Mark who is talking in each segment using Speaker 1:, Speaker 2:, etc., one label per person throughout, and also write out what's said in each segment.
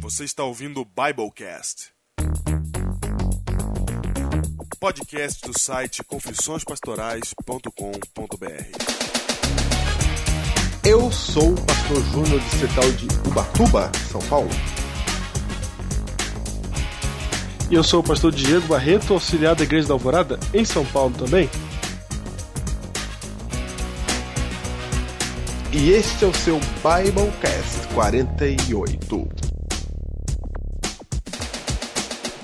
Speaker 1: Você está ouvindo o Biblecast. Podcast do site confissõespastorais.com.br.
Speaker 2: Eu sou o pastor Júnior distrital de Ubatuba, São Paulo.
Speaker 3: E eu sou o pastor Diego Barreto, auxiliar da Igreja da Alvorada, em São Paulo também.
Speaker 2: E este é o seu Biblecast 48.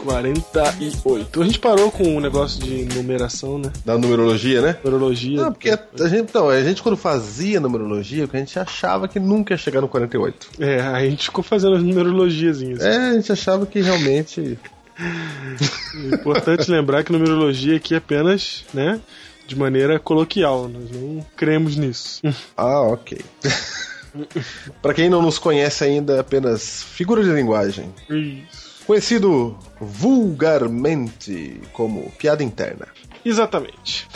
Speaker 3: 48. A gente parou com o negócio de numeração, né?
Speaker 2: Da numerologia, né?
Speaker 3: Numerologia.
Speaker 2: Não, porque a gente, então, a gente quando fazia numerologia, a gente achava que nunca ia chegar no 48.
Speaker 3: É, aí a gente ficou fazendo as assim. numerologiazinhas.
Speaker 2: É, a gente achava que realmente.
Speaker 3: É Importante lembrar que numerologia aqui é apenas, né? De maneira coloquial, nós não cremos nisso.
Speaker 2: Ah, ok. Pra quem não nos conhece ainda, é apenas figura de linguagem. Hum. Conhecido vulgarmente como piada interna.
Speaker 3: Exatamente.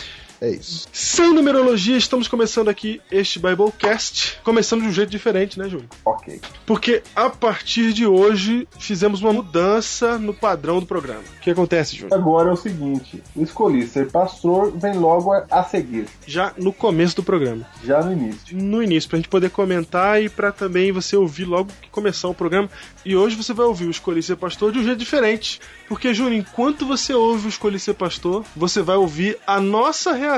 Speaker 2: É isso.
Speaker 3: Sem numerologia, estamos começando aqui este Biblecast. Começando de um jeito diferente, né, Júlio?
Speaker 2: Ok.
Speaker 3: Porque a partir de hoje fizemos uma mudança no padrão do programa. O que acontece, Júlio?
Speaker 4: Agora é o seguinte: escolhi ser pastor, vem logo a- a seguir,
Speaker 3: Já no começo do programa.
Speaker 4: já no início.
Speaker 3: no início, pra gente poder comentar e pra também você ouvir logo que começar o programa. E hoje você vai ouvir o Escolhi Ser Pastor de um jeito diferente. Porque, Júnior, enquanto você ouve o Escolhi Ser Pastor, você vai ouvir a nossa reação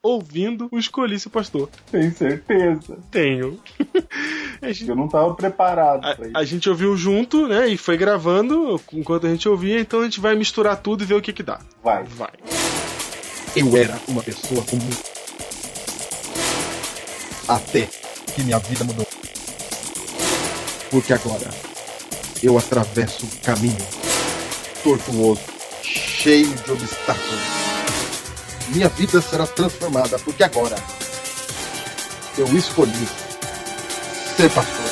Speaker 3: ouvindo o Escolhi Ser Pastor.
Speaker 4: Tenho certeza.
Speaker 3: Tenho. a, gente,
Speaker 4: Eu não tava preparado
Speaker 3: a-
Speaker 4: pra
Speaker 3: a
Speaker 4: isso.
Speaker 3: gente ouviu junto, né? E foi gravando enquanto a gente ouvia, então a gente vai misturar tudo e ver o que que dá.
Speaker 4: Vai.
Speaker 3: Vai.
Speaker 2: Eu era uma pessoa comum. Até que minha vida mudou. Porque agora eu atravesso um caminho tortuoso, cheio de obstáculos. Minha vida será transformada, porque agora eu escolhi ser pastor.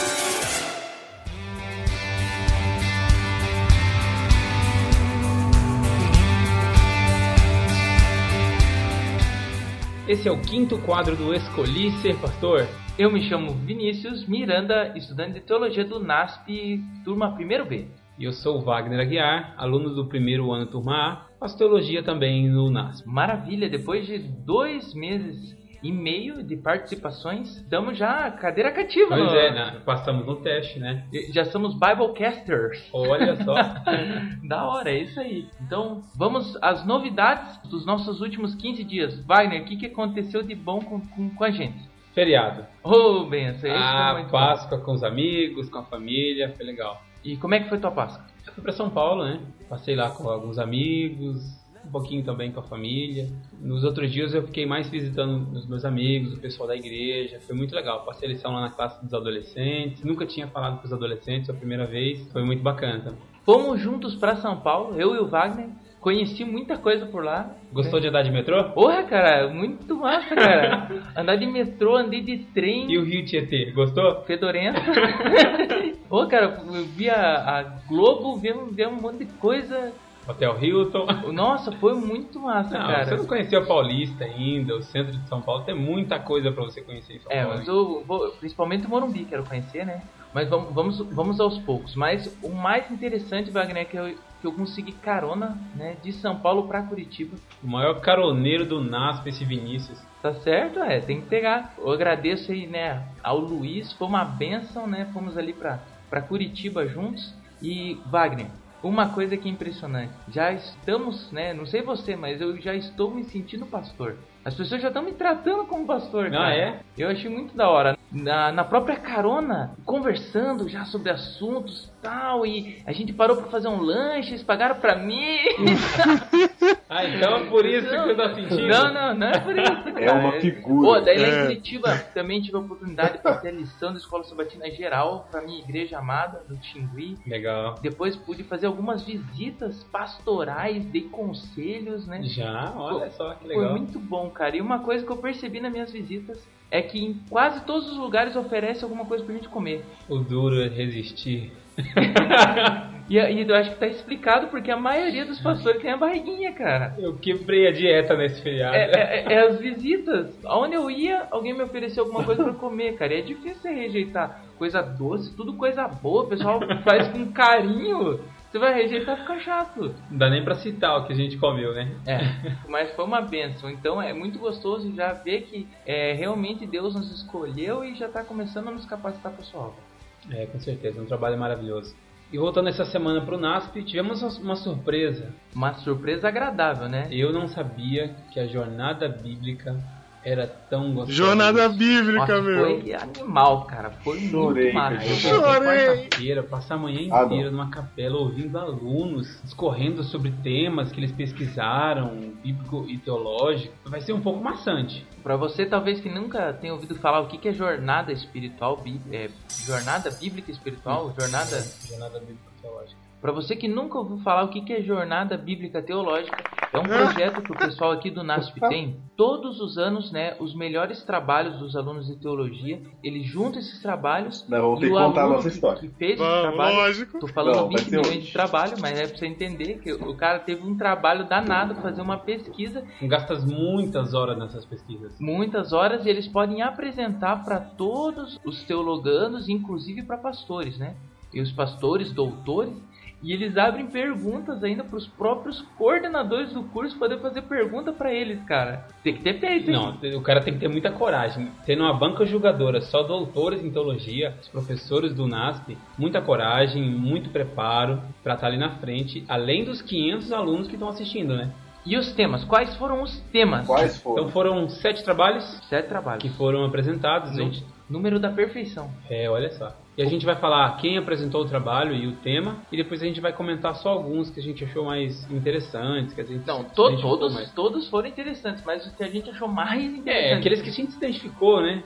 Speaker 5: Esse é o quinto quadro do Escolhi Ser Pastor. Eu me chamo Vinícius Miranda, estudante de Teologia do NASP, turma 1B. E eu sou o Wagner Aguiar, aluno do primeiro ano, turma A, faço Teologia também no NASP. Maravilha, depois de dois meses e meio de participações, estamos já cadeira cativa.
Speaker 6: Pois
Speaker 5: no-
Speaker 6: é, né? passamos no teste, né?
Speaker 5: Já somos Biblecasters.
Speaker 6: Olha só.
Speaker 5: Da hora, é isso aí. Então, vamos às novidades dos nossos últimos 15 dias. Wagner, o que, que aconteceu de bom com, com, com a gente?
Speaker 6: Feriado.
Speaker 5: Ô, benção, esse foi
Speaker 6: Ah,
Speaker 5: muito bom.
Speaker 6: Páscoa com os amigos, com a família, foi legal.
Speaker 5: E como é que foi tua Páscoa?
Speaker 6: Eu fui pra São Paulo, né? Passei lá com alguns amigos, um pouquinho também com a família. Nos outros dias eu fiquei mais visitando os meus amigos, o pessoal da igreja, foi muito legal. Passei lição lá na classe dos adolescentes, nunca tinha falado com os adolescentes, foi a primeira vez, foi muito bacana.
Speaker 5: Fomos juntos pra São Paulo, eu e o Wagner. Conheci muita coisa por lá.
Speaker 6: Gostou de andar de metrô?
Speaker 5: Porra, cara, muito massa, cara. Andar de metrô, andei de trem.
Speaker 6: E o Rio Tietê, gostou?
Speaker 5: Fedorento. Ô, cara, eu vi a, a Globo, vemos um monte de coisa.
Speaker 6: Hotel Hilton.
Speaker 5: Nossa, foi muito massa,
Speaker 6: Não,
Speaker 5: cara.
Speaker 6: você não conheceu a Paulista ainda, o centro de São Paulo, tem muita coisa pra você conhecer em São
Speaker 5: É,
Speaker 6: Paulo.
Speaker 5: mas eu vou, principalmente o Morumbi quero conhecer, né? Mas vamos, vamos, vamos aos poucos. Mas o mais interessante, Wagner, é que eu, que eu consegui carona, né? De São Paulo pra Curitiba.
Speaker 6: O maior caroneiro do NASP, esse Vinícius.
Speaker 5: Tá certo? É, tem que pegar. Eu agradeço aí, né, ao Luiz, foi uma benção, né? Fomos ali pra, pra Curitiba juntos. E, Wagner, uma coisa que é impressionante. Já estamos, né? Não sei você, mas eu já estou me sentindo pastor. As pessoas já estão me tratando como pastor, cara.
Speaker 6: Ah, é?
Speaker 5: Eu achei muito da hora. Na, na própria carona, conversando já sobre assuntos tal, e a gente parou pra fazer um lanche, eles pagaram pra mim.
Speaker 6: Ah, então é por isso que eu tô sentindo.
Speaker 5: Não, não, não é por isso, cara.
Speaker 4: É uma figura.
Speaker 5: Pô, daí lá
Speaker 3: É.
Speaker 5: em Curitiba também tive a oportunidade de fazer a lição da Escola Sabatina Geral pra minha igreja amada, do Tingui.
Speaker 6: Legal.
Speaker 5: Depois pude fazer algumas visitas pastorais, dei conselhos, né?
Speaker 6: Já, olha só que
Speaker 5: Foi
Speaker 6: legal.
Speaker 5: muito bom, cara. E uma coisa que eu percebi nas minhas visitas é que em quase todos
Speaker 6: é
Speaker 5: os lugares oferece alguma coisa pra gente comer.
Speaker 6: O duro é resistir.
Speaker 5: E, e eu acho que tá explicado porque a maioria dos pastores tem a barriguinha, cara.
Speaker 6: Eu quebrei a dieta nesse feriado.
Speaker 5: É, é- é as visitas. Aonde eu ia, alguém me ofereceu alguma coisa pra eu comer, cara. E é difícil você rejeitar. Coisa doce, tudo coisa boa. O pessoal faz com carinho. Você vai rejeitar, fica chato.
Speaker 6: Não dá nem pra citar o que a gente comeu, né?
Speaker 5: É, mas foi uma benção. Então é muito gostoso já ver que é, realmente Deus nos escolheu e já tá começando a nos capacitar pessoal.
Speaker 6: É, com certeza, um trabalho maravilhoso. E voltando essa semana pro NASP, tivemos uma- uma surpresa.
Speaker 5: Uma surpresa agradável, né?
Speaker 6: Eu não sabia que a jornada bíblica era tão gostosa.
Speaker 3: Jornada bíblica,
Speaker 5: Nossa,
Speaker 3: meu.
Speaker 5: foi animal, cara. Foi
Speaker 4: Chorei,
Speaker 5: muito maravilhoso.
Speaker 4: cara.
Speaker 3: Chorei.
Speaker 6: Quarta-feira, passar a manhã
Speaker 4: Ah,
Speaker 6: inteira numa capela ouvindo alunos discorrendo sobre temas que eles pesquisaram, bíblico e teológico. Vai ser um pouco maçante.
Speaker 5: Pra você, talvez que nunca tenha ouvido falar o que que é jornada espiritual, bí- é, jornada bíblica
Speaker 4: Hum.
Speaker 5: espiritual, jornada.
Speaker 6: Jornada bíblica e teológica.
Speaker 5: Pra você que nunca ouviu falar o que que é jornada bíblica teológica, é
Speaker 4: Ah.
Speaker 5: um projeto que o pessoal aqui do NASP tem. Todos os anos, né, os melhores trabalhos dos alunos de teologia, eles juntam esses trabalhos.
Speaker 4: Não, vamos
Speaker 5: e
Speaker 4: ter que
Speaker 5: o
Speaker 4: contar a
Speaker 5: aluno
Speaker 4: nossa
Speaker 5: que-
Speaker 4: história.
Speaker 5: Que fez esse
Speaker 3: Vamos,
Speaker 5: trabalho
Speaker 3: lógico.
Speaker 5: Tô falando
Speaker 4: Não, vai
Speaker 5: 20
Speaker 4: ser
Speaker 5: milhões
Speaker 4: hoje.
Speaker 5: de trabalho, mas é pra você entender que o cara teve um trabalho danado, fazer uma pesquisa,
Speaker 6: Gastas muitas horas nessas pesquisas.
Speaker 5: muitas horas, e eles podem apresentar para todos os teologanos, inclusive para pastores, né? E os pastores, doutores, e eles abrem perguntas ainda pros próprios coordenadores do curso poder fazer pergunta para eles, cara. Tem que ter peito, hein?
Speaker 6: Não, o cara tem que ter muita coragem. Tendo uma banca julgadora só doutores em teologia, os professores do NASP, muita coragem, muito preparo pra estar ali na frente, além dos 500 alunos que estão assistindo, né?
Speaker 5: E os temas? Quais foram os temas?
Speaker 4: Quais
Speaker 6: Então
Speaker 4: foram?
Speaker 6: foram sete trabalhos
Speaker 5: Sete trabalhos.
Speaker 6: que foram apresentados.
Speaker 5: Nú-
Speaker 6: gente.
Speaker 5: Número da perfeição.
Speaker 6: É, olha só. E a gente vai falar quem apresentou o trabalho e o tema, e depois a gente vai comentar só alguns que a gente achou mais interessantes, que a gente
Speaker 5: Não,
Speaker 6: se
Speaker 5: to-
Speaker 6: identificou
Speaker 5: todos,
Speaker 6: mais.
Speaker 5: todos foram interessantes, mas o que a gente achou mais
Speaker 6: É,
Speaker 5: interessante.
Speaker 6: aqueles que a gente se identificou, né?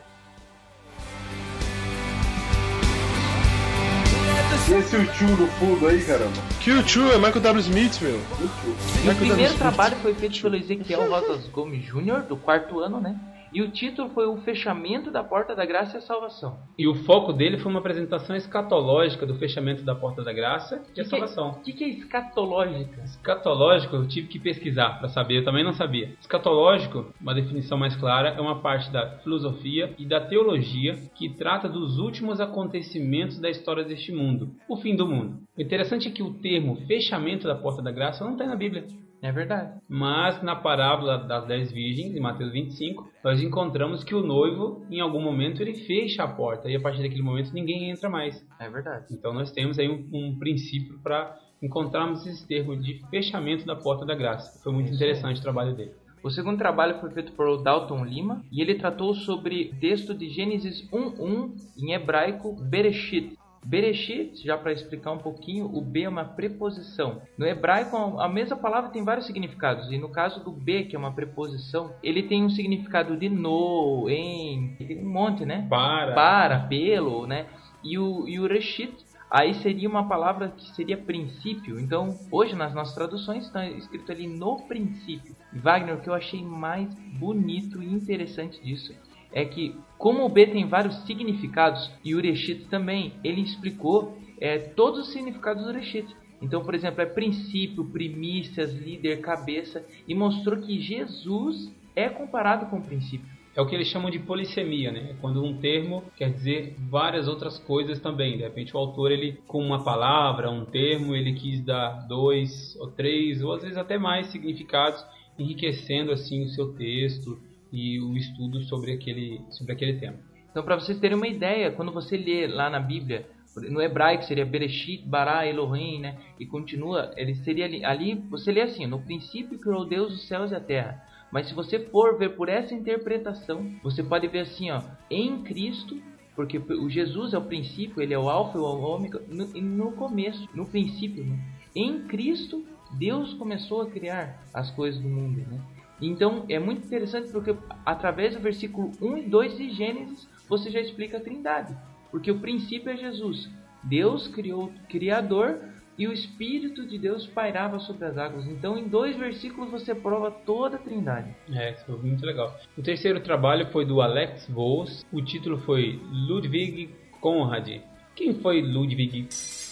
Speaker 4: E esse tio do fundo aí, caramba?
Speaker 3: Q2 é Michael W. Smith, meu.
Speaker 5: E o primeiro trabalho foi feito pelo Ezequiel Rosas Gomes Jr., do quarto ano, né? E o título foi O Fechamento da Porta da Graça e a Salvação.
Speaker 6: E o foco dele foi uma apresentação escatológica do fechamento da Porta da Graça e a
Speaker 5: Que-
Speaker 6: salvação.
Speaker 5: O que, que é escatológica?
Speaker 6: Escatológico eu tive que pesquisar pra saber, eu também não sabia. Escatológico, uma definição mais clara, é uma parte da filosofia e da teologia que trata dos últimos acontecimentos da história deste mundo, o fim do mundo. O interessante é que o termo fechamento da porta da graça não está na Bíblia.
Speaker 5: É verdade.
Speaker 6: Mas na parábola das dez virgens, em Mateus 25, nós encontramos que o noivo, em algum momento, ele fecha a porta e a partir daquele momento ninguém entra mais.
Speaker 5: É verdade.
Speaker 6: Então nós temos aí um, um princípio para encontrarmos esse termo de fechamento da porta da graça. Foi muito interessante o trabalho dele.
Speaker 5: O segundo trabalho foi feito por Dalton Lima e ele tratou sobre texto de Gênesis 1.1 em hebraico Bereshit. Bereshit, já para explicar um pouquinho, o B é uma preposição. No hebraico, a mesma palavra tem vários significados, e no caso do B, que é uma preposição, ele tem um significado de no, em, tem um monte, né?
Speaker 6: Para,
Speaker 5: para, pelo, né? E o, e o reshit, aí seria uma palavra que seria princípio. Então, hoje nas nossas traduções está escrito ali no princípio. Wagner, o que eu achei mais bonito e interessante disso é que, como o B tem vários significados, e o reshit também, ele explicou é, todos os significados do reshit. Então, por exemplo, é princípio, primícias, líder, cabeça, e mostrou que Jesus é comparado com o princípio.
Speaker 6: é o que eles chamam de polissemia, né? É Quando um termo quer dizer várias outras coisas também. De repente o autor ele com uma palavra, um termo, ele quis dar dois ou três ou às vezes até mais significados, enriquecendo assim o seu texto e o estudo sobre aquele sobre aquele tema.
Speaker 5: Então, para vocês terem uma ideia, quando você lê lá na Bíblia, no é hebraico seria Bereshit, Bará, Elohim, né? E continua, ele seria ali, ali você lê assim, no princípio criou Deus os céus e a terra. Mas se você for ver por essa interpretação, você pode ver assim, ó, em Cristo, porque o Jesus é o princípio, ele é o alfa e o ômega, no, e no começo, no princípio, né? Em Cristo, Deus começou a criar as coisas do mundo, né? Então é muito interessante porque através do versículo 1 e 2 de Gênesis você já explica a Trindade, porque o princípio é Jesus. Deus criou o Criador e o Espírito de Deus pairava sobre as águas. Então em dois versículos você prova toda a Trindade.
Speaker 6: É, isso foi muito legal. O terceiro trabalho foi do Alex Vos. O título foi Ludwig Conrad. Quem foi Ludwig?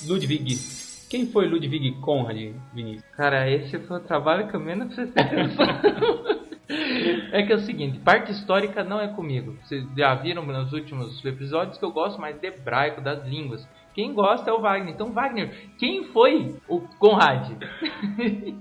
Speaker 6: Ludwig Quem foi Ludwig Conrad, Vinícius?
Speaker 5: Cara, esse foi o trabalho que eu menos prestei atenção. É que é o seguinte, parte histórica não é comigo. Vocês já viram nos últimos episódios que eu gosto mais de hebraico, das línguas. Quem gosta é o Wagner. Então, Wagner, quem foi o Conrad?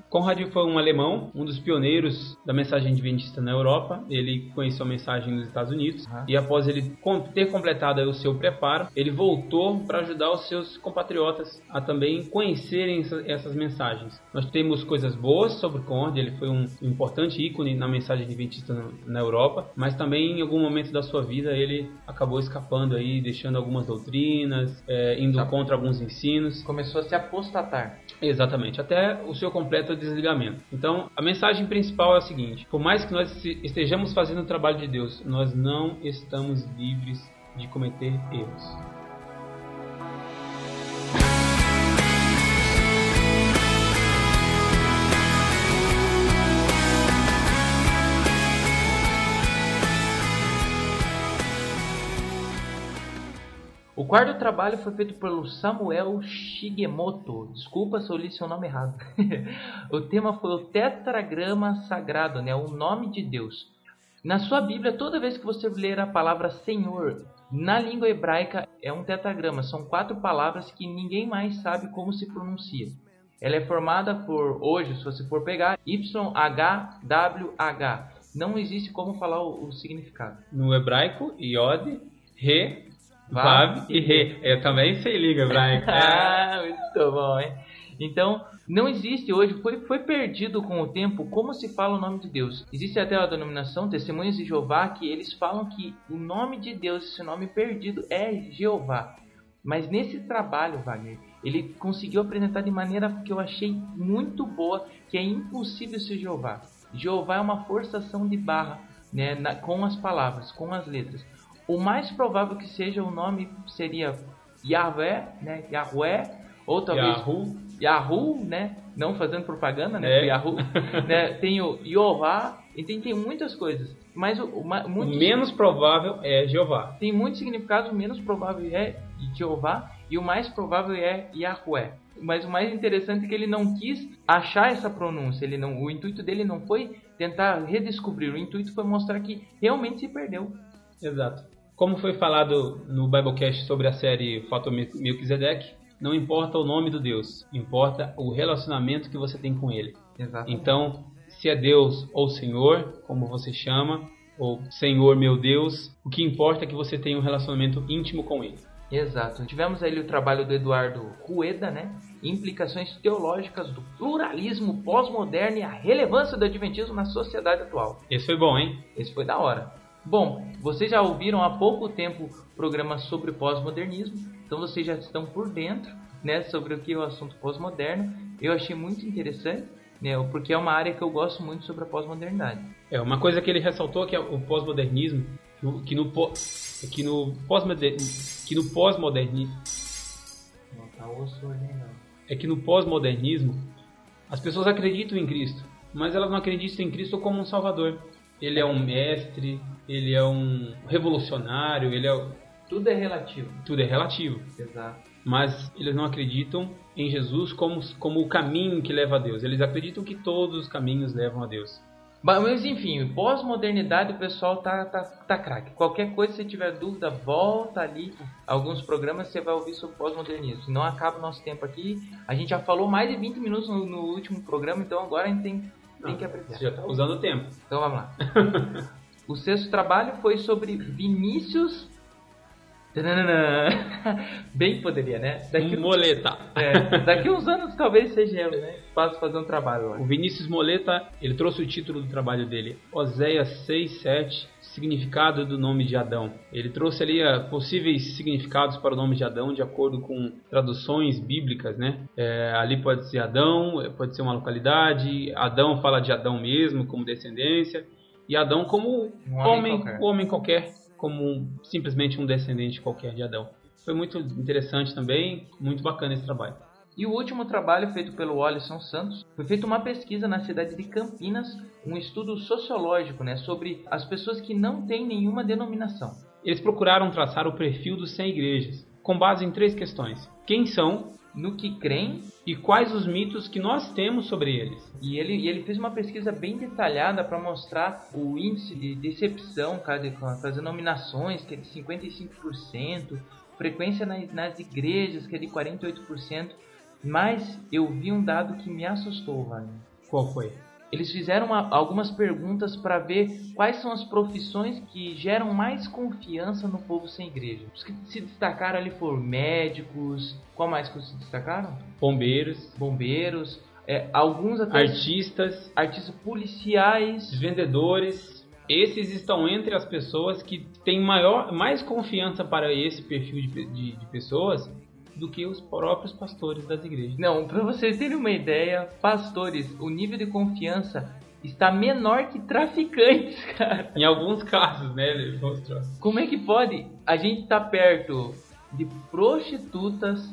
Speaker 6: Conrad foi um alemão, um dos pioneiros da mensagem adventista na Europa. Ele conheceu a mensagem nos Estados Unidos
Speaker 5: Uhum.
Speaker 6: e após ele com- ter completado aí o seu preparo, ele voltou para ajudar os seus compatriotas a também conhecerem essa- essas mensagens. Nós temos coisas boas sobre Conrad, ele foi um importante ícone na mensagem adventista na- na Europa, mas também em algum momento da sua vida ele acabou escapando aí, deixando algumas doutrinas, eh, indo
Speaker 5: Tá.
Speaker 6: contra alguns ensinos.
Speaker 5: Começou a se apostatar.
Speaker 6: Exatamente, até o seu completo desligamento. Então, a mensagem principal é a seguinte: por mais que nós se- estejamos fazendo o trabalho de Deus, nós não estamos livres de cometer erros.
Speaker 5: O quarto trabalho foi feito pelo Samuel Shigemoto. Desculpa se eu li seu nome errado. o tema foi o tetragrama sagrado, né? O nome de Deus. Na sua Bíblia, toda vez que você ler a palavra Senhor, na língua hebraica é um tetragrama. São quatro palavras que ninguém mais sabe como se pronuncia. Ela é formada por, hoje, se você for pegar, YHWH. Não existe como falar o, o significado.
Speaker 6: No hebraico, Yod, Re,
Speaker 5: Vav
Speaker 6: Vav e Re. Eu também sei liga hebraico.
Speaker 5: Ah, muito bom, hein? Então, não existe hoje, foi, foi perdido com o tempo como se fala o nome de Deus. Existe até a denominação Testemunhas de Jeová que eles falam que o nome de Deus, esse nome perdido, é Jeová. Mas nesse trabalho, Wagner, ele conseguiu apresentar de maneira que eu achei muito boa, que é impossível ser Jeová. Jeová é uma forçação de barra, né, na- com as palavras, com as letras. O mais provável que seja o nome seria Yahvé, né, Yahweh, ou talvez
Speaker 6: Yahoo,
Speaker 5: Yahoo, né? Não fazendo propaganda, né?
Speaker 6: É.
Speaker 5: pro Yahoo, né? Tem o Yoha, e tem, tem muitas coisas. Mas o, o ma-
Speaker 6: o
Speaker 5: muito,
Speaker 6: menos provável é Jeová.
Speaker 5: tem muitos significados, o menos provável é Jeová e o mais provável é Yahweh. Mas o mais interessante é que ele não quis achar essa pronúncia, ele não, o intuito dele não foi tentar redescobrir, o intuito foi mostrar que realmente se perdeu.
Speaker 6: Exato. Como foi falado no Biblecast sobre a série Fato Mil- Melquisedeque, não importa o nome do Deus, importa o relacionamento que você tem com ele.
Speaker 5: Exato.
Speaker 6: Então, se é Deus ou Senhor, como você chama, ou Senhor meu Deus, o que importa é que você tenha um relacionamento íntimo com Ele.
Speaker 5: Exato. Tivemos aí o trabalho do Eduardo Rueda, né? Implicações teológicas do pluralismo pós-moderno e a relevância do Adventismo na sociedade atual.
Speaker 6: Esse foi bom, hein?
Speaker 5: Esse foi da hora. Bom, vocês já ouviram há pouco tempo programas sobre pós-modernismo, então vocês já estão por dentro, né, sobre o que é o assunto pós-moderno. Eu achei muito interessante, né, porque é uma área que eu gosto muito sobre a pós-modernidade.
Speaker 6: É uma coisa que ele ressaltou que é o pós-modernismo, no- que no pó- que no pós-moder- que no pós-modernismo
Speaker 5: Não tá osso hoje, hein, não.
Speaker 6: é que no pós-modernismo as pessoas acreditam em Cristo, mas elas não acreditam em Cristo como um salvador. Ele é um mestre, ele é um revolucionário, ele é
Speaker 5: Tudo é relativo.
Speaker 6: tudo é relativo.
Speaker 5: Exato.
Speaker 6: mas eles não acreditam em Jesus como, como o caminho que leva a Deus. Eles acreditam que todos os caminhos levam a Deus.
Speaker 5: Ba- Mas enfim, pós-modernidade o pessoal tá, tá, tá craque. Qualquer coisa, se tiver dúvida, volta ali. Alguns programas você vai ouvir sobre pós-modernismo. Não acaba o nosso tempo aqui. A gente já falou mais de 20 minutos no, no último programa, então agora a gente tem, tem que aprender.
Speaker 6: Você já tá está usando o tempo.
Speaker 5: Então vamos lá. o sexto trabalho foi sobre Vinícius. Tananana. Bem poderia, né? Daqui,
Speaker 6: Moleta.
Speaker 5: é, daqui uns anos talvez seja eu, né? Faço fazer um trabalho lá.
Speaker 6: O Vinícius Moleta, ele trouxe o título do trabalho dele, Oséias 6, 7, significado do nome de Adão. Ele trouxe ali ah, possíveis significados para o nome de Adão de acordo com traduções bíblicas, né? É, ali pode ser Adão, eh, pode ser uma localidade, Adão fala de Adão mesmo como descendência, e Adão como
Speaker 5: Um
Speaker 6: homem,
Speaker 5: homem qualquer.
Speaker 6: homem qualquer, como um- simplesmente um descendente qualquer de Adão. Foi muito interessante também, muito bacana esse trabalho.
Speaker 5: E o último trabalho feito pelo Wallison Santos foi feita uma pesquisa na cidade de Campinas, um estudo sociológico né, sobre as pessoas que não têm nenhuma denominação.
Speaker 6: Eles procuraram traçar o perfil dos 100 igrejas, com base em três questões: quem são,
Speaker 5: no que creem e quais os mitos que nós temos sobre eles. E ele, e ele fez uma pesquisa bem detalhada para mostrar o índice de decepção, cara, com as nominações, que é de 55%, frequência nas, nas igrejas, que é de 48%. Mas eu vi um dado que me assustou, Wagner.
Speaker 6: Qual foi?
Speaker 5: Eles fizeram uma, algumas perguntas para ver quais são as profissões que geram mais confiança no povo sem igreja. Os que se destacaram ali foram médicos, qual mais que se destacaram?
Speaker 6: Bombeiros.
Speaker 5: Bombeiros. É, alguns até
Speaker 6: artistas,
Speaker 5: artistas policiais,
Speaker 6: vendedores. Esses estão entre as pessoas que têm maior, mais confiança para esse perfil de, de, de pessoas do que os próprios pastores das igrejas.
Speaker 5: Não, para vocês terem uma ideia, pastores, o nível de confiança está menor que traficantes, cara.
Speaker 6: Em alguns casos, né? Ele mostrou.
Speaker 5: Como é que pode? A gente tá perto de prostitutas,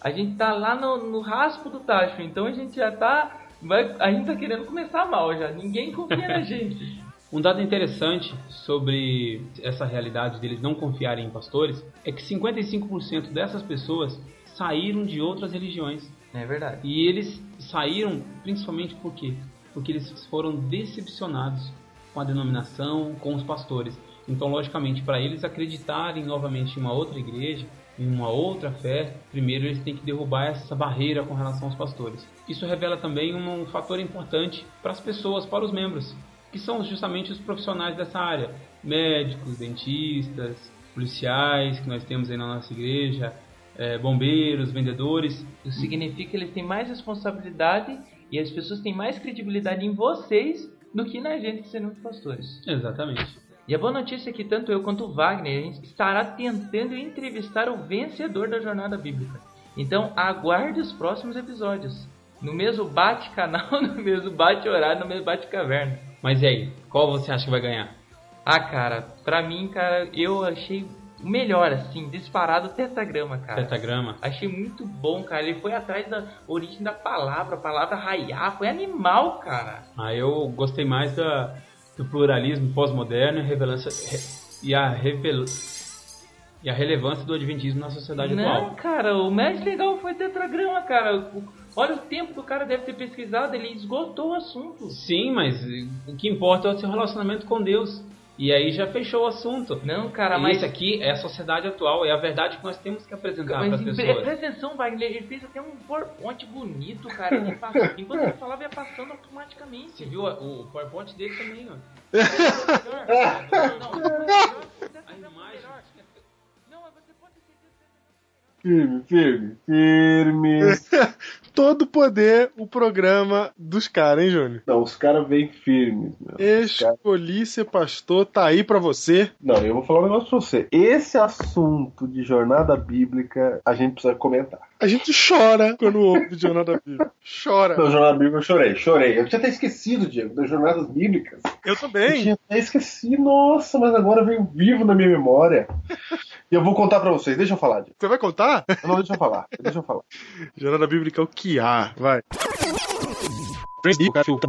Speaker 5: a gente tá lá no, no raspo do tacho, então a gente já tá. Vai, a gente tá querendo começar mal já. Ninguém confia na gente.
Speaker 6: Um dado interessante sobre essa realidade deles não confiarem em pastores é que 55% dessas pessoas saíram de outras religiões.
Speaker 5: É verdade.
Speaker 6: E eles saíram principalmente por quê? Porque eles foram decepcionados com a denominação, com os pastores. Então, logicamente, para eles acreditarem novamente em uma outra igreja, em uma outra fé, primeiro eles têm que derrubar essa barreira com relação aos pastores. Isso revela também um fator importante para as pessoas, para os membros, que são justamente os profissionais dessa área: médicos, dentistas, policiais que nós temos aí na nossa igreja, é, bombeiros, vendedores.
Speaker 5: Isso significa que eles têm mais responsabilidade e as pessoas têm mais credibilidade em vocês do que na gente que seremos pastores.
Speaker 6: Exatamente.
Speaker 5: E a boa notícia é que tanto eu quanto o Wagner a gente estará tentando entrevistar o vencedor da jornada bíblica. Então aguarde os próximos episódios. No mesmo bate-canal, no mesmo bate-horário, no mesmo bate-caverna.
Speaker 6: Mas e aí, qual você acha que vai ganhar?
Speaker 5: Ah, cara, pra mim, cara, eu achei o melhor, assim, disparado o tetagrama, cara.
Speaker 6: Tetagrama?
Speaker 5: Achei muito bom, cara. Ele foi atrás da origem da palavra, a palavra raiar, foi animal, cara.
Speaker 6: Ah, eu gostei mais da, do pluralismo pós-moderno e a revelância. E a relevância do adventismo na sociedade
Speaker 5: Não,
Speaker 6: atual.
Speaker 5: Não, cara, o mais legal foi o tetragrama, cara. O, Olha o tempo que o cara deve ter pesquisado, ele esgotou o assunto.
Speaker 6: Sim, mas o que importa é o seu relacionamento com Deus. E aí já fechou o assunto.
Speaker 5: Não, cara,
Speaker 6: e
Speaker 5: mas.
Speaker 6: Isso aqui é a sociedade atual, é a verdade que nós temos que apresentar para as pessoas.
Speaker 5: Presta atenção, Wagner, ele fez até um PowerPoint bonito, cara. Ele passou, enquanto ele falava, ia passando automaticamente. Você
Speaker 6: viu o PowerPoint dele também, ó.
Speaker 5: A imagem.
Speaker 2: Firme, firme, firme.
Speaker 3: Todo poder, o programa dos caras, hein, Júnior?
Speaker 2: Não, os caras vêm firmes, meu. Os caras-
Speaker 3: Escolhi ser pastor, tá aí pra você.
Speaker 2: Não, eu vou falar um negócio pra você. Esse assunto de jornada bíblica, a gente precisa comentar.
Speaker 3: A gente chora quando ouve Jornada Bíblica. Chora.
Speaker 2: Não, jornada bíblica eu chorei, chorei. Eu tinha até esquecido, Diego, das jornadas bíblicas.
Speaker 3: Eu
Speaker 2: Eu
Speaker 3: também.
Speaker 2: tinha até esquecido, nossa, mas agora vem vivo na minha memória. E eu vou contar pra vocês, deixa eu falar, Diego.
Speaker 3: Você vai contar?
Speaker 2: Não, deixa eu falar, deixa eu falar.
Speaker 3: Jornada Bíblica é o que há. Vai. é tipo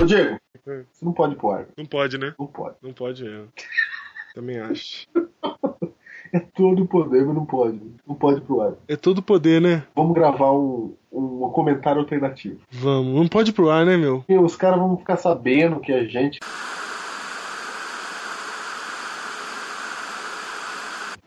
Speaker 2: Ô Diego, você não pode pôr água,
Speaker 3: Não pode, né?
Speaker 2: não pode.
Speaker 3: Não pode mesmo. Também acho.
Speaker 2: É todo o poder, mas não pode. Não pode pro ar.
Speaker 3: É todo poder, né?
Speaker 2: Vamos gravar um, um comentário alternativo.
Speaker 3: Vamos. Não pode ir pro ar, né, meu?
Speaker 2: E os caras vão ficar sabendo que a gente.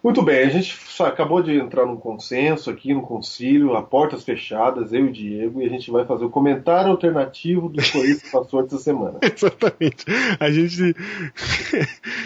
Speaker 2: Muito bem, a gente só acabou de entrar num consenso aqui, num concílio, a portas fechadas, eu e o Diego, e a gente vai fazer o comentário alternativo do Corinthians Pastor dessa semana.
Speaker 3: Exatamente. A gente.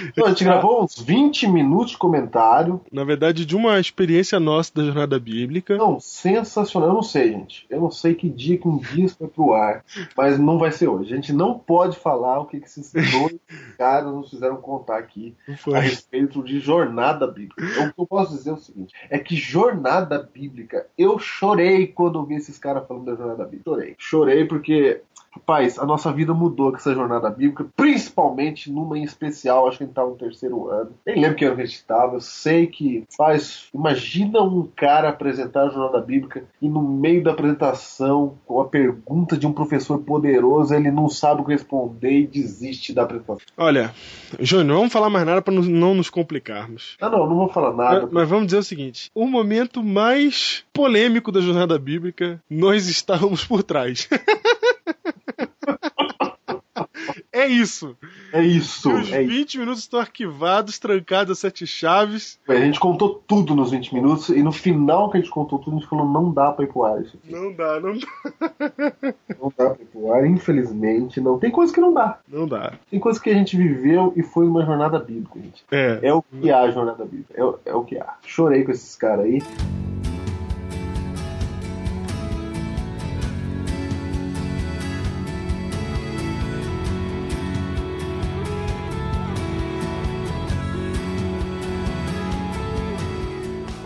Speaker 2: Então, a gente gravou uns 20 minutos de comentário.
Speaker 3: Na verdade, de uma experiência nossa da jornada bíblica.
Speaker 2: Não, sensacional, eu não sei, gente. Eu não sei que dia que um dia isso vai pro ar, mas não vai ser hoje. A gente não pode falar o que, que esses dois caras nos fizeram contar aqui
Speaker 3: Não
Speaker 2: a
Speaker 3: foi.
Speaker 2: respeito de jornada bíblica. É o que eu posso dizer, eu
Speaker 4: seguinte: é que jornada bíblica. Eu chorei quando ouvi esses caras falando da jornada bíblica. Chorei. Chorei porque Rapaz, a nossa vida mudou com essa jornada bíblica, principalmente numa em especial, acho que a gente tava no terceiro ano. Nem lembro que ano que a gente tava, eu sei que, faz, imagina um cara apresentar a jornada bíblica e no meio da apresentação, com a pergunta de um professor poderoso, ele não sabe o que responder e desiste da apresentação.
Speaker 3: Olha, Júnior, não vamos falar mais nada para não nos complicarmos.
Speaker 4: Não, não, não vou falar nada.
Speaker 3: Mas, mas vamos dizer o seguinte: o momento mais polêmico da jornada bíblica, nós estávamos por trás. É isso.
Speaker 4: É isso.
Speaker 3: E os
Speaker 4: é isso.
Speaker 3: 20 minutos estão arquivados, trancados a sete chaves.
Speaker 4: A gente contou tudo nos 20 minutos e no final que a gente contou tudo, a gente falou: não dá pra ir pro ar isso aqui.
Speaker 3: Não dá, não dá.
Speaker 4: Não dá pra ir pro ar, infelizmente não. Tem coisa que não dá.
Speaker 3: Não dá.
Speaker 4: Tem coisa que a gente viveu e foi uma jornada bíblica, gente.
Speaker 3: É.
Speaker 4: É o que há a jornada bíblica. É, o- é o que há. Chorei com esses caras aí.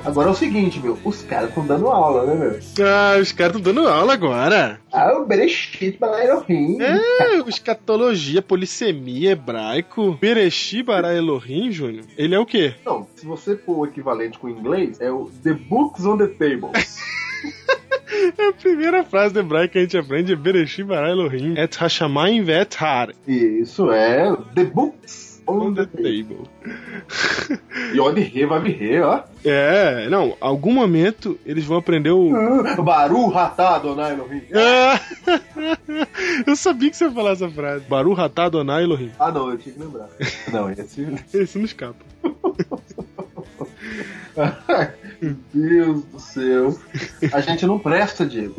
Speaker 4: Agora é o seguinte, meu. Os caras estão dando aula, né, meu?
Speaker 3: Ah, os caras estão dando aula agora.
Speaker 4: Ah, o Berechit Balairofim.
Speaker 3: É, escatologia, polissemia, hebraico. Bereshi Bara Elohim, Júnior. Ele é o quê?
Speaker 4: Não, se você for o equivalente com o inglês, é o The Books on the Table.
Speaker 3: É a primeira frase do hebraico que a gente aprende é Bereshi Bara Elohim. Et Hashamayim Vet Har.
Speaker 4: E isso é The Books on
Speaker 3: On
Speaker 4: the
Speaker 3: the
Speaker 4: Table.
Speaker 3: table.
Speaker 4: E olha re, vai me re, ó.
Speaker 3: É, não, algum momento eles vão aprender o.
Speaker 4: Baru Ratá, Donai Elohim.
Speaker 3: Ah! Eu sabia que você ia falar essa frase. Baru Hatá Adonai Elohim.
Speaker 4: Ah, não, eu tinha que lembrar. Não, esse.
Speaker 3: Esse não escapa.
Speaker 4: Meu Deus do céu. A gente não presta, Diego.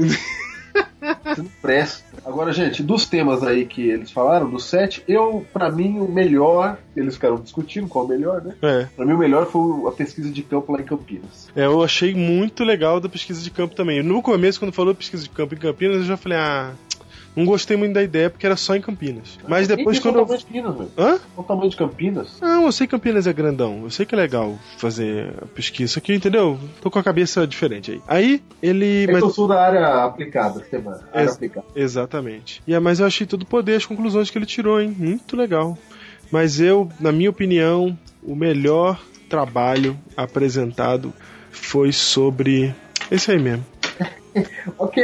Speaker 4: Você não presta. Agora, gente, dos temas aí que eles falaram, dos sete, eu, pra mim, o melhor. Eles ficaram discutindo qual é o melhor, né?
Speaker 3: É.
Speaker 4: Pra mim, o melhor foi a pesquisa de campo lá em Campinas.
Speaker 3: É, eu achei muito legal da pesquisa de campo também. No começo, quando falou pesquisa de campo em Campinas, eu já falei, ah, não gostei muito da ideia porque era só em Campinas. Mas depois
Speaker 4: Ih, qual
Speaker 3: quando
Speaker 4: o
Speaker 3: eu.
Speaker 4: tamanho de Campinas, velho?
Speaker 3: Hã?
Speaker 4: Qual o tamanho de Campinas?
Speaker 3: Não, eu sei que Campinas é grandão. Eu sei que é legal fazer a pesquisa aqui, entendeu? Tô com a cabeça diferente aí. Aí, ele.
Speaker 4: É
Speaker 3: mas-
Speaker 4: que eu sou da área aplicada, tema. Área
Speaker 3: Esse-
Speaker 4: aplicada.
Speaker 3: Exatamente. E é, mas eu achei todo poder as conclusões que ele tirou, hein? Muito legal. Mas eu, na minha opinião, o melhor trabalho apresentado foi sobre esse aí mesmo.
Speaker 4: Ok.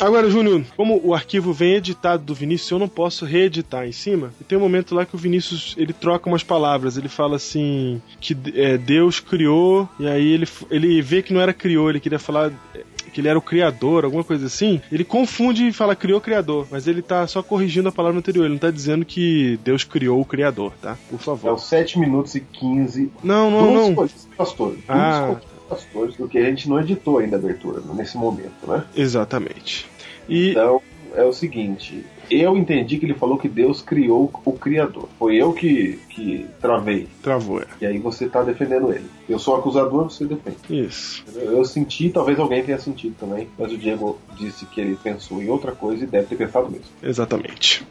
Speaker 3: Agora, Júnior, como o arquivo vem editado do Vinícius, eu não posso reeditar em cima. E tem um momento lá que o Vinícius ele troca umas palavras. Ele fala assim que é, Deus criou e aí ele f- ele vê que não era criou, ele queria falar é, que ele era o criador, alguma coisa assim. Ele confunde e fala criou criador, mas ele tá só corrigindo a palavra anterior. Ele não tá dizendo que Deus criou o criador, tá? Por
Speaker 4: É
Speaker 3: favor.
Speaker 4: os 7 minutos e 15
Speaker 3: Não,
Speaker 4: Não, não.
Speaker 3: não, não.
Speaker 4: pastores. Um
Speaker 3: Ah.
Speaker 4: dos colistas pastores, porque a gente não editou ainda a abertura né, nesse momento, né?
Speaker 3: Exatamente. E
Speaker 4: Então, é o seguinte. Eu entendi que ele falou que Deus criou o Criador. Foi eu que, que travei.
Speaker 3: travou, é.
Speaker 4: E aí você tá defendendo ele. Eu sou acusador, você defende.
Speaker 3: Isso.
Speaker 4: Eu eu senti, talvez alguém tenha sentido também, mas o Diego disse que ele pensou em outra coisa e deve ter pensado mesmo.
Speaker 3: Exatamente.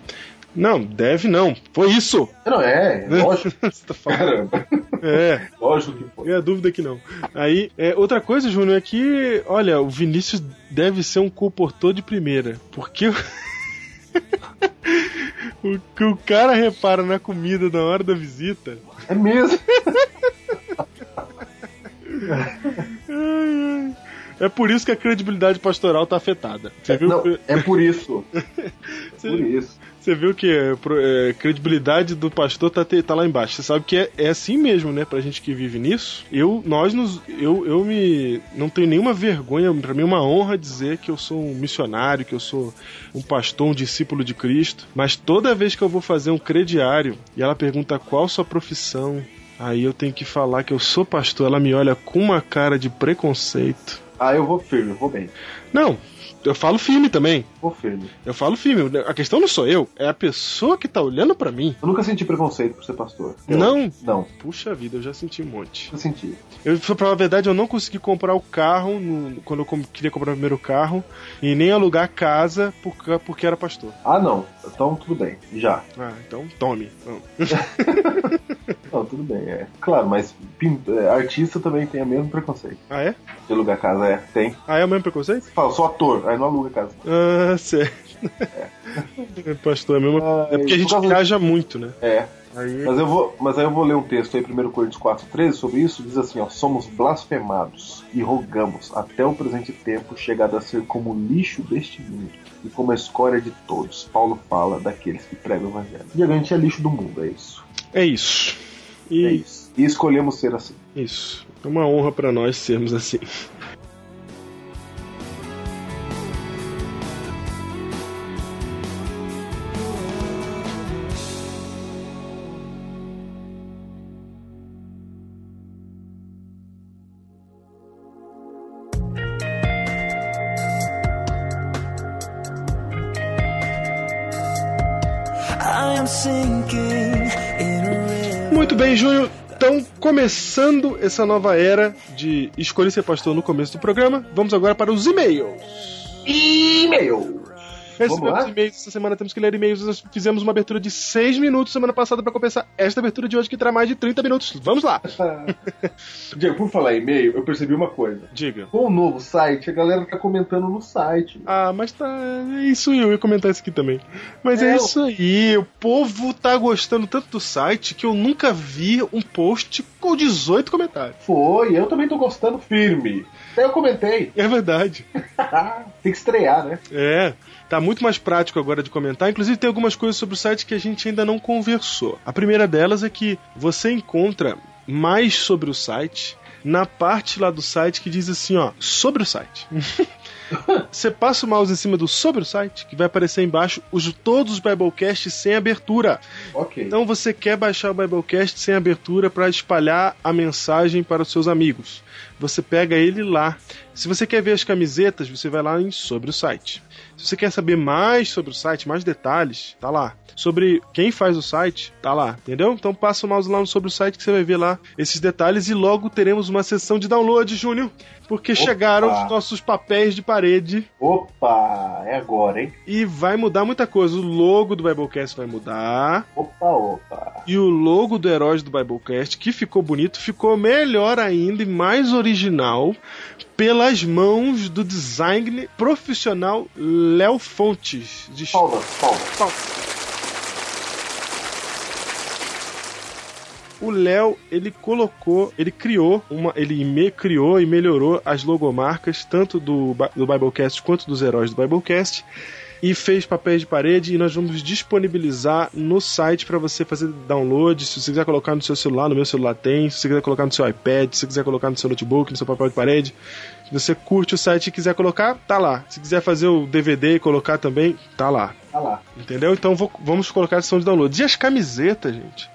Speaker 3: Não, deve não. Foi isso.
Speaker 4: Não, é, lógico,
Speaker 3: Você tá falando.
Speaker 4: caramba.
Speaker 3: É.
Speaker 4: Lógico que foi.
Speaker 3: É a dúvida que não. Aí, é, outra coisa, Júnior, é que, olha, o Vinícius deve ser um comportor de primeira. Porque o... o que o cara repara na comida na hora da visita.
Speaker 4: É mesmo.
Speaker 3: ai, ai, É por isso que a credibilidade pastoral tá afetada. Você viu,
Speaker 4: Não,
Speaker 3: que-
Speaker 4: é por isso.
Speaker 3: você,
Speaker 4: Por isso.
Speaker 3: você viu que é, pro- é, credibilidade do pastor tá, te- tá lá embaixo. Você sabe que é, é assim mesmo, né? Pra gente que vive nisso. Eu, nós nos. Eu, eu me. Não tenho nenhuma vergonha, pra mim é uma honra dizer que eu sou um missionário, que eu sou um pastor, um discípulo de Cristo. Mas toda vez que eu vou fazer um crediário e ela pergunta qual sua profissão, aí eu tenho que falar que eu sou pastor, ela me olha com uma cara de preconceito.
Speaker 4: Ah, eu vou firme, eu vou bem.
Speaker 3: Não, eu falo firme também.
Speaker 4: Vou firme.
Speaker 3: Eu falo firme. A questão não sou eu, é a pessoa que tá olhando pra mim.
Speaker 4: Eu nunca senti preconceito por ser pastor. Eu-
Speaker 3: Não?
Speaker 4: Não,
Speaker 3: Puxa vida, eu já senti um monte.
Speaker 4: nunca senti.
Speaker 3: Eu, pra falar a verdade, eu não consegui comprar o carro no- quando eu com- queria comprar o primeiro carro e nem alugar a casa por ca- porque era pastor.
Speaker 4: Ah, não. Então tudo bem. Já.
Speaker 3: Ah, então tome. Hum.
Speaker 4: Não, tudo bem, é. Claro, mas pin- é, artista também tem o mesmo preconceito.
Speaker 3: Ah, é?
Speaker 4: De alugar casa, é. Tem.
Speaker 3: Ah, é o mesmo preconceito?
Speaker 4: Fala, sou ator, aí não aluga casa.
Speaker 3: Ah, certo. Pastor, é a mesma.
Speaker 4: Ai,
Speaker 3: É porque a gente
Speaker 4: por favor.
Speaker 3: viaja muito, né?
Speaker 4: É.
Speaker 3: Aí.
Speaker 4: Mas eu vou, mas aí eu vou ler um texto aí, 1 Coríntios 4,13, sobre isso, diz assim, ó, somos blasfemados e rogamos até o presente tempo chegado a ser como lixo deste mundo e como a escória de todos. Paulo fala daqueles que pregam o evangelho. E a gente é lixo do mundo, é isso.
Speaker 3: É isso.
Speaker 4: É
Speaker 3: E
Speaker 4: isso. E escolhemos ser assim.
Speaker 3: isso. É uma honra pra nós sermos assim.
Speaker 7: I'm sinking in a river.
Speaker 3: Muito bem, Júnior. Então, começando essa nova era de escolher ser pastor no começo do programa, vamos agora para os e-mails.
Speaker 4: E-mail! Vamos
Speaker 3: Recebemos
Speaker 4: lá?
Speaker 3: e-mails essa semana, temos que ler e-mails. Nós fizemos uma abertura de 6 minutos semana passada para compensar esta abertura de hoje que terá mais de 30 minutos. Vamos lá.
Speaker 4: Diego, por falar em e-mail, eu percebi uma coisa.
Speaker 3: Diga.
Speaker 4: Com o novo site, a galera tá comentando no site.
Speaker 3: Ah, mas tá. É isso eu ia comentar isso aqui também. Mas é,
Speaker 4: É,
Speaker 3: isso aí. O povo tá gostando tanto do site que eu nunca vi um post com 18 comentários.
Speaker 4: Foi, eu também tô gostando firme. Até eu comentei.
Speaker 3: É verdade.
Speaker 4: Tem que estrear, né?
Speaker 3: É, tá muito mais prático agora de comentar. Inclusive, tem algumas coisas sobre o site que a gente ainda não conversou. A primeira delas é que você encontra mais sobre o site na parte lá do site que diz assim, ó, sobre o site. Você passa o mouse em cima do sobre o site, que vai aparecer embaixo os todos os Biblecasts sem abertura.
Speaker 4: Ok.
Speaker 3: Então você quer baixar o Biblecast sem abertura para espalhar a mensagem para os seus amigos. Você pega ele lá. Se você quer ver as camisetas, você vai lá em sobre o site. Se você quer saber mais sobre o site, mais detalhes, tá lá. Sobre quem faz o site, tá lá, entendeu? Então passa o mouse lá no sobre o site que você vai ver lá esses detalhes e logo teremos uma sessão de download, Júnior, porque chegaram os nossos papéis de parede
Speaker 4: Opa, é agora, hein?
Speaker 3: e vai mudar muita coisa. O logo do Biblecast vai mudar.
Speaker 4: Opa, opa.
Speaker 3: E o logo do Heróis do Biblecast, que ficou bonito, ficou melhor ainda e mais original pelas mãos do design profissional Léo Fontes. De...
Speaker 4: Palmas, palmas.
Speaker 3: O Léo, ele colocou, ele criou, uma, ele me criou e melhorou as logomarcas, tanto do, Bi- do Biblecast quanto dos Heróis do Biblecast. E fez papéis de parede e nós vamos disponibilizar no site para você fazer download. Se você quiser colocar no seu celular, no meu celular tem. Se você quiser colocar no seu iPad, se você quiser colocar no seu notebook, no seu papel de parede. Se você curte o site e quiser colocar, tá lá. Se quiser fazer o DVD e colocar também, tá lá.
Speaker 4: Tá lá.
Speaker 3: Entendeu? Então vou- vamos colocar a edição de download. E as camisetas, gente?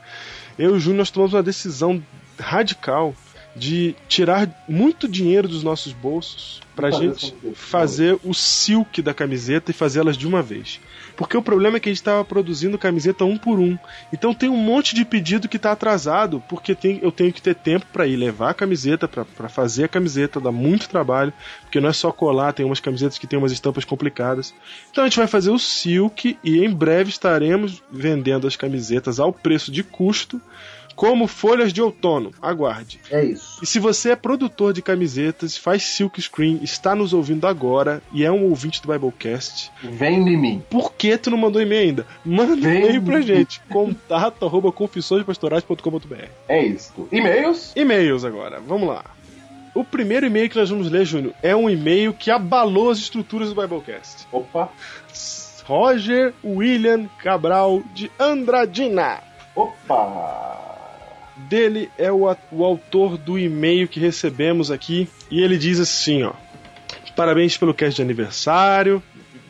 Speaker 3: Eu e o Júnior nós tomamos uma decisão radical de tirar muito dinheiro dos nossos bolsos pra
Speaker 4: Fazer
Speaker 3: gente
Speaker 4: essa camiseta.
Speaker 3: fazer o silk da camiseta e fazê-las de uma vez. Porque o problema é que a gente estava produzindo camiseta um por um. Então tem um monte de pedido que tá atrasado, porque tem- eu tenho que ter tempo pra ir levar a camiseta, pra- pra fazer a camiseta, dá muito trabalho, porque não é só colar, tem umas camisetas que tem umas estampas complicadas. Então a gente vai fazer o silk e em breve estaremos vendendo as camisetas ao preço de custo, como folhas de outono. Aguarde.
Speaker 4: É isso.
Speaker 3: E se você é produtor de camisetas, faz silk screen, está nos ouvindo agora e é um ouvinte do Biblecast,
Speaker 4: Vem em mim.
Speaker 3: por que tu não mandou e-mail ainda? Manda um
Speaker 4: Vem.
Speaker 3: e-mail pra gente. Contato arroba confissõespastorais.com.br
Speaker 4: É isto. E-mails?
Speaker 3: E-mails agora, vamos lá. O primeiro e-mail que nós vamos ler, Júnior, é um e-mail que abalou as estruturas do Biblecast.
Speaker 4: Opa,
Speaker 3: Roger William Cabral de Andradina.
Speaker 4: opa.
Speaker 3: dele é o, a- o autor do e-mail que recebemos aqui. E ele diz assim, ó. Parabéns pelo cast de aniversário.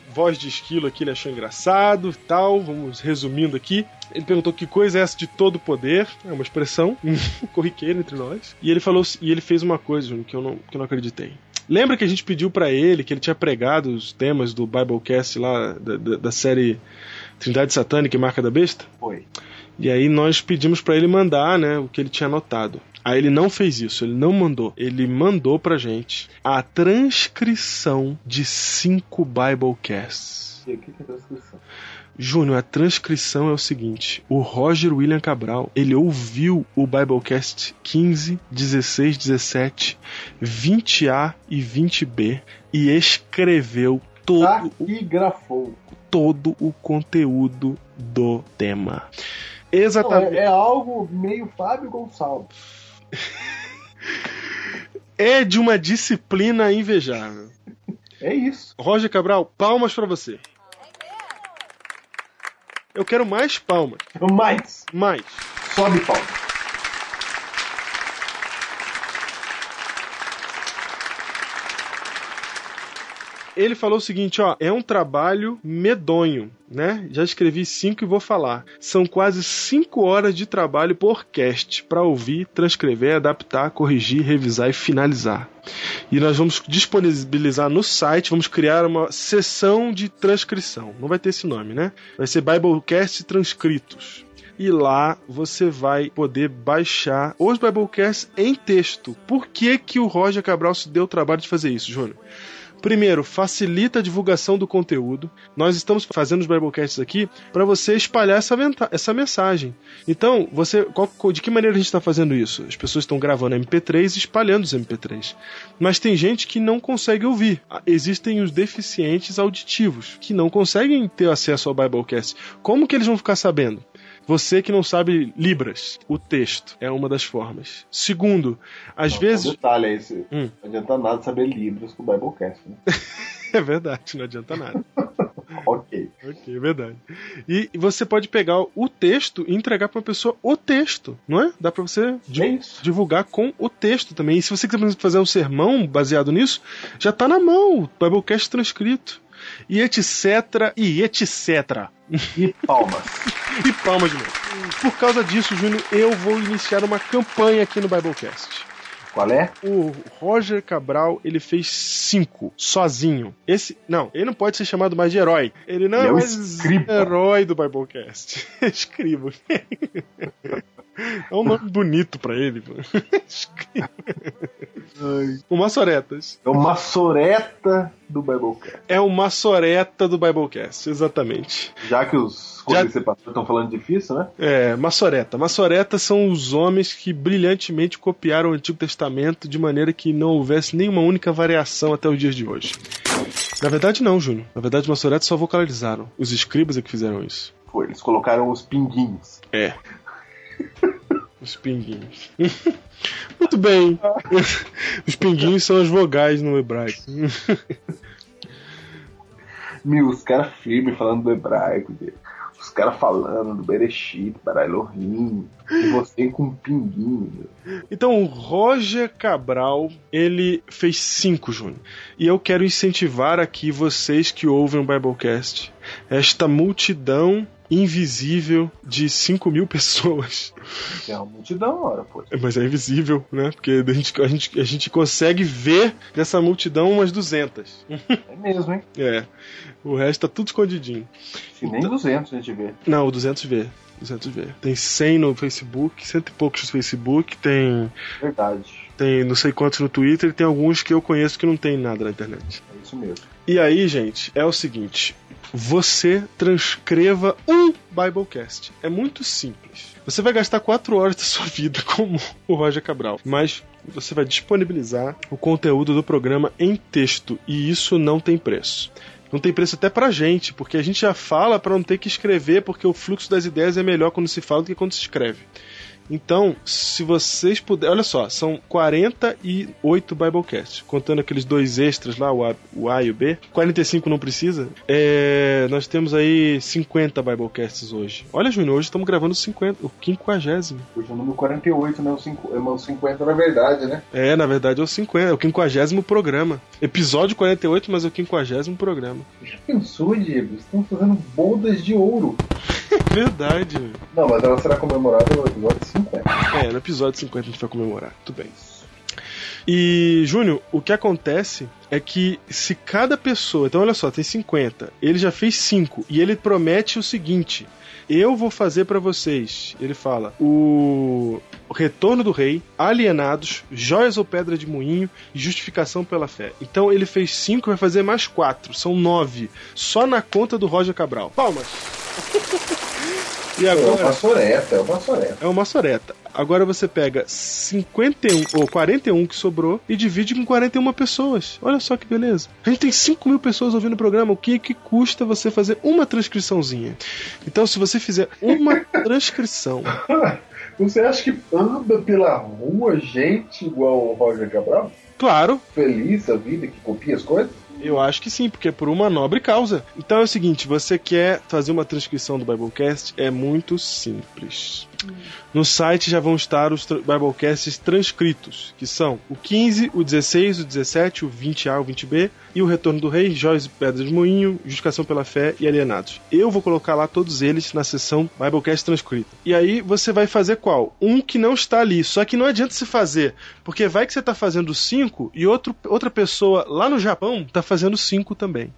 Speaker 3: Voz de esquilo aqui, ele achou engraçado e tal. Vamos resumindo aqui. Ele perguntou que coisa é essa de todo poder. É uma expressão corriqueira entre nós. E ele falou e ele fez uma coisa Júnior, que eu não, que eu não acreditei. Lembra que a gente pediu pra ele que ele tinha pregado os temas do Biblecast lá da, da, da série Trindade Satânica e Marca da Besta?
Speaker 4: Foi.
Speaker 3: E aí nós pedimos pra ele mandar, né, o que ele tinha anotado. Aí ele não fez isso, ele não mandou. Ele mandou pra gente a transcrição de cinco Biblecasts.
Speaker 4: E aqui que é a transcrição.
Speaker 3: Júnior, a transcrição é o seguinte: o Roger William Cabral, ele ouviu o Biblecast 15, 16, 17, 20A e 20B e escreveu todo
Speaker 4: Tá?
Speaker 3: o
Speaker 4: Taquigrafou.
Speaker 3: todo o conteúdo do tema.
Speaker 4: Não,
Speaker 3: Exatamente.
Speaker 4: é, é algo meio Fábio Gonçalves.
Speaker 3: É de uma disciplina invejável.
Speaker 4: É isso.
Speaker 3: Roger Cabral, palmas pra você. Eu quero mais palmas.
Speaker 4: Mas,
Speaker 3: Mais.
Speaker 4: sobe pau.
Speaker 3: Ele falou o seguinte, ó, é um trabalho medonho, né? Já escrevi cinco e vou falar. São quase cinco horas de trabalho por cast pra ouvir, transcrever, adaptar, corrigir, revisar e finalizar. E nós vamos disponibilizar no site, vamos criar uma sessão de transcrição. Não vai ter esse nome, né? Vai ser Biblecast Transcritos. E lá você vai poder baixar os Biblecasts em texto. Por que, que o Roger Cabral se deu o trabalho de fazer isso, Júnior? Primeiro, facilita a divulgação do conteúdo. Nós estamos fazendo os Biblecasts aqui para você espalhar essa, venta- essa mensagem. Então, você qual- qual- de que maneira a gente está fazendo isso? As pessoas estão gravando MP3 e espalhando os MP3. Mas tem gente que não consegue ouvir. Ah, Existem os deficientes auditivos que não conseguem ter acesso ao Biblecast. Como que eles vão ficar sabendo? Você que não sabe Libras, o texto é uma das formas. Segundo, às
Speaker 4: Não,
Speaker 3: vezes.
Speaker 4: só Um detalhe é esse.
Speaker 3: Hum.
Speaker 4: Não adianta nada saber livros com o Biblecast. Né?
Speaker 3: É verdade, não adianta nada. Hum.
Speaker 4: ok.
Speaker 3: Ok, é verdade. E você pode pegar o texto e entregar pra uma pessoa o texto, não é? Dá pra você di-
Speaker 4: É isso.
Speaker 3: divulgar com o texto também. E se você quiser fazer um sermão baseado nisso, já tá na mão, o Biblecast transcrito. E etc, e etc.
Speaker 4: E palmas.
Speaker 3: E palmas de novo. Por causa disso, Júnior, eu vou iniciar uma campanha aqui no Biblecast.
Speaker 4: Qual é?
Speaker 3: O Roger Cabral, ele fez cinco, sozinho. Esse, não, ele não pode ser chamado mais de herói. Ele não
Speaker 4: Ele
Speaker 3: é
Speaker 4: é um
Speaker 3: mais
Speaker 4: escriba.
Speaker 3: herói do Biblecast. Escribo. É um nome bonito pra ele. pô. Escriba. O Massoretas.
Speaker 4: É uma soreta do Biblecast.
Speaker 3: É o Massoreta do Biblecast, exatamente.
Speaker 4: Já que os colecionadores estão falando difícil, né?
Speaker 3: É, Massoreta. Massoretas são os homens que brilhantemente copiaram o Antigo Testamento de maneira que não houvesse nenhuma única variação até os dias de hoje. Na verdade, não, Júnior. Na verdade, Massoretas só vocalizaram. Os escribas é que fizeram isso.
Speaker 4: Foi, eles colocaram os pinguinhos.
Speaker 3: É. Os pinguinhos. Muito bem. Os pinguinhos são as vogais no hebraico.
Speaker 4: Meu, os caras firmes falando do hebraico dele. Os caras falando do Berechit, para Elohim. E você com um pinguinho. Meu.
Speaker 3: Então, o Roger Cabral, ele fez cinco, Júnior. E eu quero incentivar aqui vocês que ouvem o Biblecast, esta multidão invisível de 5 mil pessoas.
Speaker 4: É uma multidão, hora, pô.
Speaker 3: Mas é invisível, né? Porque a gente, a gente, a gente consegue ver dessa multidão umas 200.
Speaker 4: É mesmo, hein?
Speaker 3: É. O resto tá tudo escondidinho. Então-
Speaker 4: Se nem 200 a gente vê.
Speaker 3: Não, o 200V. 200V. Tem 100 no Facebook, cento e poucos no Facebook, tem,
Speaker 4: Verdade.
Speaker 3: tem não sei quantos no Twitter, e tem alguns que eu conheço que não tem nada na internet.
Speaker 4: É isso mesmo.
Speaker 3: E aí, gente, é o seguinte: você transcreva um Biblecast. É muito simples. Você vai gastar quatro horas da sua vida como o Roger Cabral, mas você vai disponibilizar o conteúdo do programa em texto e isso não tem preço. Não tem preço até pra gente, porque a gente já fala pra não ter que escrever, porque o fluxo das ideias é melhor quando se fala do que quando se escreve. Então, se vocês puderem. Olha só, são 48 Biblecasts, contando aqueles dois extras lá, o A, o A e o B. 45 não precisa. É, nós temos aí 50 Biblecasts hoje. Olha, Júnior, hoje estamos gravando o 50, o 50.
Speaker 4: Hoje é o número 48, né? O cinco- é o 50 na verdade, né?
Speaker 3: É, na verdade é o 50, é o 50 programa. Episódio 48, mas é o 50 programa.
Speaker 4: Já pensou, Diego? Estão fazendo boldas de ouro.
Speaker 3: Verdade. velho.
Speaker 4: Não, mas ela será comemorada no episódio 50.
Speaker 3: É, no episódio 50 a gente vai comemorar. Tudo bem. E, Júnior, o que acontece é que se cada pessoa. Então, olha só, tem 50. Ele já fez 5. E ele promete o seguinte: Eu vou fazer pra vocês. Ele fala: O Retorno do Rei, Alienados, Joias ou Pedra de Moinho e Justificação pela Fé. Então, ele fez 5 vai fazer mais 4. São 9. Só na conta do Roger Cabral. Palmas! E
Speaker 4: É uma
Speaker 3: agora
Speaker 4: soreta, é uma soreta.
Speaker 3: é uma soreta. Agora você pega 51 ou 41 que sobrou e divide com 41 pessoas. Olha só que beleza. A gente tem 5 mil pessoas ouvindo o programa. O que é que custa você fazer uma transcriçãozinha? Então, se você fizer uma transcrição
Speaker 4: Você acha que anda pela rua gente igual o Roger Cabral?
Speaker 3: Claro,
Speaker 4: Feliz da vida, que copia as coisas?
Speaker 3: eu acho que sim, porque é por uma nobre causa. Então é o seguinte, você quer fazer uma transcrição do Biblecast? É muito simples. No site já vão estar os tra- Biblecasts transcritos, que são o 15, o 16, o 17, o 20A, o 20B e o Retorno do Rei, Joias e Pedras de Moinho, Justificação pela Fé e Alienados. Eu vou colocar lá todos eles na seção Biblecast transcrito. E aí você vai fazer qual? Um que não está ali. Só que não adianta se fazer, porque vai que você tá fazendo cinco e outro, outra pessoa lá no Japão tá fazendo cinco também.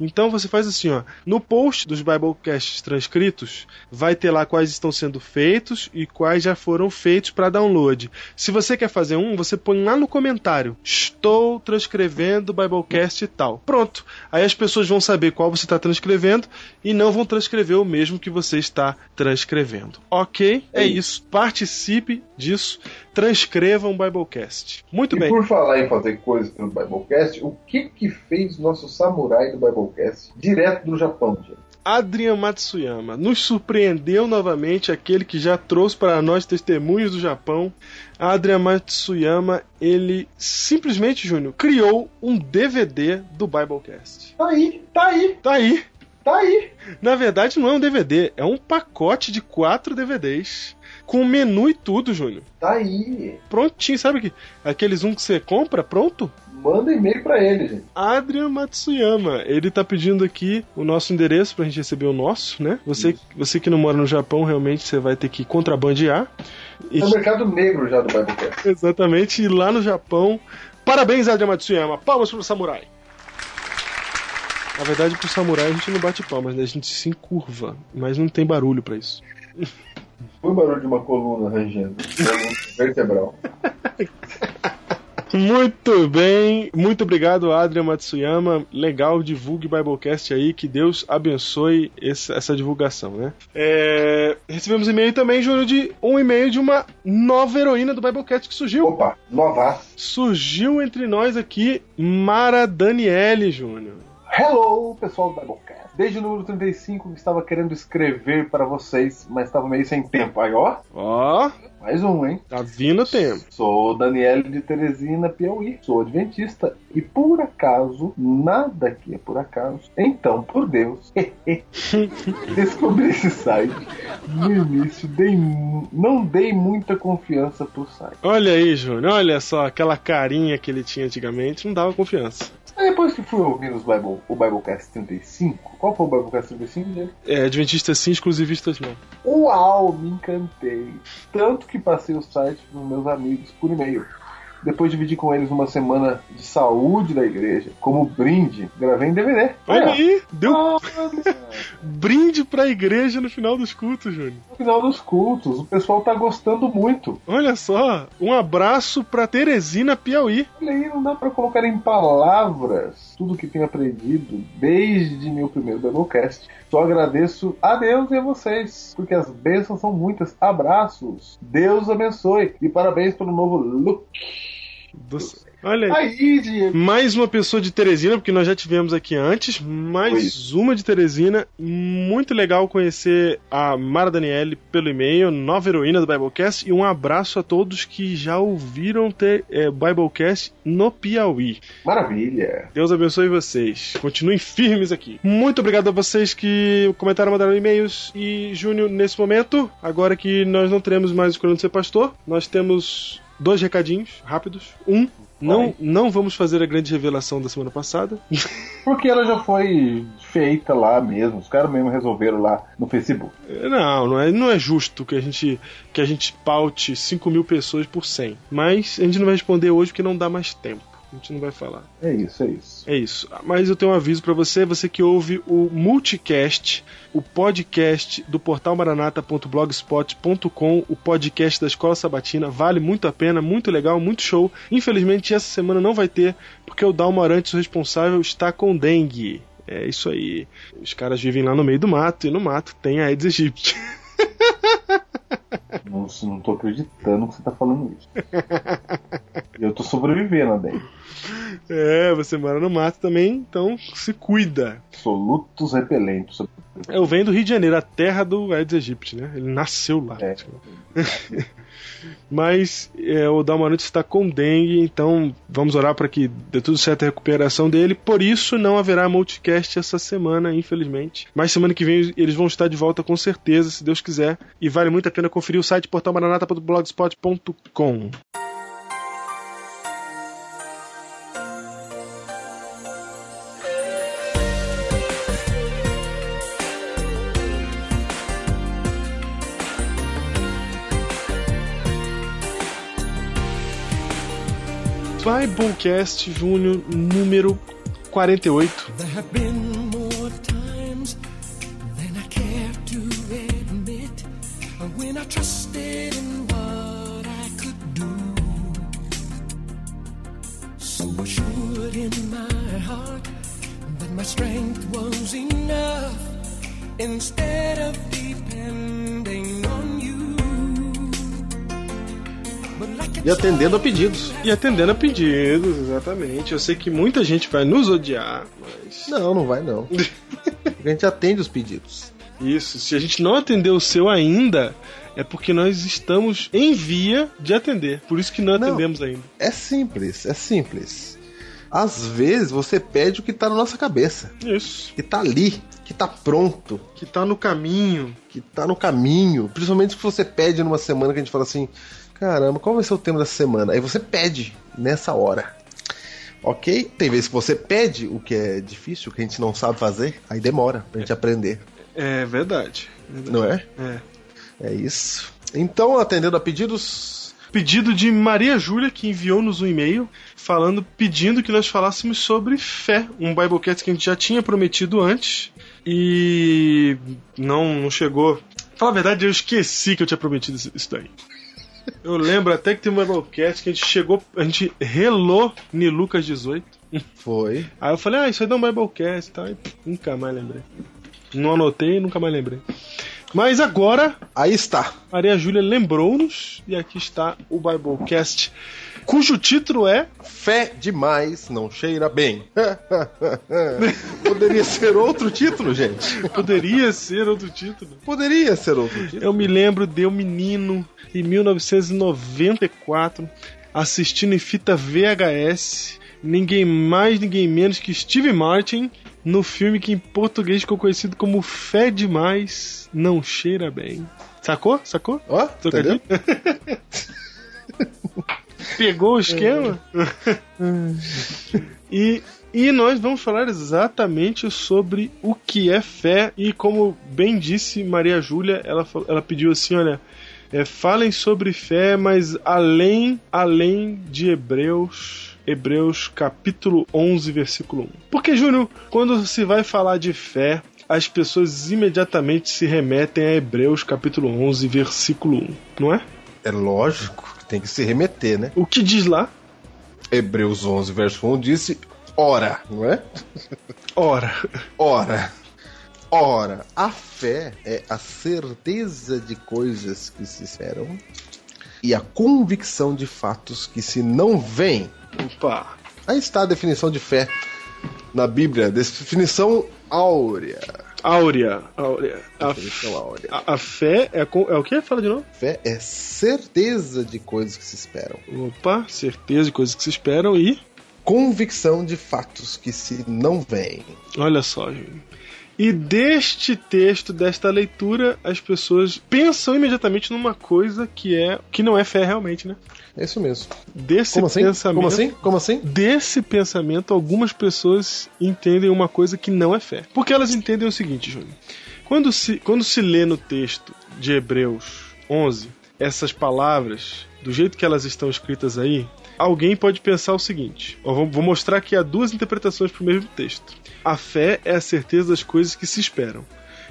Speaker 3: Então você faz assim, ó. No post dos Biblecasts transcritos, vai ter lá quais estão sendo feitos e quais já foram feitos para download. Se você quer fazer um, você põe lá no comentário: Estou transcrevendo o Biblecast e tal. Pronto. Aí as pessoas vão saber qual você está transcrevendo e não vão transcrever o mesmo que você está transcrevendo. Ok? É isso. Participe disso. Transcrevam o Biblecast. Muito
Speaker 4: e
Speaker 3: bem.
Speaker 4: por falar em fazer coisas pelo Biblecast, o que que fez nosso samurai do Biblecast direto do Japão, gente?
Speaker 3: Adrian Matsuyama nos surpreendeu novamente aquele que já trouxe para nós testemunhos do Japão. Adrian Matsuyama, ele simplesmente, Júnior, criou um DVD do Biblecast.
Speaker 4: Tá aí, tá aí,
Speaker 3: Tá aí.
Speaker 4: tá aí.
Speaker 3: Na verdade, não é um DVD, é um pacote de quatro DVDs com menu e tudo, Júnior.
Speaker 4: Tá aí.
Speaker 3: Prontinho, sabe que aqueles um que você compra pronto?
Speaker 4: Manda e-mail pra ele, gente.
Speaker 3: Adrian Matsuyama. Ele tá pedindo aqui o nosso endereço pra gente receber o nosso, né? Você, você que não mora no Japão, realmente você vai ter que contrabandear. E-
Speaker 4: É o mercado negro já do Biblecast.
Speaker 3: exatamente, e lá no Japão. Parabéns, Adrian Matsuyama. Palmas pro samurai. Na verdade, pro samurai a gente não bate palmas, né? A gente se encurva, mas não tem barulho pra isso.
Speaker 4: Foi o barulho de uma coluna rangendo. Coluna vertebral.
Speaker 3: Muito bem, muito obrigado, Adrian Matsuyama. Legal, divulgue Biblecast aí, que Deus abençoe esse- essa divulgação, né? É, recebemos e-mail também, Júnior, de um e-mail de uma nova heroína do Biblecast que surgiu.
Speaker 4: Opa, nova.
Speaker 3: Surgiu entre nós aqui, Mara Daniele, Júnior.
Speaker 4: Hello, pessoal do Biblecast. Desde o número 35 que estava querendo escrever para vocês, mas estava meio sem tempo. Aí, ó,
Speaker 3: Ó,
Speaker 4: mais um, hein?
Speaker 3: tá vindo o tempo.
Speaker 4: Sou Daniel de Teresina, Piauí. Sou adventista. E por acaso, nada aqui é por acaso. Então, por Deus, descobri esse site. No início, dei, mu- não dei muita confiança pro site.
Speaker 3: Olha aí, Júnior, olha só, aquela carinha que ele tinha antigamente não dava confiança.
Speaker 4: Aí, depois que fui ouvindo os Bible, o Biblecast 35, qual foi o Biblecast 35 dele?
Speaker 3: É, adventista sim, exclusivistas não.
Speaker 4: Uau, me encantei. Tanto que passei o site para meus amigos por e-mail. Depois dividi com eles uma semana de saúde da igreja, como brinde. Gravei em DVD.
Speaker 3: Olha
Speaker 4: Aí,
Speaker 3: aí, deu
Speaker 4: ó.
Speaker 3: brinde pra igreja no final dos cultos, Júnior.
Speaker 4: No final dos cultos, o pessoal tá gostando muito.
Speaker 3: Olha só, um abraço pra Teresina Piauí.
Speaker 4: Olha aí, não dá para colocar em palavras tudo que tenho aprendido desde meu primeiro Doublecast. Só agradeço a Deus e a vocês, porque as bênçãos são muitas. Abraços, Deus abençoe e parabéns pelo novo look.
Speaker 3: Do- Olha aí.
Speaker 4: Aí, Diego.
Speaker 3: Mais uma pessoa de Teresina, porque nós já tivemos aqui antes. Mais uma de Teresina. Muito legal conhecer a Mara Daniele pelo e-mail, nova heroína do Biblecast. E um abraço a todos que já ouviram ter é, Biblecast no Piauí.
Speaker 4: Maravilha.
Speaker 3: Deus abençoe vocês. Continuem firmes aqui. Muito obrigado a vocês que comentaram, mandaram e-mails. E, Júnior, nesse momento, agora que nós não teremos mais escolhendo ser pastor, nós temos dois recadinhos rápidos. Um. Não, não vamos fazer a grande revelação da semana passada.
Speaker 4: Porque ela já foi feita lá mesmo. Os caras mesmo resolveram lá no Facebook.
Speaker 3: Eh, Não, não é, não é justo que a gente que a gente paute 5 mil pessoas por 100. Mas a gente não vai responder hoje porque não dá mais tempo. A gente não vai falar.
Speaker 4: É isso, é isso.
Speaker 3: É isso. Mas eu tenho um aviso pra você, você que ouve o Multicast, o podcast do portal maranata.blogspot.com, o podcast da Escola Sabatina, vale muito a pena, muito legal, muito show. Infelizmente essa semana não vai ter, porque o Dalmarantes, o responsável, está com dengue. É isso aí. Os caras vivem lá no meio do mato e no mato tem a Aedes aegypti.
Speaker 4: Nossa, não tô acreditando que você tá falando isso. Eu tô sobrevivendo, bem.
Speaker 3: É, você mora no mato também, então se cuida.
Speaker 4: Absolutos repelentes.
Speaker 3: É, Eu venho do Rio de Janeiro, a terra do Aedes aegypti, né? Ele nasceu lá.
Speaker 4: É.
Speaker 3: tipo. Mas é, o Dalmanute está com dengue, então vamos orar para que dê tudo certo a recuperação dele. Por isso não haverá multicast essa semana, infelizmente. Mas semana que vem eles vão estar de volta com certeza, se Deus quiser. E vale muito a pena conferir o site portalmaranata.blogspot.com. Biblecast Júnior número 48.
Speaker 7: There have been more times than I care to admit when I trusted in what I could do. So assured in my heart that my strength was enough instead of depending on you. But like a
Speaker 2: E atendendo a pedidos.
Speaker 3: E atendendo a pedidos, exatamente. Eu sei que muita gente vai nos odiar, mas.
Speaker 2: Não, não vai não. A gente atende os pedidos.
Speaker 3: Isso, se a gente não atender o seu ainda, é porque nós estamos em via de atender. Por isso que não
Speaker 2: Não.
Speaker 3: atendemos ainda.
Speaker 2: É simples, é simples. Às vezes você pede o que tá na nossa cabeça,
Speaker 3: Isso.
Speaker 2: que tá ali, que tá pronto,
Speaker 3: Que tá no caminho.
Speaker 2: que tá no caminho. Principalmente se você pede numa semana que a gente fala assim: caramba, qual vai ser o tema dessa semana? Aí você pede nessa hora. Ok? Tem vezes que você pede o que é difícil, o que a gente não sabe fazer, aí demora pra gente aprender,
Speaker 3: É verdade.
Speaker 2: não é?
Speaker 3: É.
Speaker 2: É isso. Então, atendendo a pedidos.
Speaker 3: Pedido de Maria Júlia, que enviou-nos um e-mail falando, pedindo que nós falássemos sobre fé, um Biblecast que a gente já tinha prometido antes e não, não chegou. Fala a verdade, eu esqueci que eu tinha prometido isso isso daí. Eu lembro até que tem um Biblecast que a gente chegou, a gente relou em Lucas 18.
Speaker 2: Foi.
Speaker 3: Aí eu falei, ah, isso aí dá um Biblecast e tal, e pff, nunca mais lembrei. Não anotei e nunca mais lembrei. Mas agora
Speaker 2: Aí está.
Speaker 3: Maria Júlia lembrou-nos, e aqui está o Biblecast, cujo título é
Speaker 2: Fé demais não cheira bem. Poderia ser outro título, gente.
Speaker 3: Poderia Ser Outro Título.
Speaker 2: Poderia ser outro título.
Speaker 3: Eu me lembro de um menino em 1994 assistindo em fita VHS ninguém mais, ninguém menos que Steve Martin no filme que em português ficou conhecido como Fé Demais Não Cheira Bem. Sacou? Sacou?
Speaker 2: Ó,
Speaker 3: Trocadilho?
Speaker 2: entendeu?
Speaker 3: Pegou o esquema? e, e nós vamos falar exatamente sobre o que é fé. E como bem disse Maria Júlia, ela, fa- ela pediu assim: olha, é, falem sobre fé, mas além, além de Hebreus. Hebreus capítulo 11, versículo 1. Porque, Júnior, quando se vai falar de fé, as pessoas imediatamente se remetem a Hebreus capítulo 11, versículo 1, não é?
Speaker 2: É lógico que tem que se remeter, né?
Speaker 3: O que diz lá?
Speaker 2: Hebreus 11, verso 1 disse: Ora, não é?
Speaker 3: Ora,
Speaker 2: Ora. Ora, a fé é a certeza de coisas que se esperam e a convicção de fatos que se não veem.
Speaker 3: opa,
Speaker 2: Aí está a definição de fé na Bíblia, definição áurea.
Speaker 3: áurea, áurea. A,
Speaker 2: Definição áurea.
Speaker 3: a- a fé é, co- é o que? Fala de novo.
Speaker 2: Fé é certeza de coisas que se esperam,
Speaker 3: Opa, certeza de coisas que se esperam e
Speaker 2: convicção de fatos que se não veem.
Speaker 3: olha só, gente. E deste texto, desta leitura, as pessoas pensam imediatamente numa coisa que é que não é fé realmente, né?
Speaker 2: É isso mesmo.
Speaker 3: Desse
Speaker 2: Como assim?
Speaker 3: pensamento,
Speaker 2: Como assim? Como assim?
Speaker 3: desse pensamento, algumas pessoas entendem uma coisa que não é fé. Porque elas entendem o seguinte, Júnior. Quando se, quando se lê no texto de Hebreus 11, essas palavras, do jeito que elas estão escritas aí, alguém pode pensar o seguinte. Ó, vou, vou mostrar que há duas interpretações para o mesmo texto. A fé é a certeza das coisas que se esperam.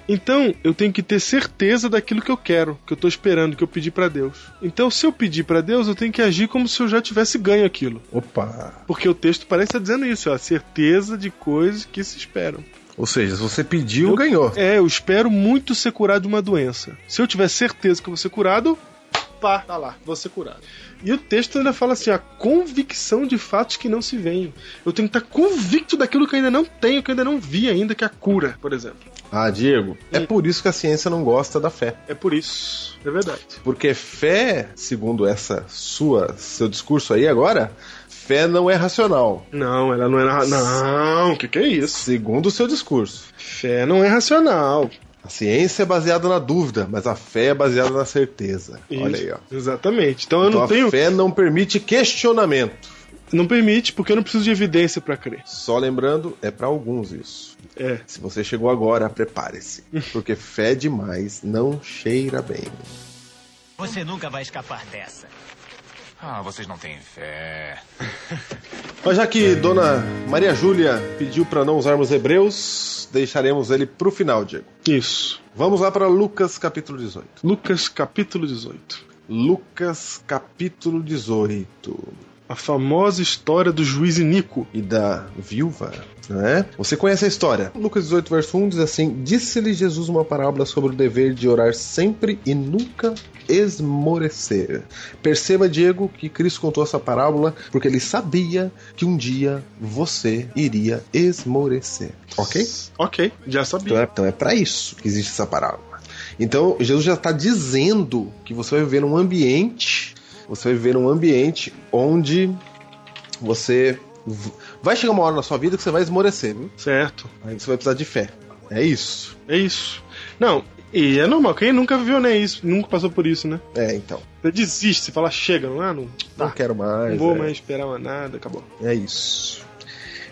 Speaker 3: Então, eu tenho que ter certeza daquilo que eu quero, que eu tô esperando, que eu pedi para Deus. Então, se eu pedir para Deus, eu tenho que agir como se eu já tivesse ganho aquilo.
Speaker 2: Opa.
Speaker 3: Porque o texto parece estar dizendo isso, ó, a certeza de coisas que se esperam.
Speaker 2: Ou seja, se você pediu, ganhou.
Speaker 3: É, eu espero muito ser curado de uma doença. Se eu tiver certeza que eu vou ser curado, pá, tá lá, vou ser curado. E o texto ainda fala assim: a convicção de fatos que não se veem. Eu tenho que estar convicto daquilo que eu ainda não tenho, que eu ainda não vi ainda, que é a cura, por exemplo.
Speaker 2: Ah, Diego, é por isso que a ciência não gosta da fé.
Speaker 3: É por isso, é verdade.
Speaker 2: Porque fé, segundo essa sua seu discurso aí agora, fé não é racional.
Speaker 3: Não, ela não é. ra- Não, o que, que é isso?
Speaker 2: Segundo o seu discurso.
Speaker 3: Fé não é racional.
Speaker 2: A ciência é baseada na dúvida, mas a fé é baseada na certeza. Olha aí, ó.
Speaker 3: Isso, Exatamente. Então eu
Speaker 2: Então
Speaker 3: não
Speaker 2: a
Speaker 3: tenho.
Speaker 2: fé não permite questionamento.
Speaker 3: Não permite, porque eu não preciso de evidência pra crer.
Speaker 2: Só lembrando, é pra alguns isso.
Speaker 3: É.
Speaker 2: Se você chegou agora, prepare-se, porque fé demais não cheira bem.
Speaker 8: Você nunca vai escapar dessa.
Speaker 9: Ah, vocês não têm fé.
Speaker 2: Mas já que Dona Maria Júlia pediu pra não usarmos hebreus, deixaremos ele pro final, Diego.
Speaker 3: Isso.
Speaker 2: Vamos lá pra Lucas capítulo 18.
Speaker 3: Lucas capítulo 18.
Speaker 2: Lucas capítulo 18
Speaker 3: A famosa história do juiz Inico.
Speaker 2: e da viúva, né? Você conhece a história. Lucas 18, verso 1 diz assim: Disse-lhe Jesus uma parábola sobre o dever de orar sempre e nunca esmorecer. Perceba, Diego, que Cristo contou essa parábola porque ele sabia que um dia você iria esmorecer, ok?
Speaker 3: Ok, já sabia.
Speaker 2: Então é, então é para isso que existe essa parábola. Então Jesus já está dizendo que você vai viver num ambiente, você vai viver num ambiente onde você v- vai chegar uma hora na sua vida que você vai esmorecer, viu?
Speaker 3: Certo.
Speaker 2: Aí você vai precisar de fé. É isso.
Speaker 3: É isso. Não, e é normal. Quem nunca viveu nem isso, nunca passou por isso, né?
Speaker 2: É, então.
Speaker 3: Você desiste, você fala, chega, não é? Não,
Speaker 2: Não quero mais.
Speaker 3: não vou
Speaker 2: é.
Speaker 3: mais esperar mais nada, acabou.
Speaker 2: É isso.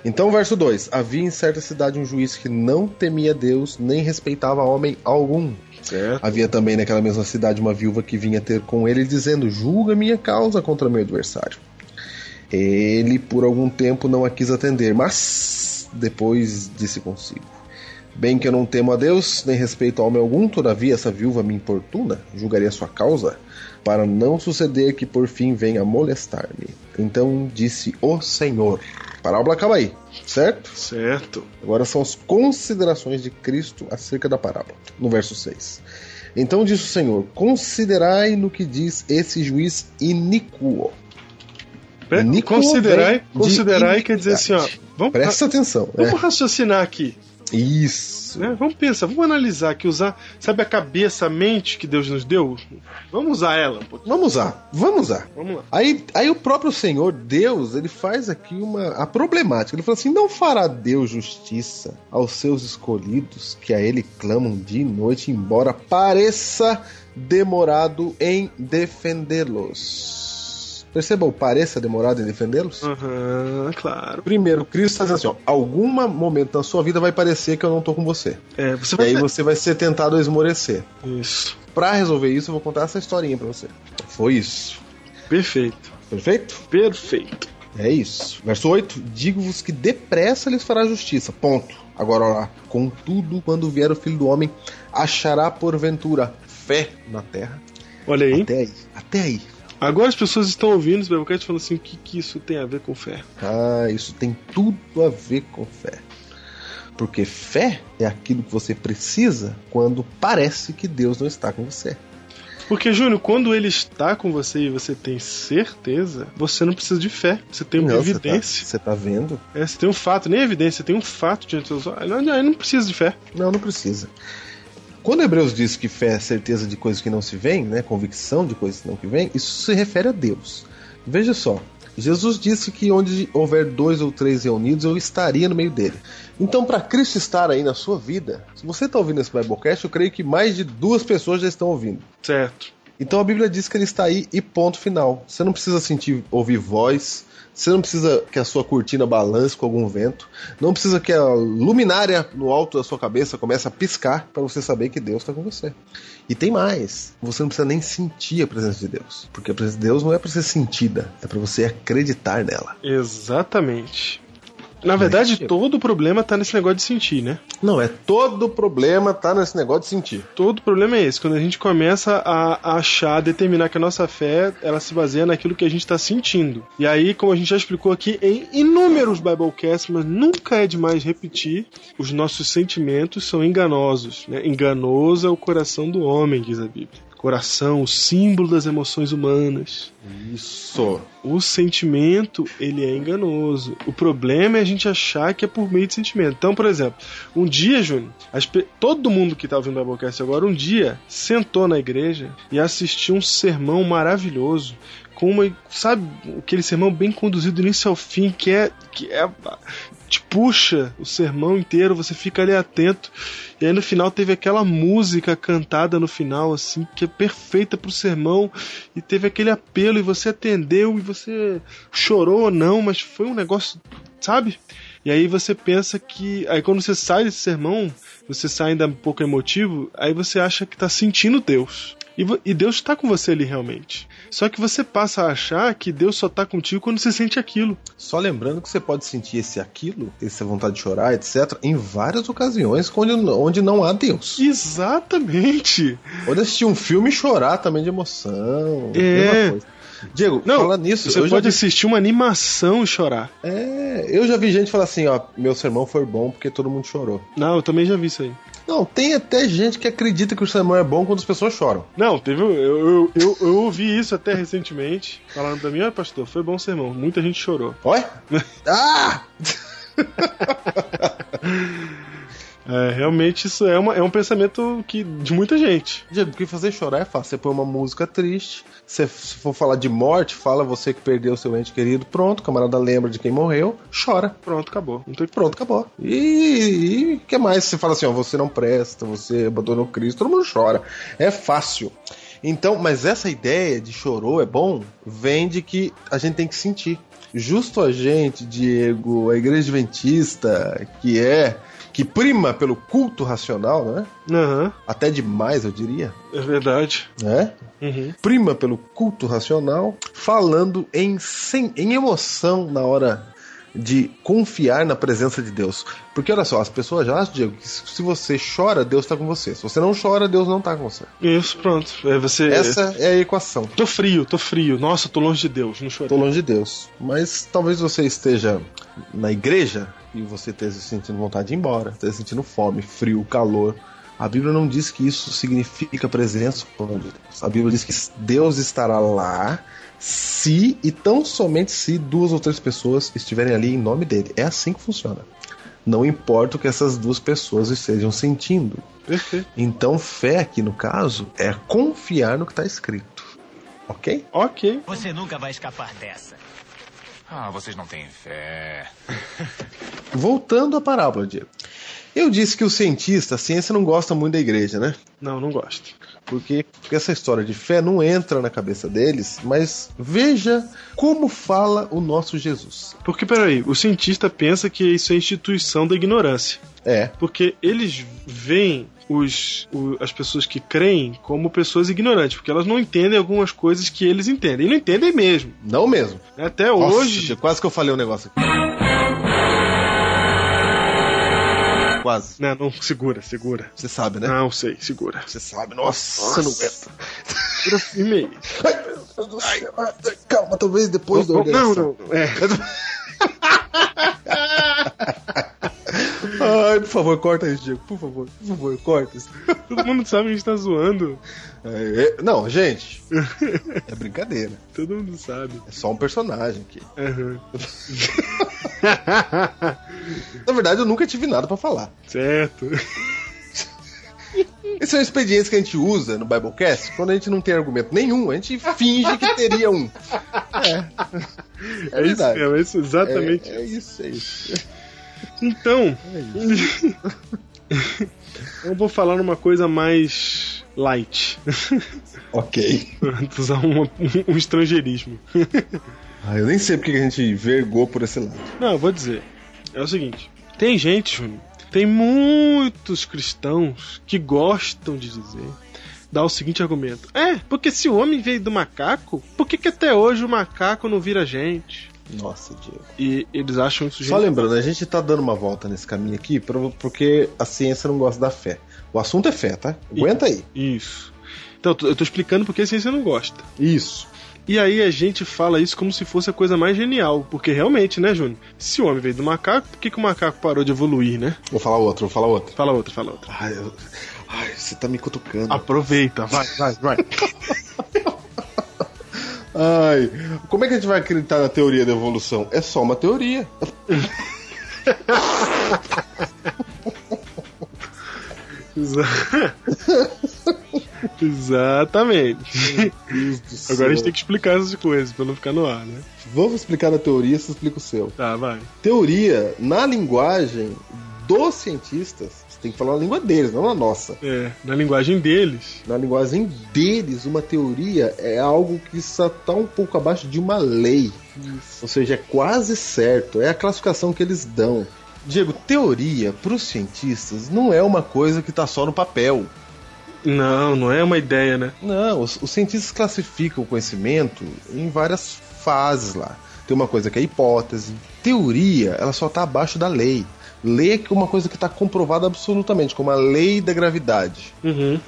Speaker 2: Então, verso 2: Havia em certa cidade um juiz que não temia Deus nem respeitava homem algum.
Speaker 3: Certo.
Speaker 2: Havia também naquela mesma cidade uma viúva que vinha ter com ele dizendo: Julga minha causa contra meu adversário. Ele por algum tempo não a quis atender, mas depois disse consigo: Bem que eu não temo a Deus, nem respeito a homem algum, todavia essa viúva me importuna, julgaria sua causa, para não suceder que por fim venha molestar-me. Então disse o Senhor. A parábola acaba aí, certo?
Speaker 3: Certo.
Speaker 2: Agora são as considerações de Cristo acerca da parábola, no verso 6. Então disse o Senhor: Considerai no que diz esse juiz iníquo.
Speaker 3: Pre-
Speaker 2: Iniquo
Speaker 3: Considerai,
Speaker 2: vem de
Speaker 3: considerai quer dizer assim, ó. Vamos,
Speaker 2: Presta atenção.
Speaker 3: vamos raciocinar aqui,
Speaker 2: É. Isso.
Speaker 3: né? Vamos pensar, vamos analisar aqui, usar, sabe a cabeça, a mente que Deus nos deu? Vamos usar ela, um pouquinho.
Speaker 2: Vamos lá, vamos lá.
Speaker 3: Vamos lá.
Speaker 2: Aí, aí o próprio Senhor, Deus, ele faz aqui uma a problemática. Ele fala assim: não fará Deus justiça aos seus escolhidos que a ele clamam dia e noite, embora pareça demorado em defendê-los. Percebam, pareça demorado em defendê-los?
Speaker 3: Aham, claro.
Speaker 2: Hum. Primeiro, Cristo está dizendo assim: ó, algum momento na sua vida vai parecer que eu não tô com você.
Speaker 3: É, você
Speaker 2: E
Speaker 3: vai
Speaker 2: aí você vai ser tentado a esmorecer.
Speaker 3: Isso.
Speaker 2: Pra resolver isso, eu vou contar essa historinha pra você. Foi isso.
Speaker 3: Perfeito.
Speaker 2: Perfeito?
Speaker 3: Perfeito.
Speaker 2: É isso. Verso 8: Digo-vos que depressa lhes fará justiça. Ponto. Agora, olha lá. Contudo, quando vier o filho do homem, achará porventura fé na terra.
Speaker 3: Olha aí. hein?
Speaker 2: Até aí. Até aí.
Speaker 3: Agora as pessoas estão ouvindo os Biblecast falando assim: o que, que isso tem a ver com fé?
Speaker 2: Ah, isso tem tudo a ver com fé. Porque fé é aquilo que você precisa quando parece que Deus não está com você.
Speaker 3: Porque, Júnior, quando ele está com você e você tem certeza, você não precisa de fé. Você tem uma
Speaker 2: Não, você tá-
Speaker 3: evidência.
Speaker 2: Você tá, vendo?
Speaker 3: É, você tem um fato, nem evidência, você tem um fato diante dos olhos. Não, não, não precisa de fé.
Speaker 2: Não, não precisa. Quando Hebreus diz que fé é certeza de coisas que não se veem, né, convicção de coisas que não que vêm, isso se refere a Deus. Veja só, Jesus disse que onde houver dois ou três reunidos, eu estaria no meio dele. Então, para Cristo estar aí na sua vida, se você está ouvindo esse Biblecast, eu creio que mais de duas pessoas já estão ouvindo.
Speaker 3: Certo.
Speaker 2: Então a Bíblia diz que ele está aí e ponto final. Você não precisa sentir ouvir voz, você não precisa que a sua cortina balance com algum vento, não precisa que a luminária no alto da sua cabeça comece a piscar para você saber que Deus está com você. E tem mais, você não precisa nem sentir a presença de Deus, porque a presença de Deus não é para ser sentida, é para você acreditar nela.
Speaker 3: Exatamente. Na verdade, todo o problema tá nesse negócio de sentir, né?
Speaker 2: Não, é todo problema tá nesse negócio de sentir.
Speaker 3: Todo o problema é esse, quando a gente começa a a achar, determinar que a nossa fé ela se baseia naquilo que a gente está sentindo. E aí, como a gente já explicou aqui em inúmeros Biblecasts, mas nunca é demais repetir, os nossos sentimentos são enganosos. Né? Enganoso é o coração do homem, diz a Bíblia. Coração, o símbolo das emoções humanas.
Speaker 2: Isso.
Speaker 3: O sentimento, ele é enganoso. O problema é a gente achar que é por meio de sentimento. Então, por exemplo, um dia, Júnior, as pe- todo mundo que tá ouvindo o Biblecast agora, um dia, sentou na igreja e assistiu um sermão maravilhoso com uma, sabe, aquele sermão bem conduzido do início ao fim, que é, que é, te puxa o sermão inteiro, você fica ali atento, e aí no final teve aquela música cantada no final, assim, que é perfeita pro sermão, e teve aquele apelo, e você atendeu, e você chorou ou não, mas foi um negócio, sabe? E aí você pensa que. Aí quando você sai desse sermão, você sai ainda um pouco emotivo, aí você acha que tá sentindo Deus. E, vo- e Deus tá com você ali realmente. Só que você passa a achar que Deus só tá contigo quando você sente aquilo.
Speaker 2: Só lembrando que você pode sentir esse aquilo, essa vontade de chorar, etc., em várias ocasiões onde, onde não há Deus.
Speaker 3: Exatamente!
Speaker 2: Pode assistir um filme e chorar também de emoção.
Speaker 3: É.
Speaker 2: mesma coisa. Diego,
Speaker 3: Não,
Speaker 2: fala nisso.
Speaker 3: Você
Speaker 2: eu já
Speaker 3: pode
Speaker 2: vi
Speaker 3: assistir uma animação e chorar.
Speaker 2: É, eu já vi gente falar assim, ó, meu sermão foi bom porque todo mundo chorou.
Speaker 3: Não, eu também já vi isso aí.
Speaker 2: Não, tem até gente que acredita que o sermão é bom quando as pessoas choram.
Speaker 3: Não, teve. um, Eu, eu, eu, eu ouvi isso até recentemente. Falando pra mim, ó, pastor, foi bom o sermão. Muita gente chorou.
Speaker 2: Oi? ah!
Speaker 3: É, realmente isso é, uma, é um pensamento que, de muita gente.
Speaker 2: Diego, porque fazer chorar é fácil. Você põe uma música triste, você- se for falar de morte, fala você que perdeu seu ente querido, pronto, o camarada lembra de quem morreu, chora.
Speaker 3: Pronto, acabou. Não tem
Speaker 2: Pronto, acabou. E o que mais? Você fala assim, ó, você não presta, você abandonou Cristo, todo mundo chora. É fácil. Então, mas essa ideia de chorou é bom, vem de que a gente tem que sentir. Justo a gente, Diego, a igreja adventista, que é, que prima pelo culto racional, né?
Speaker 3: Aham,
Speaker 2: Até demais, eu diria,
Speaker 3: é verdade.
Speaker 2: né?
Speaker 3: Uhum.
Speaker 2: prima pelo culto racional, falando em, sem, em emoção na hora de confiar na presença de Deus. Porque olha só, as pessoas já acham, Diego, que se você chora, Deus tá com você. Se você não chora, Deus não tá com você.
Speaker 3: Isso, pronto. É, você.
Speaker 2: Essa é a equação.
Speaker 3: Tô frio, tô frio. Nossa, tô longe de Deus, não
Speaker 2: Tô
Speaker 3: chorei.
Speaker 2: longe de Deus. Mas talvez você esteja na igreja e você esteja sentindo vontade de ir embora, esteja sentindo fome, frio, calor. A Bíblia não diz que isso significa presença plena de Deus. A Bíblia diz que Deus estará lá se e tão somente se duas ou três pessoas estiverem ali em nome dele. É assim que funciona. Não importa o que essas duas pessoas estejam sentindo.
Speaker 3: Perfeito.
Speaker 2: Então, fé aqui no caso é confiar no que está escrito. Ok?
Speaker 3: Ok.
Speaker 8: Você nunca vai escapar dessa.
Speaker 9: Ah, vocês não têm fé.
Speaker 2: Voltando à parábola, Diego. Eu disse que o cientista, a ciência não gosta muito da igreja, né?
Speaker 3: Não, não gosto.
Speaker 2: Porque, porque essa história de fé não entra na cabeça deles, mas veja como fala o nosso Jesus.
Speaker 3: Porque, peraí, o cientista pensa que isso é instituição da ignorância.
Speaker 2: É,
Speaker 3: Porque eles veem os, o- as pessoas que creem como pessoas ignorantes, porque elas não entendem algumas coisas que eles entendem. E não entendem mesmo. né?
Speaker 2: não mesmo.
Speaker 3: Até
Speaker 2: Nossa,
Speaker 3: hoje.
Speaker 2: Diego, quase que eu falei um negócio aqui. Quase.
Speaker 3: né? Não, não, segura, segura.
Speaker 2: Você sabe, né?
Speaker 3: Não, sei, segura.
Speaker 2: Você sabe, nossa, não aguenta.
Speaker 3: Segura firme aí.
Speaker 2: Ai, ai, calma, talvez depois da
Speaker 3: Não,
Speaker 2: ordenação.
Speaker 3: não, não. É.
Speaker 2: Ai, por favor, corta isso, Diego. Por favor, por favor, corta isso.
Speaker 3: Todo mundo sabe que a gente tá zoando.
Speaker 2: É, é- não, gente. É brincadeira.
Speaker 3: Todo mundo sabe.
Speaker 2: É só um personagem aqui.
Speaker 3: Aham.
Speaker 2: Na verdade, eu nunca tive nada pra falar.
Speaker 3: Certo.
Speaker 2: Esse é um expediente que a gente usa no Biblecast quando a gente não tem argumento nenhum, a gente finge que teria um. É. É,
Speaker 3: É, isso
Speaker 2: verdade.
Speaker 3: mesmo, é isso, exatamente.
Speaker 2: É, é isso, é isso.
Speaker 3: Então. eu vou falar numa coisa mais light.
Speaker 2: Ok.
Speaker 3: Vou Usar um, um- um estrangeirismo.
Speaker 2: Ah, eu nem sei porque que a gente vergou por esse lado.
Speaker 3: Não, eu vou dizer. É o seguinte: tem gente, Júnior, tem muitos cristãos que gostam de dizer, dar o seguinte argumento: É, porque se o homem veio do macaco, por que, que até hoje o macaco não vira gente?
Speaker 2: Nossa, Diego.
Speaker 3: E eles acham isso
Speaker 2: Só
Speaker 3: genial.
Speaker 2: lembrando, a gente tá dando uma volta nesse caminho aqui pra- porque a ciência não gosta da fé. O assunto é fé, tá? Aguenta aí.
Speaker 3: Isso. Então, eu tô- eu tô explicando porque a ciência não gosta.
Speaker 2: Isso.
Speaker 3: E aí a gente fala isso como se fosse a coisa mais genial, porque realmente, né, Júnior? Se o homem veio do macaco, por que, que o macaco parou de evoluir, né?
Speaker 2: Vou falar outro, vou falar outro.
Speaker 3: Fala outra, fala outra.
Speaker 2: Ai, eu- Ai, você tá me cutucando.
Speaker 3: Aproveita, vai, Ah, vai, vai.
Speaker 2: Ai, como é que a gente vai acreditar na teoria da evolução? É só uma teoria.
Speaker 3: Exa- Exatamente. Agora a gente tem que explicar essas coisas pra não ficar no ar, né?
Speaker 2: Vamos explicar a teoria, você explica o seu.
Speaker 3: Tá, vai.
Speaker 2: Teoria, na linguagem dos cientistas, você tem que falar na língua deles, não na nossa.
Speaker 3: É, na linguagem deles.
Speaker 2: Na linguagem deles, uma teoria é algo que está um pouco abaixo de uma lei. Ou seja, é quase certo. É a classificação que eles dão. Diego, teoria para os cientistas não é uma coisa que está só no papel.
Speaker 3: Não, não é uma ideia, né?
Speaker 2: Não, os, os cientistas classificam o conhecimento em várias fases lá. Tem uma coisa que é hipótese. Teoria, ela só está abaixo da lei. Lei é que uma coisa que está comprovada absolutamente, como a lei da gravidade.
Speaker 3: Uhum.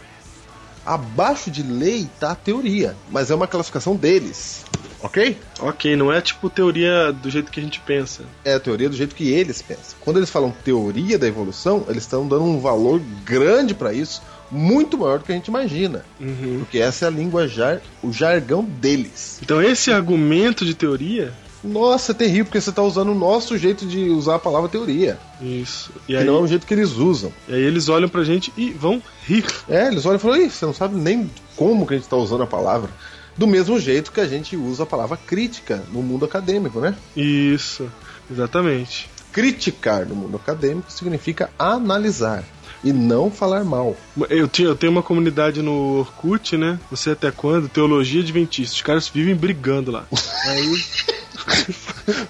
Speaker 2: Abaixo de lei tá a teoria, mas é uma classificação deles, ok?
Speaker 3: Ok, não é tipo teoria do jeito que a gente pensa.
Speaker 2: É a teoria do jeito que eles pensam. Quando eles falam teoria da evolução, eles estão dando um valor grande para isso, muito maior do que a gente imagina,
Speaker 3: Uhum.
Speaker 2: porque essa é a língua jar, o jargão deles.
Speaker 3: Então esse argumento de teoria.
Speaker 2: Nossa, é terrível porque você tá usando o nosso jeito de usar a palavra teoria,
Speaker 3: Isso. E
Speaker 2: que
Speaker 3: aí,
Speaker 2: não é o jeito que eles usam.
Speaker 3: e aí eles olham pra gente e vão rir.
Speaker 2: É, eles olham e falam, Ih, você não sabe nem como que a gente tá usando a palavra. Do mesmo jeito que a gente usa a palavra crítica no mundo acadêmico, né?
Speaker 3: Isso, exatamente.
Speaker 2: criticar no mundo acadêmico significa analisar e não falar mal.
Speaker 3: Eu, tinha, eu tenho uma comunidade no Orkut, né? Você até quando? Teologia Adventista. Os caras vivem brigando lá.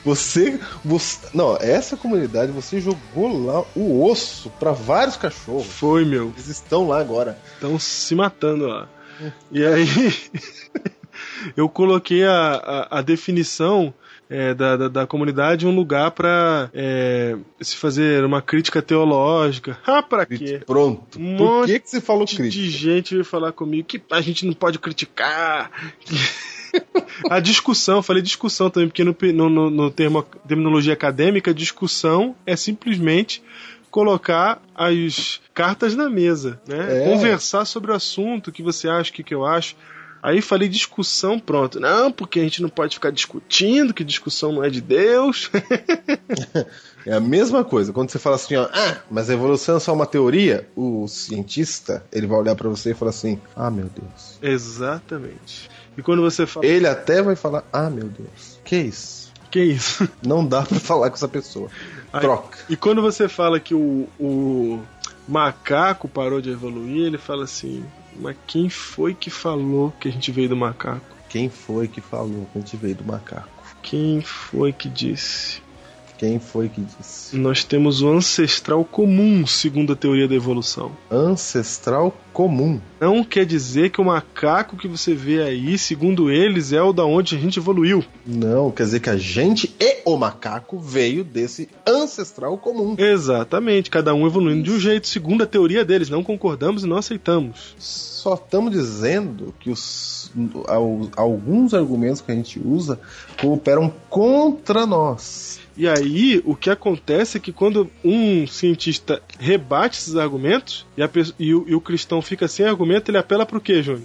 Speaker 2: Você, você, não, essa comunidade você jogou lá o osso para vários cachorros.
Speaker 3: Foi, meu.
Speaker 2: Eles estão lá agora.
Speaker 3: Estão se matando lá. E aí, eu coloquei a, a, a definição é, da, da, da comunidade um lugar pra é, se fazer uma crítica teológica. Ah, pra quê?
Speaker 2: Pronto.
Speaker 3: Um
Speaker 2: Por
Speaker 3: monte
Speaker 2: que que você falou
Speaker 3: monte de,
Speaker 2: crítica?
Speaker 3: gente veio falar comigo que a gente não pode criticar. a discussão, eu falei discussão também, porque no, pe- no, no, no termo, terminologia acadêmica, discussão é simplesmente colocar as cartas na mesa, né?
Speaker 2: É.
Speaker 3: Conversar sobre o assunto, o que você acha, o que, que eu acho. Aí falei discussão, pronto. Não, porque a gente não pode ficar discutindo, que discussão não é de Deus.
Speaker 2: É a mesma coisa. Quando você fala assim, ó, ah, mas a evolução é só uma teoria, o cientista, ele vai olhar para você e falar assim: "Ah, meu Deus".
Speaker 3: Exatamente. E quando você fala,
Speaker 2: Ele até vai falar: "Ah, meu Deus". Que isso?
Speaker 3: que isso?
Speaker 2: Não dá para falar com essa pessoa.
Speaker 3: Ai.
Speaker 2: Troca.
Speaker 3: E quando você fala que o, o macaco parou de evoluir, ele fala assim: Mas quem foi que falou que a gente veio do macaco?
Speaker 2: Quem foi que falou que a gente veio do macaco?
Speaker 3: Quem foi que disse?
Speaker 2: Quem foi que disse?
Speaker 3: Nós temos o ancestral comum, segundo a teoria da evolução.
Speaker 2: Ancestral comum.
Speaker 3: Não quer dizer que o macaco que você vê aí, segundo eles, é o da onde a gente evoluiu.
Speaker 2: Não, quer dizer que a gente e o macaco veio desse ancestral comum.
Speaker 3: Exatamente, cada um evoluindo de um jeito, segundo a teoria deles. Não concordamos e não aceitamos.
Speaker 2: Só estamos dizendo que os, al- alguns argumentos que a gente usa cooperam contra nós.
Speaker 3: E aí, o que acontece é que quando um cientista rebate esses argumentos e, a pe- e o, e o cristão fica sem argumento, ele apela pro quê, Júnior?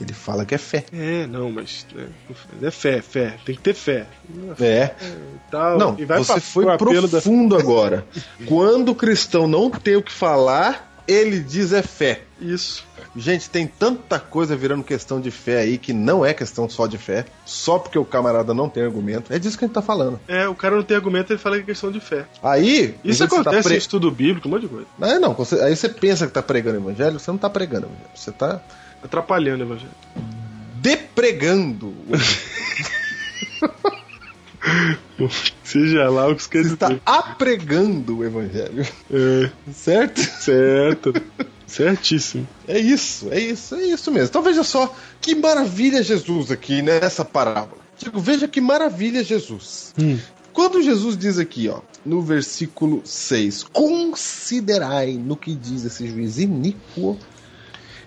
Speaker 2: Ele fala que é fé.
Speaker 3: É, não, mas né, mas é, fé, fé, tem que ter fé.
Speaker 2: É.
Speaker 3: E tal,
Speaker 2: Não,
Speaker 3: e vai
Speaker 2: você
Speaker 3: pra- pro
Speaker 2: foi
Speaker 3: apelo da.
Speaker 2: profundo agora. Quando o cristão não tem o que falar, ele diz é fé.
Speaker 3: Isso.
Speaker 2: Gente, tem tanta coisa virando questão de fé aí que não é questão só de fé, só porque o camarada não tem argumento. É disso que a gente tá falando.
Speaker 3: É, o cara não tem argumento, ele fala que é questão de fé.
Speaker 2: Aí.
Speaker 3: Isso
Speaker 2: em vez de você
Speaker 3: acontece em
Speaker 2: Tá
Speaker 3: estudo bíblico, um monte de coisa.
Speaker 2: pre... Não, não, você- aí você pensa que tá pregando o evangelho, você não tá pregando o evangelho. Você tá
Speaker 3: Atrapalhando o evangelho.
Speaker 2: depregando. o-
Speaker 3: Seja lá o que você quer
Speaker 2: Você
Speaker 3: dizer.
Speaker 2: tá apregando o evangelho.
Speaker 3: É,
Speaker 2: Certo?
Speaker 3: certo. Certíssimo.
Speaker 2: É isso, é isso, é isso mesmo. Então veja só que maravilha Jesus aqui nessa parábola. Digo, veja que maravilha Jesus. Quando Jesus diz aqui, ó, no versículo 6, considerai no que diz esse juiz iníquo.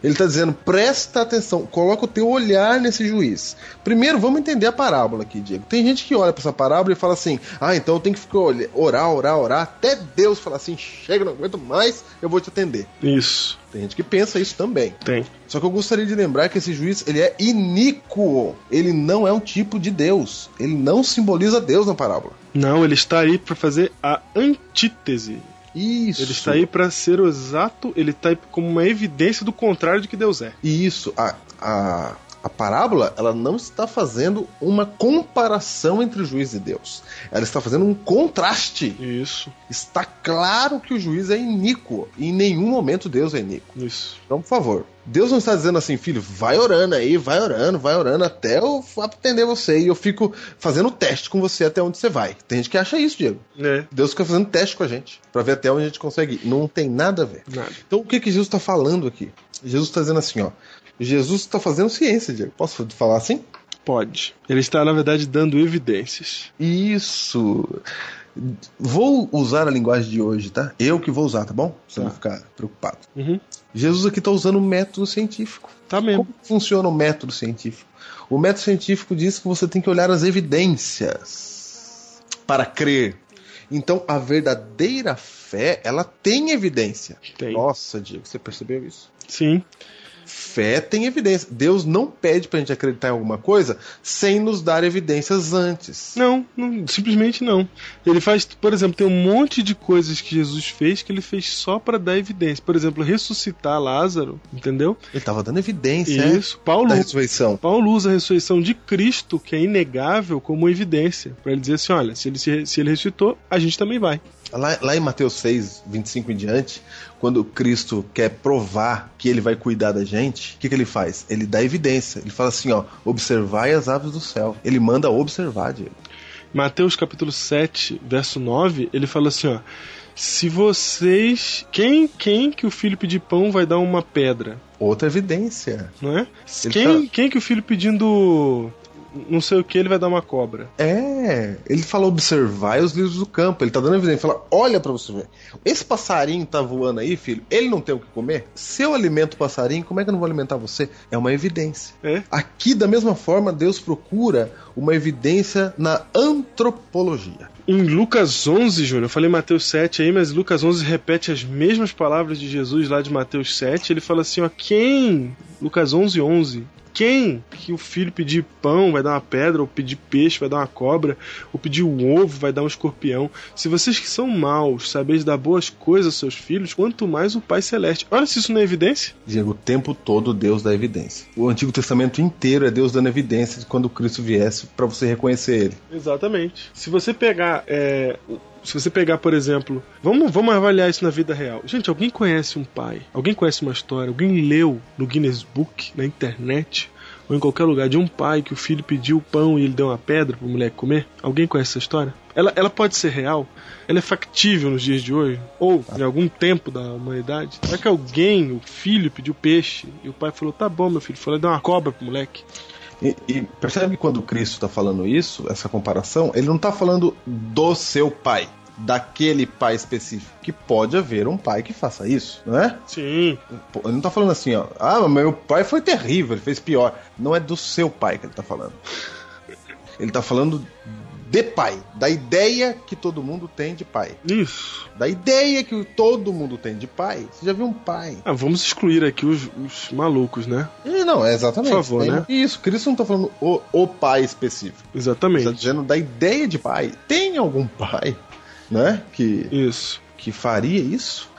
Speaker 2: Ele está dizendo, presta atenção, coloca o teu olhar nesse juiz. Primeiro, vamos entender a parábola aqui, Diego. Tem gente que olha para essa parábola e fala assim: ah, então eu tenho que ficar olha- orar, orar, orar, até Deus falar assim: chega, não aguento mais, eu vou te atender.
Speaker 3: Isso,
Speaker 2: Tem gente que pensa isso também.
Speaker 3: tem.
Speaker 2: Só que eu gostaria de lembrar que esse juiz ele é iníquo. Ele não é um tipo de Deus. Ele não simboliza Deus na parábola.
Speaker 3: Não, ele está aí para fazer a antítese.
Speaker 2: Isso.
Speaker 3: Ele está aí para ser o exato, ele está aí como uma evidência do contrário de que Deus é.
Speaker 2: Isso. A, a, a parábola ela não está fazendo uma comparação entre o juiz e Deus. Ela está fazendo um contraste.
Speaker 3: Isso,
Speaker 2: Está claro que o juiz é iníquo. E em nenhum momento Deus é iníquo.
Speaker 3: isso.
Speaker 2: Então, por favor. Deus não está dizendo assim, filho, vai orando aí, vai orando, vai orando até eu atender você e eu fico fazendo teste com você até onde você vai. Tem gente que acha isso, Diego.
Speaker 3: É,
Speaker 2: Deus fica fazendo teste com a gente para ver até onde a gente consegue ir. Não tem nada a ver.
Speaker 3: nada.
Speaker 2: Então, o que que Jesus está falando aqui? Jesus está dizendo assim, ó. Jesus está fazendo ciência, Diego. Posso falar assim?
Speaker 3: Pode. Ele está, na verdade, dando evidências.
Speaker 2: Isso. Vou usar a linguagem de hoje, tá? Eu que vou usar, tá bom? Pra Você não ficar preocupado.
Speaker 3: Uhum.
Speaker 2: Jesus aqui está usando um método científico.
Speaker 3: Tá mesmo.
Speaker 2: Como funciona o método científico? O método científico diz que você tem que olhar as evidências para crer. Então, a verdadeira fé, ela tem evidência.
Speaker 3: Tem.
Speaker 2: Nossa, Diego, você percebeu isso?
Speaker 3: Sim.
Speaker 2: Fé tem evidência. Deus não pede pra gente acreditar em alguma coisa sem nos dar evidências antes.
Speaker 3: Não, não, simplesmente não. Ele faz, por exemplo, tem um monte de coisas que Jesus fez que ele fez só para dar evidência. Por exemplo, ressuscitar Lázaro, entendeu?
Speaker 2: Ele tava dando evidência é,
Speaker 3: Isso. Paulo,
Speaker 2: da ressurreição.
Speaker 3: Paulo usa a ressurreição de Cristo, que é inegável, como evidência. Pra ele dizer assim: olha, se ele, se, se ele ressuscitou, a gente também vai.
Speaker 2: Lá, lá em Mateus 6, 25 em diante, quando Cristo quer provar que ele vai cuidar da gente, o que, que ele faz? Ele dá evidência. Ele fala assim, ó, observai as aves do céu. Ele manda observar, Diego.
Speaker 3: Mateus capítulo 7, verso 9, ele fala assim, ó: Se vocês, quem quem que o filho pedir pão vai dar uma pedra,
Speaker 2: Outra evidência.
Speaker 3: não é?
Speaker 2: Ele
Speaker 3: Quem
Speaker 2: tá-
Speaker 3: quem que o filho pedindo não sei o que ele vai dar uma cobra.
Speaker 2: É, ele fala observar os livros do campo. Ele tá dando evidência. Ele fala, olha pra você ver. Esse passarinho tá voando aí, filho. Ele não tem o que comer. Se eu alimento o passarinho, como é que eu não vou alimentar você? É uma evidência.
Speaker 3: É.
Speaker 2: Aqui, da mesma forma, Deus procura uma evidência na antropologia.
Speaker 3: Em um Lucas 11, Júnior, eu falei Mateus 7 aí, mas Lucas 11 repete as mesmas palavras de Jesus lá de Mateus 7. Ele fala assim, ó, quem? Lucas 11, 11. Quem que o filho pedir pão vai dar uma pedra, ou pedir peixe vai dar uma cobra, ou pedir um ovo vai dar um escorpião. Se vocês que são maus sabeis dar boas coisas aos seus filhos, quanto mais o Pai Celeste. Olha se isso não é evidência.
Speaker 2: Diego, o tempo todo Deus dá evidência. O Antigo Testamento inteiro é Deus dando evidência de quando Cristo viesse pra você reconhecer ele.
Speaker 3: Exatamente. Se você pegar. é, se você pegar, por exemplo, vamos, vamos avaliar isso na vida real. Gente, alguém conhece um pai? Alguém conhece uma história? Alguém leu no Guinness Book, na internet, ou em qualquer lugar, de um pai que o filho pediu pão e ele deu uma pedra pro moleque comer? Alguém conhece essa história? Ela, ela pode ser real? Ela é factível nos dias de hoje? Ou em algum tempo da humanidade? Será que alguém, o filho, pediu peixe e o pai falou: tá bom, meu filho, foi lá dar uma cobra pro moleque?
Speaker 2: E, e percebe que quando Cristo está falando isso, essa comparação, ele não está falando do seu pai, daquele pai específico, que pode haver um pai que faça isso, não é?
Speaker 3: Sim,
Speaker 2: Pô, Ele não tá falando assim, ó, ah, mas meu pai foi terrível, ele fez pior. Não é do seu pai que ele tá falando. Ele tá falando de pai, da ideia que todo mundo tem de pai,
Speaker 3: isso.
Speaker 2: da ideia que todo mundo tem de pai. Você já viu um pai?
Speaker 3: Ah, vamos excluir aqui os, os malucos, né?
Speaker 2: E não, é exatamente.
Speaker 3: Por favor,
Speaker 2: tem-
Speaker 3: né?
Speaker 2: Isso, Cristo não tá falando o, o pai específico. Você tá
Speaker 3: Exatamente.
Speaker 2: dizendo da ideia de pai. Tem algum pai, né? Que,
Speaker 3: Isso.
Speaker 2: que faria isso?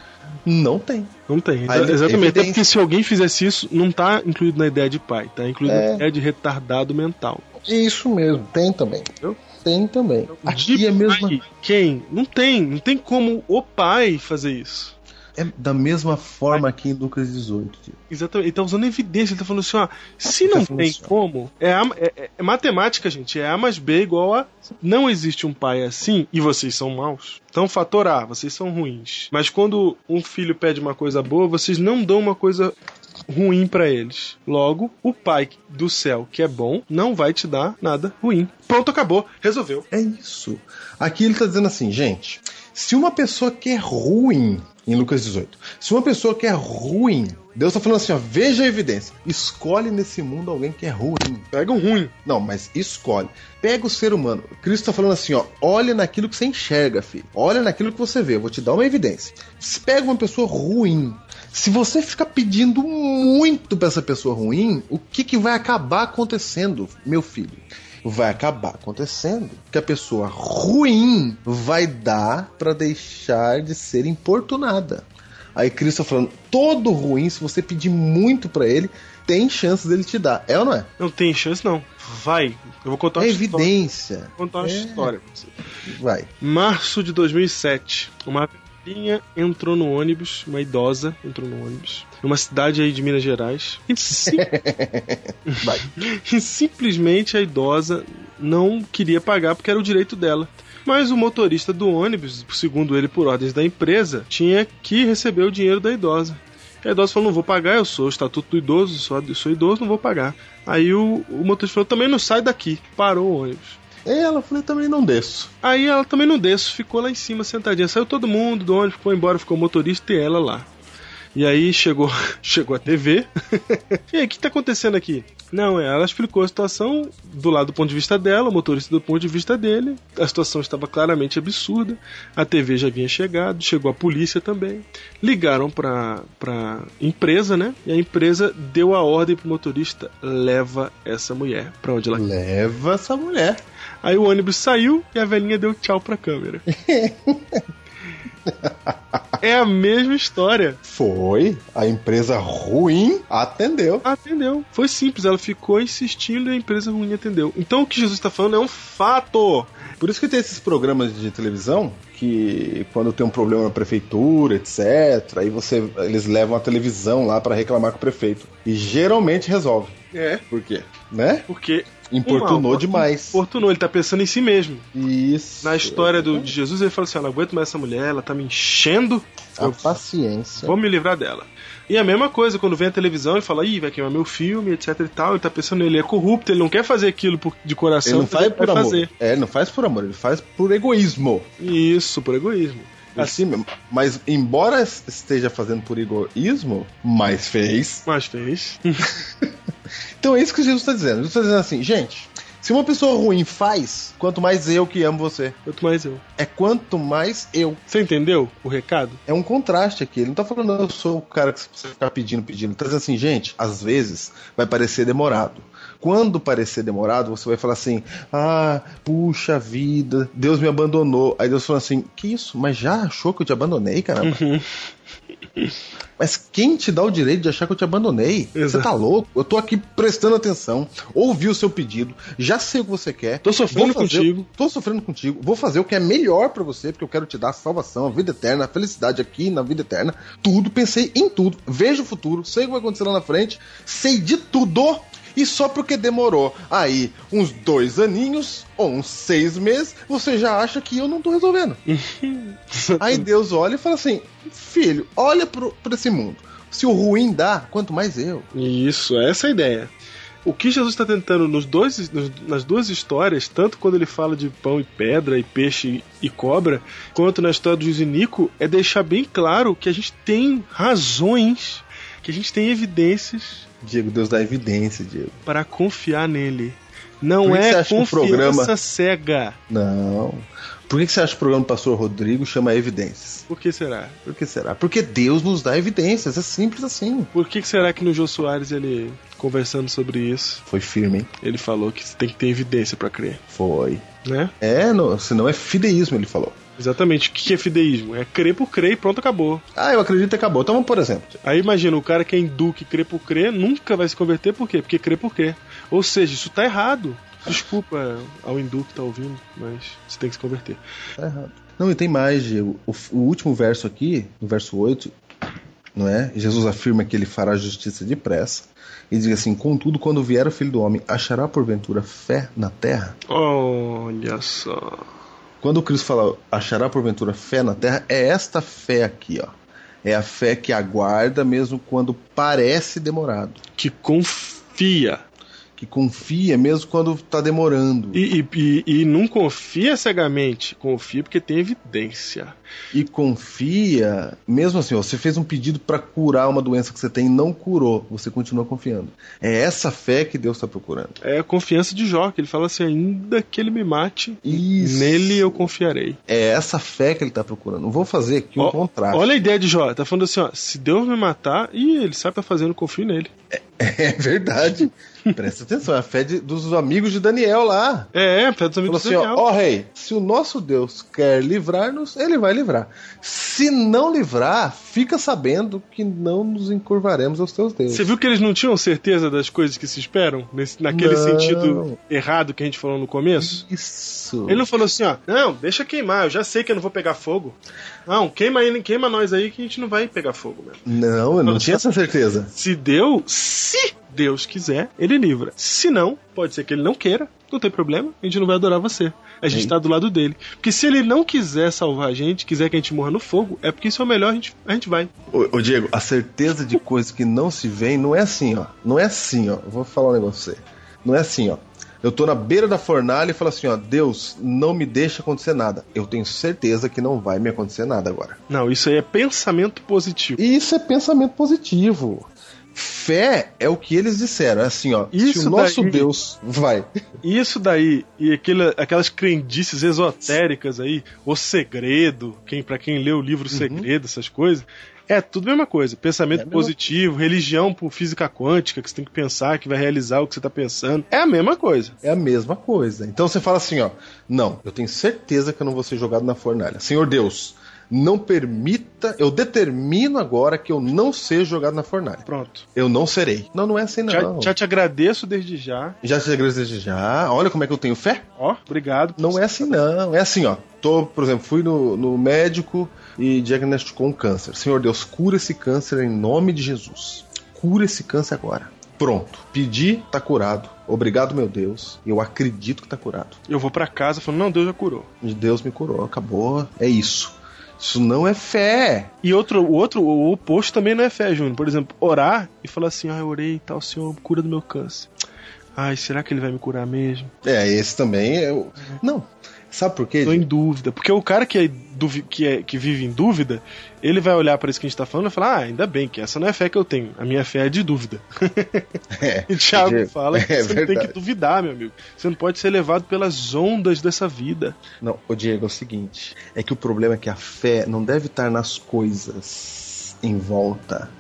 Speaker 2: Não tem.
Speaker 3: Não tem.
Speaker 2: Aí ele-
Speaker 3: Exatamente. Até
Speaker 2: evidência.
Speaker 3: porque se alguém fizesse isso, não tá incluído na ideia de pai, tá incluído na
Speaker 2: É.
Speaker 3: ideia de retardado mental.
Speaker 2: Isso mesmo, tem também.
Speaker 3: Eu?
Speaker 2: Tem também. Aqui
Speaker 3: De
Speaker 2: é, mesma,
Speaker 3: pai, quem? Não tem. Não tem como o pai fazer isso.
Speaker 2: é da mesma forma aqui em Lucas 18. tio.
Speaker 3: Exatamente. Ele tá usando evidência, ele tá falando assim, ó. Se
Speaker 2: Ele tá
Speaker 3: não
Speaker 2: falando
Speaker 3: tem
Speaker 2: assim, ó.
Speaker 3: como, é, a- é- é- é matemática, gente. É A mais B igual a. Não existe um pai assim e vocês são maus. Então, fator A, vocês são ruins. Mas quando um filho pede uma coisa boa, vocês não dão uma coisa ruim pra eles. Logo, o Pai do céu, que é bom, não vai te dar nada ruim. Pronto, acabou. Resolveu.
Speaker 2: É isso. Aqui ele tá dizendo assim, gente, se uma pessoa que é ruim, em Lucas 18, se uma pessoa que é ruim, Deus tá falando assim, ó, veja a evidência, escolhe nesse mundo alguém que é ruim.
Speaker 3: Pega um ruim.
Speaker 2: Não, mas escolhe. Pega o ser humano. Cristo tá falando assim, ó, olha naquilo que você enxerga, filho. Olha naquilo que você vê. Eu vou te dar uma evidência. Se pega uma pessoa ruim. Se você ficar pedindo muito pra essa pessoa ruim, o que que vai acabar acontecendo, meu filho? Vai acabar acontecendo que a pessoa ruim vai dar pra deixar de ser importunada. Aí Cristo tá falando, todo ruim, se você pedir muito pra ele, tem chance dele te dar. É ou não é?
Speaker 3: Não tem chance, não. Vai. Eu vou contar
Speaker 2: É
Speaker 3: uma história.
Speaker 2: evidência.
Speaker 3: Vou contar uma
Speaker 2: É.
Speaker 3: história pra você.
Speaker 2: Vai.
Speaker 3: Março de 2007, uma velhinha entrou no ônibus, uma idosa entrou no ônibus, numa cidade aí de Minas Gerais, e, sim-
Speaker 2: Vai.
Speaker 3: e simplesmente a idosa não queria pagar porque era o direito dela. Mas o motorista do ônibus, segundo ele por ordens da empresa, tinha que receber o dinheiro da idosa. E a idosa falou: não vou pagar, eu sou o estatuto do idoso, sou, sou idoso, não vou pagar. Aí o, o motorista falou: também não sai daqui. Parou o ônibus.
Speaker 2: Ela falou, também não desço.
Speaker 3: Aí ela também não desce, ficou lá em cima sentadinha. Saiu todo mundo do ônibus, foi embora, ficou o motorista e ela lá. E aí chegou, chegou a TV. e aí, o que tá acontecendo aqui? Não, é, ela explicou a situação do lado do ponto de vista dela, o motorista do ponto de vista dele. A situação estava claramente absurda. A TV já vinha chegado, chegou a polícia também. Ligaram pra, pra empresa, né? E a empresa deu a ordem pro motorista: leva essa mulher pra onde ela
Speaker 2: Leva essa mulher.
Speaker 3: Aí o ônibus saiu e a velhinha deu tchau pra câmera. é a mesma história.
Speaker 2: Foi. A empresa ruim atendeu.
Speaker 3: Atendeu. Foi simples, ela ficou insistindo e a empresa ruim atendeu. Então o que Jesus está falando é um fato.
Speaker 2: Por isso que tem esses programas de televisão que quando tem um problema na prefeitura, etc, aí você eles levam a televisão lá pra reclamar com o prefeito e geralmente resolve.
Speaker 3: É.
Speaker 2: Por quê? Né?
Speaker 3: Porque
Speaker 2: Importunou
Speaker 3: Uma,
Speaker 2: demais.
Speaker 3: Fortunou, ele tá pensando em si mesmo.
Speaker 2: Isso.
Speaker 3: Na história do, de Jesus, ele fala assim: Eu não aguento mais essa mulher, ela tá me enchendo.
Speaker 2: a paciência.
Speaker 3: Vou me livrar dela. E a mesma coisa, quando vem a televisão, ele fala, ih, vai queimar meu filme, etc e tal. Ele tá pensando, ele é corrupto, ele não quer fazer aquilo por- de coração.
Speaker 2: Ele não faz
Speaker 3: vai
Speaker 2: por amor.
Speaker 3: fazer.
Speaker 2: É, ele não faz por amor, ele faz por egoísmo.
Speaker 3: Isso, por egoísmo.
Speaker 2: Assim mesmo. Mas embora esteja fazendo por egoísmo, mas fez.
Speaker 3: Mas fez.
Speaker 2: Então é isso que Jesus está dizendo. Jesus está dizendo assim, gente, se uma pessoa ruim faz, quanto mais eu que amo você.
Speaker 3: Quanto mais eu.
Speaker 2: É quanto mais eu.
Speaker 3: Você entendeu o recado?
Speaker 2: É um contraste aqui. Ele não tá falando eu sou o cara que você ficar pedindo, pedindo. Ele tá dizendo assim, gente, às vezes vai parecer demorado. Quando parecer demorado, você vai falar assim: Ah, puxa vida, Deus me abandonou. Aí Deus fala assim: Que isso? Mas já achou que eu te abandonei, caramba? Mas quem te dá o direito de achar que eu te abandonei? Você
Speaker 3: Exato.
Speaker 2: tá louco? Eu tô aqui prestando atenção, ouvi o seu pedido, já sei o que você quer.
Speaker 3: Tô sofrendo
Speaker 2: vou fazer-
Speaker 3: contigo.
Speaker 2: Tô sofrendo contigo. Vou fazer o que é melhor pra você, porque eu quero te dar a salvação, a vida eterna, a felicidade aqui na vida eterna. Tudo, pensei em tudo. Vejo o futuro, sei o que vai acontecer lá na frente, sei de tudo. E só porque demorou aí uns dois aninhos ou uns seis meses, você já acha que eu não tô resolvendo. Aí Deus olha e fala assim: Filho, olha pro, pra esse mundo. Se o ruim dá, quanto mais eu.
Speaker 3: Isso, essa é a ideia. O que Jesus está tentando nos dois, nos- nas duas histórias, tanto quando ele fala de pão e pedra, e peixe e cobra, quanto na história do Juiz e Nico, é deixar bem claro que a gente tem razões, que a gente tem evidências
Speaker 2: Diego, Deus dá evidência, Diego.
Speaker 3: para confiar nele. Não
Speaker 2: Por que você
Speaker 3: é
Speaker 2: acha que o
Speaker 3: confiança
Speaker 2: programa-
Speaker 3: cega.
Speaker 2: Não. Por que que você acha que o programa do pastor Rodrigo chama evidências?
Speaker 3: Por que será?
Speaker 2: Por que será? Porque Deus nos dá evidências, é simples assim.
Speaker 3: Por que que será que no Jô Soares ele, conversando sobre isso,
Speaker 2: Foi firme, hein?
Speaker 3: ele falou que você tem que ter evidência para crer,
Speaker 2: Foi.
Speaker 3: né?
Speaker 2: É, não, senão é fideísmo, ele falou.
Speaker 3: Exatamente. O que é fideísmo? É crer por crer e pronto, acabou.
Speaker 2: Ah, eu acredito que acabou. Então, por exemplo,
Speaker 3: Aí imagina, o cara que é hindu que crê por crer nunca vai se converter por quê? Porque crê por crer. Ou seja, isso tá errado. Desculpa ao hindu que tá ouvindo, mas você tem que se converter.
Speaker 2: tá errado. Não, e tem mais, Diego. O, o último verso aqui, no verso 8, não é? Jesus afirma que ele fará a justiça depressa. E diz assim: Contudo, quando vier o filho do homem, achará porventura fé na terra?
Speaker 3: Olha só.
Speaker 2: Quando o Cristo fala achará porventura fé na terra, é esta fé aqui, ó. É a fé que aguarda mesmo quando parece demorado.
Speaker 3: Que confia.
Speaker 2: Que confia mesmo quando está demorando.
Speaker 3: E, e, e, e não confia cegamente. Confia porque tem evidência.
Speaker 2: E confia, mesmo assim, ó, você fez um pedido para curar uma doença que você tem e não curou, você continua confiando. É essa fé que Deus está procurando.
Speaker 3: É a confiança de Jó, que ele fala assim: ainda que ele me mate,
Speaker 2: Isso.
Speaker 3: nele eu confiarei.
Speaker 2: É essa fé que ele está procurando. Não vou fazer aqui um
Speaker 3: Ó,
Speaker 2: contraste.
Speaker 3: Olha a ideia de Jó, tá falando assim: ó, se Deus me matar, e ele sabe o que tá fazendo, eu confio nele.
Speaker 2: É verdade. Presta atenção, é a fé de- dos amigos de Daniel lá.
Speaker 3: É, é, pede
Speaker 2: Falou
Speaker 3: amigos
Speaker 2: assim, ó, ó rei, se o nosso Deus quer livrar-nos, ele vai livrar. Se não livrar, fica sabendo que não nos encurvaremos aos teus deuses.
Speaker 3: Você viu que eles não tinham certeza das coisas que se esperam? Nesse, naquele
Speaker 2: Não.
Speaker 3: sentido errado que a gente falou no começo?
Speaker 2: Isso.
Speaker 3: Ele não falou assim, ó, não, deixa queimar, eu já sei que eu não vou pegar fogo. Não, queima ele, queima nós aí que a gente não vai pegar fogo mesmo.
Speaker 2: Não, eu não tinha essa certeza.
Speaker 3: Se deu, se Deus quiser, ele livra. Se não, pode ser que ele não queira, não tem problema, a gente não vai adorar você. A gente
Speaker 2: Ei.
Speaker 3: tá do lado dele. Porque se ele não quiser salvar a gente, quiser que a gente morra no fogo, é porque isso é o melhor, a gente, a gente vai.
Speaker 2: Ô, ô, Diego, a certeza de coisas que não se vêem não é assim, ó. Não é assim, ó. Eu Vou falar um negócio pra você. Não é assim, ó. Eu tô na beira da fornalha e falo assim, ó, Deus, não me deixa acontecer nada. Eu tenho certeza que não vai me acontecer nada agora.
Speaker 3: Não, isso aí é pensamento positivo.
Speaker 2: E isso é pensamento positivo. Fé é o que eles disseram. É assim, ó. se
Speaker 3: Isso
Speaker 2: o nosso
Speaker 3: daí-
Speaker 2: Deus vai.
Speaker 3: E isso daí, e aquela- aquelas crendices esotéricas aí, o segredo, quem para quem lê o livro Segredo, essas coisas, é tudo a mesma coisa. Pensamento
Speaker 2: Uhum. É a mesma-
Speaker 3: positivo, religião por física quântica, que você tem que pensar, que vai realizar o que você tá pensando. É a mesma coisa.
Speaker 2: É a mesma coisa. Então você fala assim, ó. Não, eu tenho certeza que eu não vou ser jogado na fornalha. Senhor Deus, não permita. Eu determino agora que eu não seja jogado na fornalha.
Speaker 3: Pronto.
Speaker 2: Eu não serei. Não, não é assim,
Speaker 3: Já,
Speaker 2: não.
Speaker 3: já te agradeço desde já.
Speaker 2: Já te agradeço desde já. Olha como é que eu tenho fé.
Speaker 3: Ó, obrigado.
Speaker 2: Não é assim, não. É assim, ó. Tô, por exemplo, fui no, no médico e diagnosticou um câncer. Senhor Deus, cura esse câncer em nome de Jesus. Cura esse câncer agora. Pronto. Pedi, tá curado. Obrigado, meu Deus. Eu acredito que tá curado.
Speaker 3: Eu vou pra casa falando, não, Deus já curou.
Speaker 2: E Deus me curou. Acabou. É isso. Isso não é fé.
Speaker 3: E outro, o outro, o oposto também não é fé, Júnior. Por exemplo, orar e falar assim, ah, eu orei e tal, Senhor, cura do meu câncer. Ai, será que ele vai me curar mesmo?
Speaker 2: É, esse também é. o- Não. Sabe por quê?
Speaker 3: Tô em
Speaker 2: Diego?
Speaker 3: dúvida. Porque o cara que, é duvi- que, é- que vive em dúvida, ele vai olhar pra isso que a gente tá falando e falar: Ah, ainda bem que essa não é a fé que eu tenho. A minha fé é de dúvida.
Speaker 2: É.
Speaker 3: E Thiago
Speaker 2: Diego,
Speaker 3: fala que
Speaker 2: é
Speaker 3: você tem
Speaker 2: verdade.
Speaker 3: que duvidar, meu amigo. Você não pode ser levado pelas ondas dessa vida.
Speaker 2: Não, ô Diego, é o seguinte: é que o problema é que a fé não deve estar nas coisas em volta.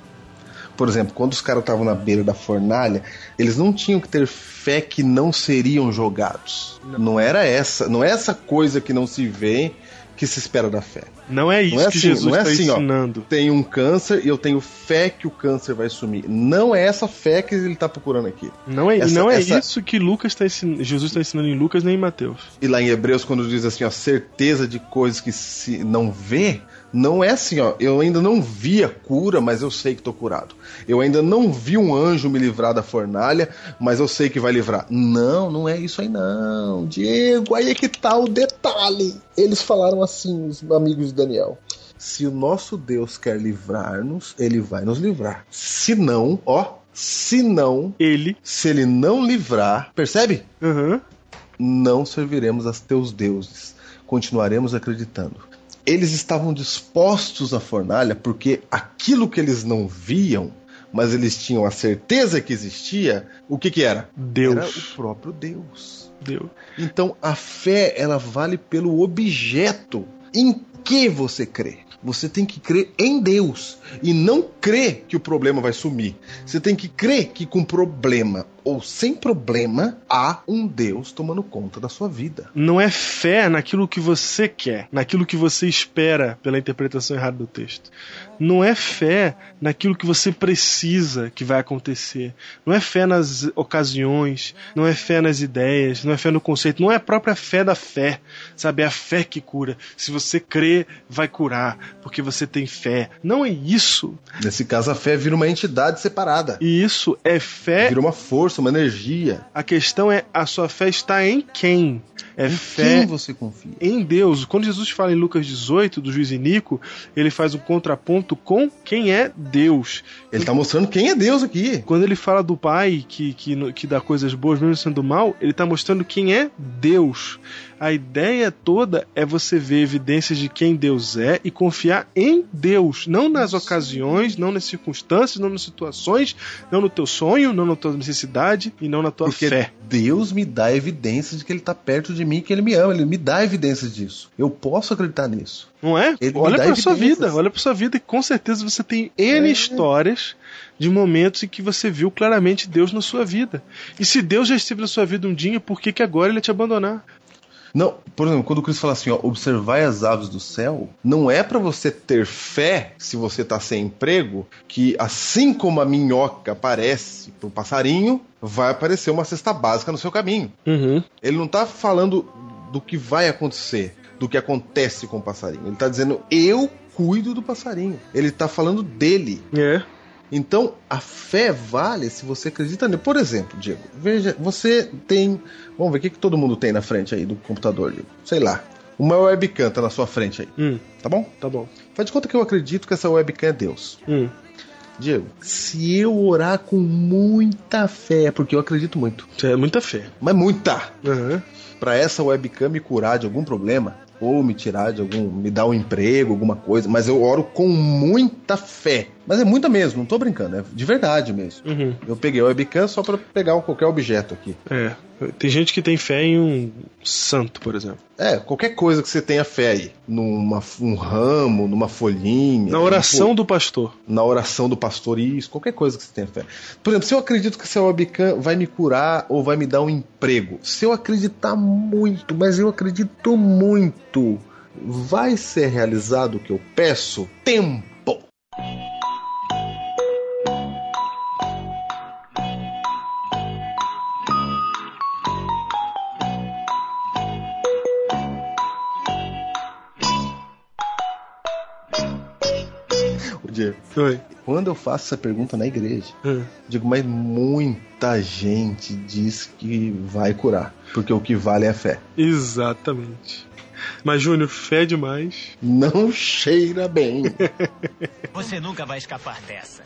Speaker 2: Por exemplo, quando os caras estavam na beira da fornalha, eles não tinham que ter fé que não seriam jogados. Não, era essa, não é essa coisa que não se vê que se espera da fé.
Speaker 3: Não é isso
Speaker 2: é assim,
Speaker 3: que Jesus
Speaker 2: não é
Speaker 3: tá
Speaker 2: assim, ó.
Speaker 3: ensinando.
Speaker 2: Tenho um câncer e eu tenho fé que o câncer vai sumir. Não é essa fé que ele está procurando aqui.
Speaker 3: Não é,
Speaker 2: Essa-
Speaker 3: não é
Speaker 2: essa-
Speaker 3: isso que Lucas tá ensinando, Jesus tá ensinando em Lucas nem em Mateus.
Speaker 2: E lá em Hebreus, quando diz assim, ó, certeza de coisas que se não vê, não é assim, ó, eu ainda não vi a cura, mas eu sei que tô curado. Eu ainda não vi um anjo me livrar da fornalha, mas eu sei que vai livrar. Não, não é isso aí não, Diego, aí é que tá o detalhe. Eles falaram assim, os amigos de Daniel. Se o nosso Deus quer livrar-nos, ele vai nos livrar. Se não, ó, se não,
Speaker 3: Ele.
Speaker 2: se ele não livrar, percebe?
Speaker 3: Aham.
Speaker 2: não serviremos a teus deuses, continuaremos acreditando. Eles estavam dispostos à fornalha porque aquilo que eles não viam, mas eles tinham a certeza que existia, o que que era? Era
Speaker 3: Deus.
Speaker 2: o próprio Deus.
Speaker 3: Deus.
Speaker 2: Então a fé, ela vale pelo objeto em que você crê. Você tem que crer em Deus e não crer que o problema vai sumir. Você tem que crer que com problema ou sem problema há um Deus tomando conta da sua vida.
Speaker 3: Não é fé naquilo que você quer, naquilo que você espera pela interpretação errada do texto. Não é fé naquilo que você precisa que vai acontecer. Não é fé nas ocasiões, não é fé nas ideias, não é fé no conceito, não é a própria fé da fé. Sabe, é a fé que cura. Se você crê, vai curar, porque você tem fé. Não é isso.
Speaker 2: Nesse caso a fé vira uma entidade separada.
Speaker 3: E isso é fé
Speaker 2: Vira uma força força, uma energia.
Speaker 3: A questão é, a sua fé está em quem? É
Speaker 2: em
Speaker 3: fé
Speaker 2: quem você confia?
Speaker 3: em Deus. Quando Jesus fala em Lucas 18, do juiz Inico, ele faz um contraponto com quem é Deus.
Speaker 2: Ele tá mostrando quem é Deus aqui.
Speaker 3: Quando ele fala do pai que, que, no- que dá coisas boas mesmo sendo mal, ele tá mostrando quem é Deus. A ideia toda é você ver evidências de quem Deus é e confiar em Deus, não nas ocasiões, não nas circunstâncias, não nas situações, não no teu sonho, não na tua necessidade e não na tua
Speaker 2: Porque
Speaker 3: fé.
Speaker 2: Deus me dá evidência de que ele tá perto de mim, que ele me ama, ele me dá evidência disso. Eu posso acreditar nisso.
Speaker 3: Não é?
Speaker 2: Ele me
Speaker 3: olha
Speaker 2: dá
Speaker 3: pra sua
Speaker 2: evidências. É.
Speaker 3: vida, olha pra sua vida e com certeza você tem N histórias de momentos em que você viu claramente Deus na sua vida. E se Deus já esteve na sua vida um dia, por que, que agora ele ia te abandonar?
Speaker 2: Não, por exemplo, quando o Cristo fala assim, ó, observai as aves do céu, não é pra você ter fé, se você tá sem emprego, que assim como a minhoca aparece pro passarinho, vai aparecer uma cesta básica no seu caminho.
Speaker 3: Uhum.
Speaker 2: Ele não tá falando do que vai acontecer, do que acontece com o passarinho. Ele tá dizendo, eu cuido do passarinho. Ele tá falando dele.
Speaker 3: É.
Speaker 2: Então, a fé vale se você acredita nele. Por exemplo, Diego, veja, você tem. Vamos ver o que, que todo mundo tem na frente aí do computador, Diego. Sei lá. Uma webcam tá na sua frente aí,
Speaker 3: Hum,
Speaker 2: tá bom?
Speaker 3: tá bom.
Speaker 2: Faz de conta que eu acredito que essa webcam é Deus.
Speaker 3: Hum.
Speaker 2: Diego, se eu orar com muita fé, porque eu acredito muito,
Speaker 3: Isso é muita fé.
Speaker 2: mas muita,
Speaker 3: Aham.
Speaker 2: pra essa webcam me curar de algum problema, ou me tirar de algum. me dar um emprego, alguma coisa, mas eu oro com muita fé. Mas é muita mesmo, não tô brincando, é de verdade mesmo.
Speaker 3: Uhum.
Speaker 2: Eu peguei o webcam só pra pegar qualquer objeto aqui.
Speaker 3: É. Tem gente que tem fé em um santo, por exemplo.
Speaker 2: É, qualquer coisa que você tenha fé aí. Numa, um ramo, numa folhinha.
Speaker 3: Na oração do pastor.
Speaker 2: Na oração do pastor, isso. Qualquer coisa que você tenha fé. Por exemplo, se eu acredito que essa webcam vai me curar ou vai me dar um emprego. Se eu acreditar muito, mas eu acredito muito. Vai ser realizado o que eu peço? Tempo. Ô, Diego,
Speaker 3: Oi.
Speaker 2: Quando eu faço essa pergunta na igreja,
Speaker 3: Hum.
Speaker 2: Digo, mas muita gente diz que vai curar, porque o que vale é a fé.
Speaker 3: Exatamente. Mas, Júnior, fé demais.
Speaker 2: Não cheira bem.
Speaker 8: Você nunca vai escapar dessa.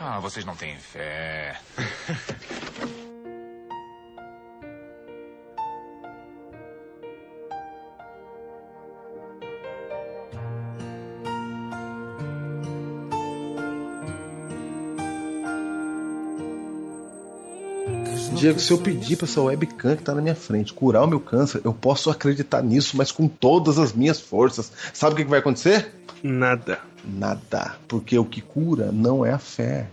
Speaker 9: Ah, vocês não têm fé.
Speaker 2: Diego, se eu pedir pra essa webcam que tá na minha frente curar o meu câncer, eu posso acreditar nisso, mas com todas as minhas forças. Sabe o que, que vai acontecer?
Speaker 3: Nada.
Speaker 2: Nada. Porque o que cura não é a fé.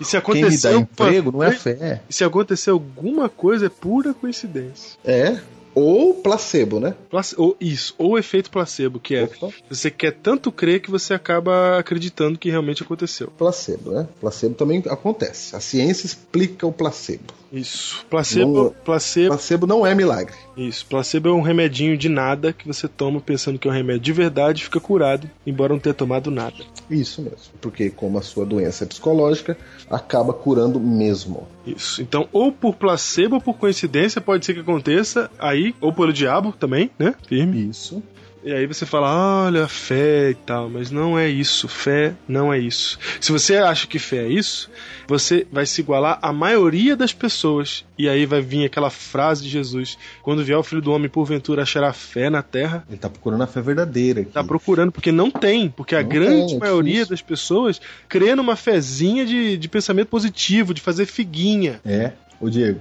Speaker 3: E se
Speaker 2: Quem me
Speaker 3: aconteceu. um
Speaker 2: dá emprego não é a
Speaker 3: Oi?
Speaker 2: fé.
Speaker 3: E se acontecer alguma coisa, é pura coincidência.
Speaker 2: É. Ou placebo, né?
Speaker 3: Place- Ou isso, ou efeito placebo, que é
Speaker 2: Opa,
Speaker 3: você quer tanto crer que você acaba acreditando que realmente aconteceu.
Speaker 2: Placebo, né? Placebo também acontece. A ciência explica o placebo.
Speaker 3: Isso. Placebo,
Speaker 2: Não-
Speaker 3: placebo,
Speaker 2: Placebo não é milagre.
Speaker 3: isso. Placebo é um remedinho de nada que você toma pensando que é um remédio de verdade e fica curado, embora não tenha tomado nada.
Speaker 2: Isso mesmo, porque como a sua doença é psicológica, acaba curando mesmo.
Speaker 3: Isso. Então, ou por placebo ou por coincidência, pode ser que aconteça aí, ou pelo diabo também, né? Firme.
Speaker 2: Isso.
Speaker 3: E aí você fala, olha, fé e tal, mas não é isso, fé não é isso. Se você acha que fé é isso, você vai se igualar à maioria das pessoas. E aí vai vir aquela frase de Jesus: quando vier o filho do homem, porventura achará fé na terra.
Speaker 2: Ele tá procurando a fé verdadeira aqui.
Speaker 3: Tá procurando, porque não tem, porque a
Speaker 2: Não
Speaker 3: grande
Speaker 2: tem, é
Speaker 3: maioria
Speaker 2: difícil.
Speaker 3: das pessoas crê numa fezinha de, de pensamento positivo, de fazer figuinha.
Speaker 2: É. Ô Diego,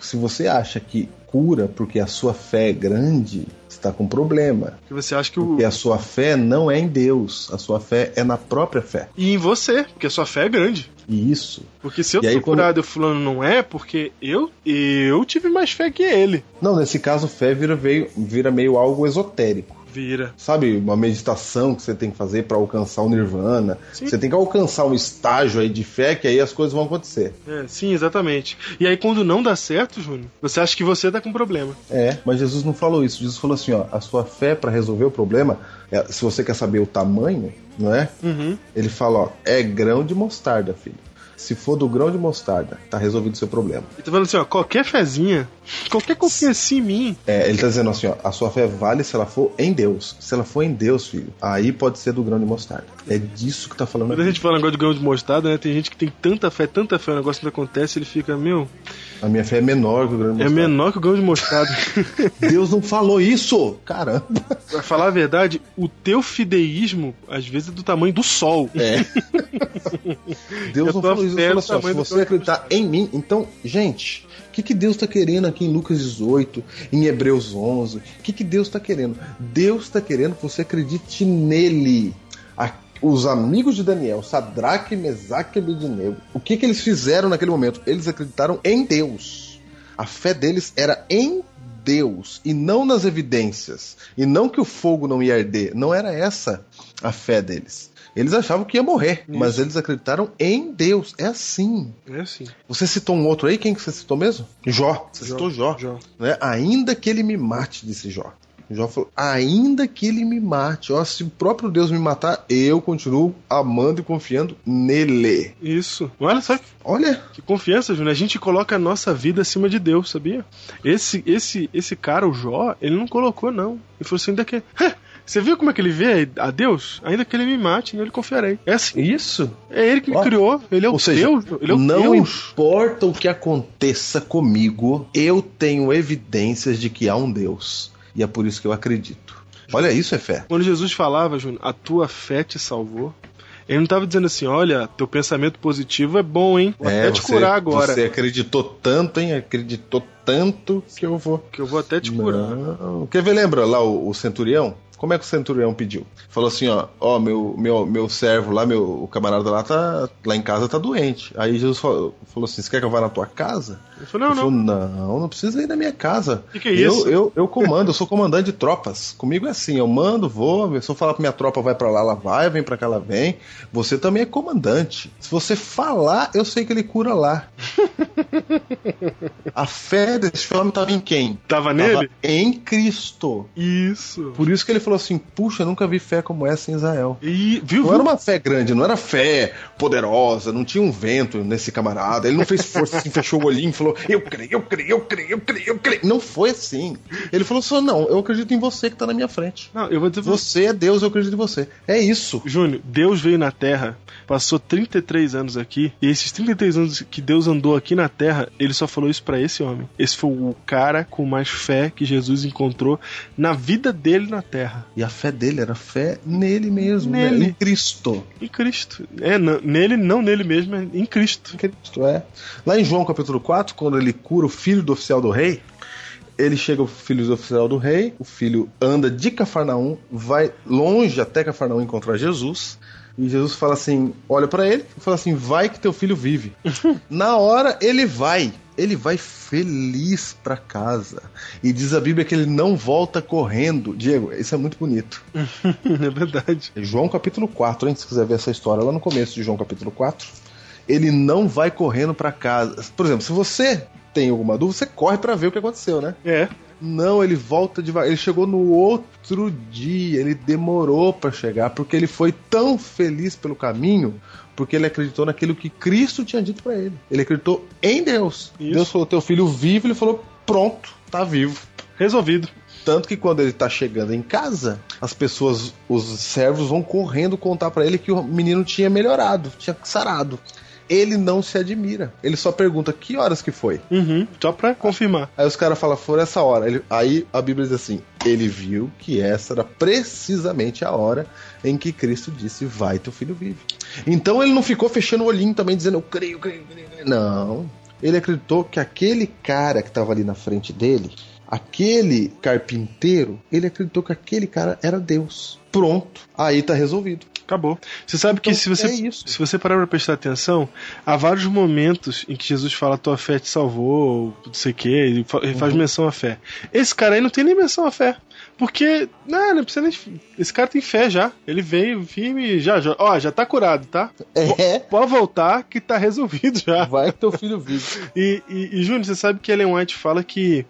Speaker 2: se você acha que cura porque a sua fé é grande, você tá com problema.
Speaker 3: Que você acha que o.
Speaker 2: Porque a sua fé não é em Deus, a sua fé é na própria fé.
Speaker 3: E em você, porque a sua fé é grande.
Speaker 2: E isso.
Speaker 3: Porque se eu
Speaker 2: E aí,
Speaker 3: tô
Speaker 2: quando-
Speaker 3: curado e o fulano não é, porque eu eu tive mais fé que ele.
Speaker 2: Não, nesse caso, fé vira, veio- vira meio algo esotérico.
Speaker 3: Vira.
Speaker 2: Sabe, uma meditação que você tem que fazer pra alcançar o nirvana. Você tem que alcançar um estágio aí de fé que aí as coisas vão acontecer.
Speaker 3: É, sim, exatamente. E aí quando não dá certo, Júnior, você acha que você tá com problema.
Speaker 2: É, mas Jesus não falou isso. Jesus falou assim, ó, a sua fé para resolver o problema, é, se você quer saber o tamanho, não é?
Speaker 3: Uhum.
Speaker 2: Ele fala, ó, é grão de mostarda, filho. Se for do grão de mostarda, tá resolvido o seu problema.
Speaker 3: Ele tá falando assim, ó, qualquer fezinha, qualquer confiança em mim,
Speaker 2: É, ele tá dizendo assim, ó, a sua fé vale se ela for em Deus. Se ela for em Deus, filho, aí pode ser do grão de mostarda. É disso que tá falando.
Speaker 3: Quando a
Speaker 2: aqui.
Speaker 3: gente fala agora de grão de mostarda, né? Tem gente que tem tanta fé, tanta fé, o negócio não acontece, ele fica, meu,
Speaker 2: A minha fé é menor que o grão de
Speaker 3: é
Speaker 2: mostarda.
Speaker 3: menor que o grão de mostarda.
Speaker 2: Deus não falou isso! Caramba!
Speaker 3: pra falar a verdade, o teu fideísmo, às vezes, é do tamanho do sol.
Speaker 2: É. Deus
Speaker 3: Eu
Speaker 2: não
Speaker 3: tô
Speaker 2: falou isso. Ele falou assim,
Speaker 3: afero é do
Speaker 2: ó, se
Speaker 3: tamanho do
Speaker 2: você
Speaker 3: teu
Speaker 2: acreditar em mim, então, gente, o que, que Deus tá querendo aqui em Lucas 18, em Hebreus 11? O que, que Deus tá querendo? Deus tá querendo que você acredite nele. A- os amigos de Daniel, Sadraque, Mesaque e Abednego, o que, que eles fizeram naquele momento? Eles acreditaram em Deus. A fé deles era em Deus e não nas evidências. E não que o fogo não ia arder. Não era essa a fé deles. Eles achavam que ia morrer, mas eles acreditaram em Deus. É assim.
Speaker 3: É assim.
Speaker 2: Você citou um outro aí? Quem que você citou mesmo? Jó. Você citou Jó.
Speaker 3: Jó.
Speaker 2: Né? Ainda que ele me mate, disse Jó. Jó falou, ainda que ele me mate, ó, se o próprio Deus me matar, eu continuo amando e confiando nele.
Speaker 3: Isso. Olha só
Speaker 2: Olha,
Speaker 3: que confiança, Júnior. A gente coloca a nossa vida acima de Deus, sabia? Esse esse esse cara, o Jó, ele não colocou, não. Ele falou assim, ainda que... Você viu como é que ele vê a Deus? Ainda que ele me mate, nele confiarei. É assim, isso? É ele que me
Speaker 2: Ó.
Speaker 3: criou. Ele é o
Speaker 2: Ou seja,
Speaker 3: Deus. Ele é o
Speaker 2: não
Speaker 3: Deus.
Speaker 2: importa o que aconteça comigo, eu tenho evidências de que há um Deus. E é por isso que eu acredito. Olha, isso é fé.
Speaker 3: Quando Jesus falava, Júnior, a tua fé te salvou. Ele não estava dizendo assim, olha, teu pensamento positivo é bom, hein? Vou até te
Speaker 2: você-
Speaker 3: curar agora.
Speaker 2: Você acreditou tanto, hein? Acreditou tanto que eu vou.
Speaker 3: Que eu vou até Tá te curar.
Speaker 2: Não. Quer ver, lembra lá o, o centurião? Como é que o centurião pediu? Falou assim, ó, ó, meu, meu, meu servo lá, meu o camarada lá tá lá em casa tá doente. Aí Jesus falou, falou assim, você quer que eu vá na tua casa?
Speaker 3: Ele falou, não,
Speaker 2: Ele falou,
Speaker 3: não.
Speaker 2: não, não precisa ir na minha casa.
Speaker 3: Que que é
Speaker 2: eu,
Speaker 3: isso?
Speaker 2: um Eu, eu comando, eu sou comandante de tropas. Comigo é assim, eu mando, vou, se eu falar pra minha tropa vai pra lá, ela vai, vem pra cá, ela vem. Você também é comandante. Se você falar, eu sei que ele cura lá. A fé desse homem tava em quem?
Speaker 3: Tava
Speaker 2: Tava
Speaker 3: nele?
Speaker 2: em Cristo.
Speaker 3: Isso.
Speaker 2: Por isso que ele falou assim, puxa, eu nunca vi fé como essa em Israel.
Speaker 3: E, viu,
Speaker 2: Não era
Speaker 3: viu?
Speaker 2: uma fé grande, não era fé poderosa, não tinha um vento nesse camarada. Ele não fez força assim, fechou o olhinho e falou: Eu creio, eu creio, eu creio, eu creio, eu creio. Não foi assim. Ele falou só: Não, eu acredito em você que tá na minha frente.
Speaker 3: Não, eu vou dizer pra você.
Speaker 2: Você é Deus, eu acredito em você. É isso.
Speaker 3: Júnior, Deus veio na Terra, passou 33 anos aqui, e esses 33 anos que Deus andou aqui na Terra, ele só falou isso pra esse homem. Esse foi o cara com mais fé que Jesus encontrou na vida dele na Terra.
Speaker 2: E a fé dele era fé nele mesmo, né?
Speaker 3: Nele.
Speaker 2: em Cristo.
Speaker 3: Em Cristo. É, n- nele, não nele mesmo, é em Cristo.
Speaker 2: Cristo, é. Lá em João capítulo 4, quando ele cura o filho do oficial do rei, ele chega o filho do oficial do rei, o filho anda de Cafarnaum, vai longe até Cafarnaum encontrar Jesus. E Jesus fala assim, olha pra ele e fala assim, vai que teu filho vive. Na hora ele vai, ele vai feliz pra casa. E diz a Bíblia que ele não volta correndo. Diego, isso é muito bonito.
Speaker 3: é verdade.
Speaker 2: João capítulo 4, hein? Se quiser ver essa história lá no começo de João capítulo 4, ele não vai correndo pra casa. Por exemplo, se você tem alguma dúvida, você corre pra ver o que aconteceu, né?
Speaker 3: É.
Speaker 2: Não, ele volta devagar. Ele chegou no outro dia, ele demorou pra chegar, porque ele foi tão feliz pelo caminho, porque ele acreditou naquilo que Cristo tinha dito pra ele. Ele acreditou em Deus.
Speaker 3: Isso.
Speaker 2: Deus falou: "Teu filho vive", ele falou: "Pronto, tá vivo".
Speaker 3: Resolvido.
Speaker 2: Tanto que quando ele tá chegando em casa, as pessoas, os servos vão correndo contar pra ele que o menino tinha melhorado, tinha sarado. Ele não se admira. Ele só pergunta que horas que foi.
Speaker 3: Uhum. Só pra confirmar.
Speaker 2: Aí os caras falam, foram essa hora. Ele- aí a Bíblia diz assim: ele viu que essa era precisamente a hora em que Cristo disse, vai, teu filho vive. Então ele não ficou fechando o olhinho também, dizendo, eu creio, creio, creio. creio. Não. Ele acreditou que aquele cara que estava ali na frente dele, aquele carpinteiro, ele acreditou que aquele cara era Deus. Pronto. Aí tá resolvido.
Speaker 3: Acabou. Você sabe que
Speaker 2: Então,
Speaker 3: se você
Speaker 2: é isso.
Speaker 3: se você parar pra prestar atenção, há vários momentos em que Jesus fala tua fé te salvou, ou não sei o que, ele fa- ele
Speaker 2: Uhum.
Speaker 3: faz menção à fé. Esse cara aí não tem nem menção à fé. Porque, né, não, não precisa nem. Esse cara tem fé já. Ele veio firme já, já. Ó, já tá curado, tá?
Speaker 2: É.
Speaker 3: Pode voltar que tá resolvido já.
Speaker 2: Vai que teu filho vive.
Speaker 3: E, e, e, Júnior, você sabe que Ellen White fala que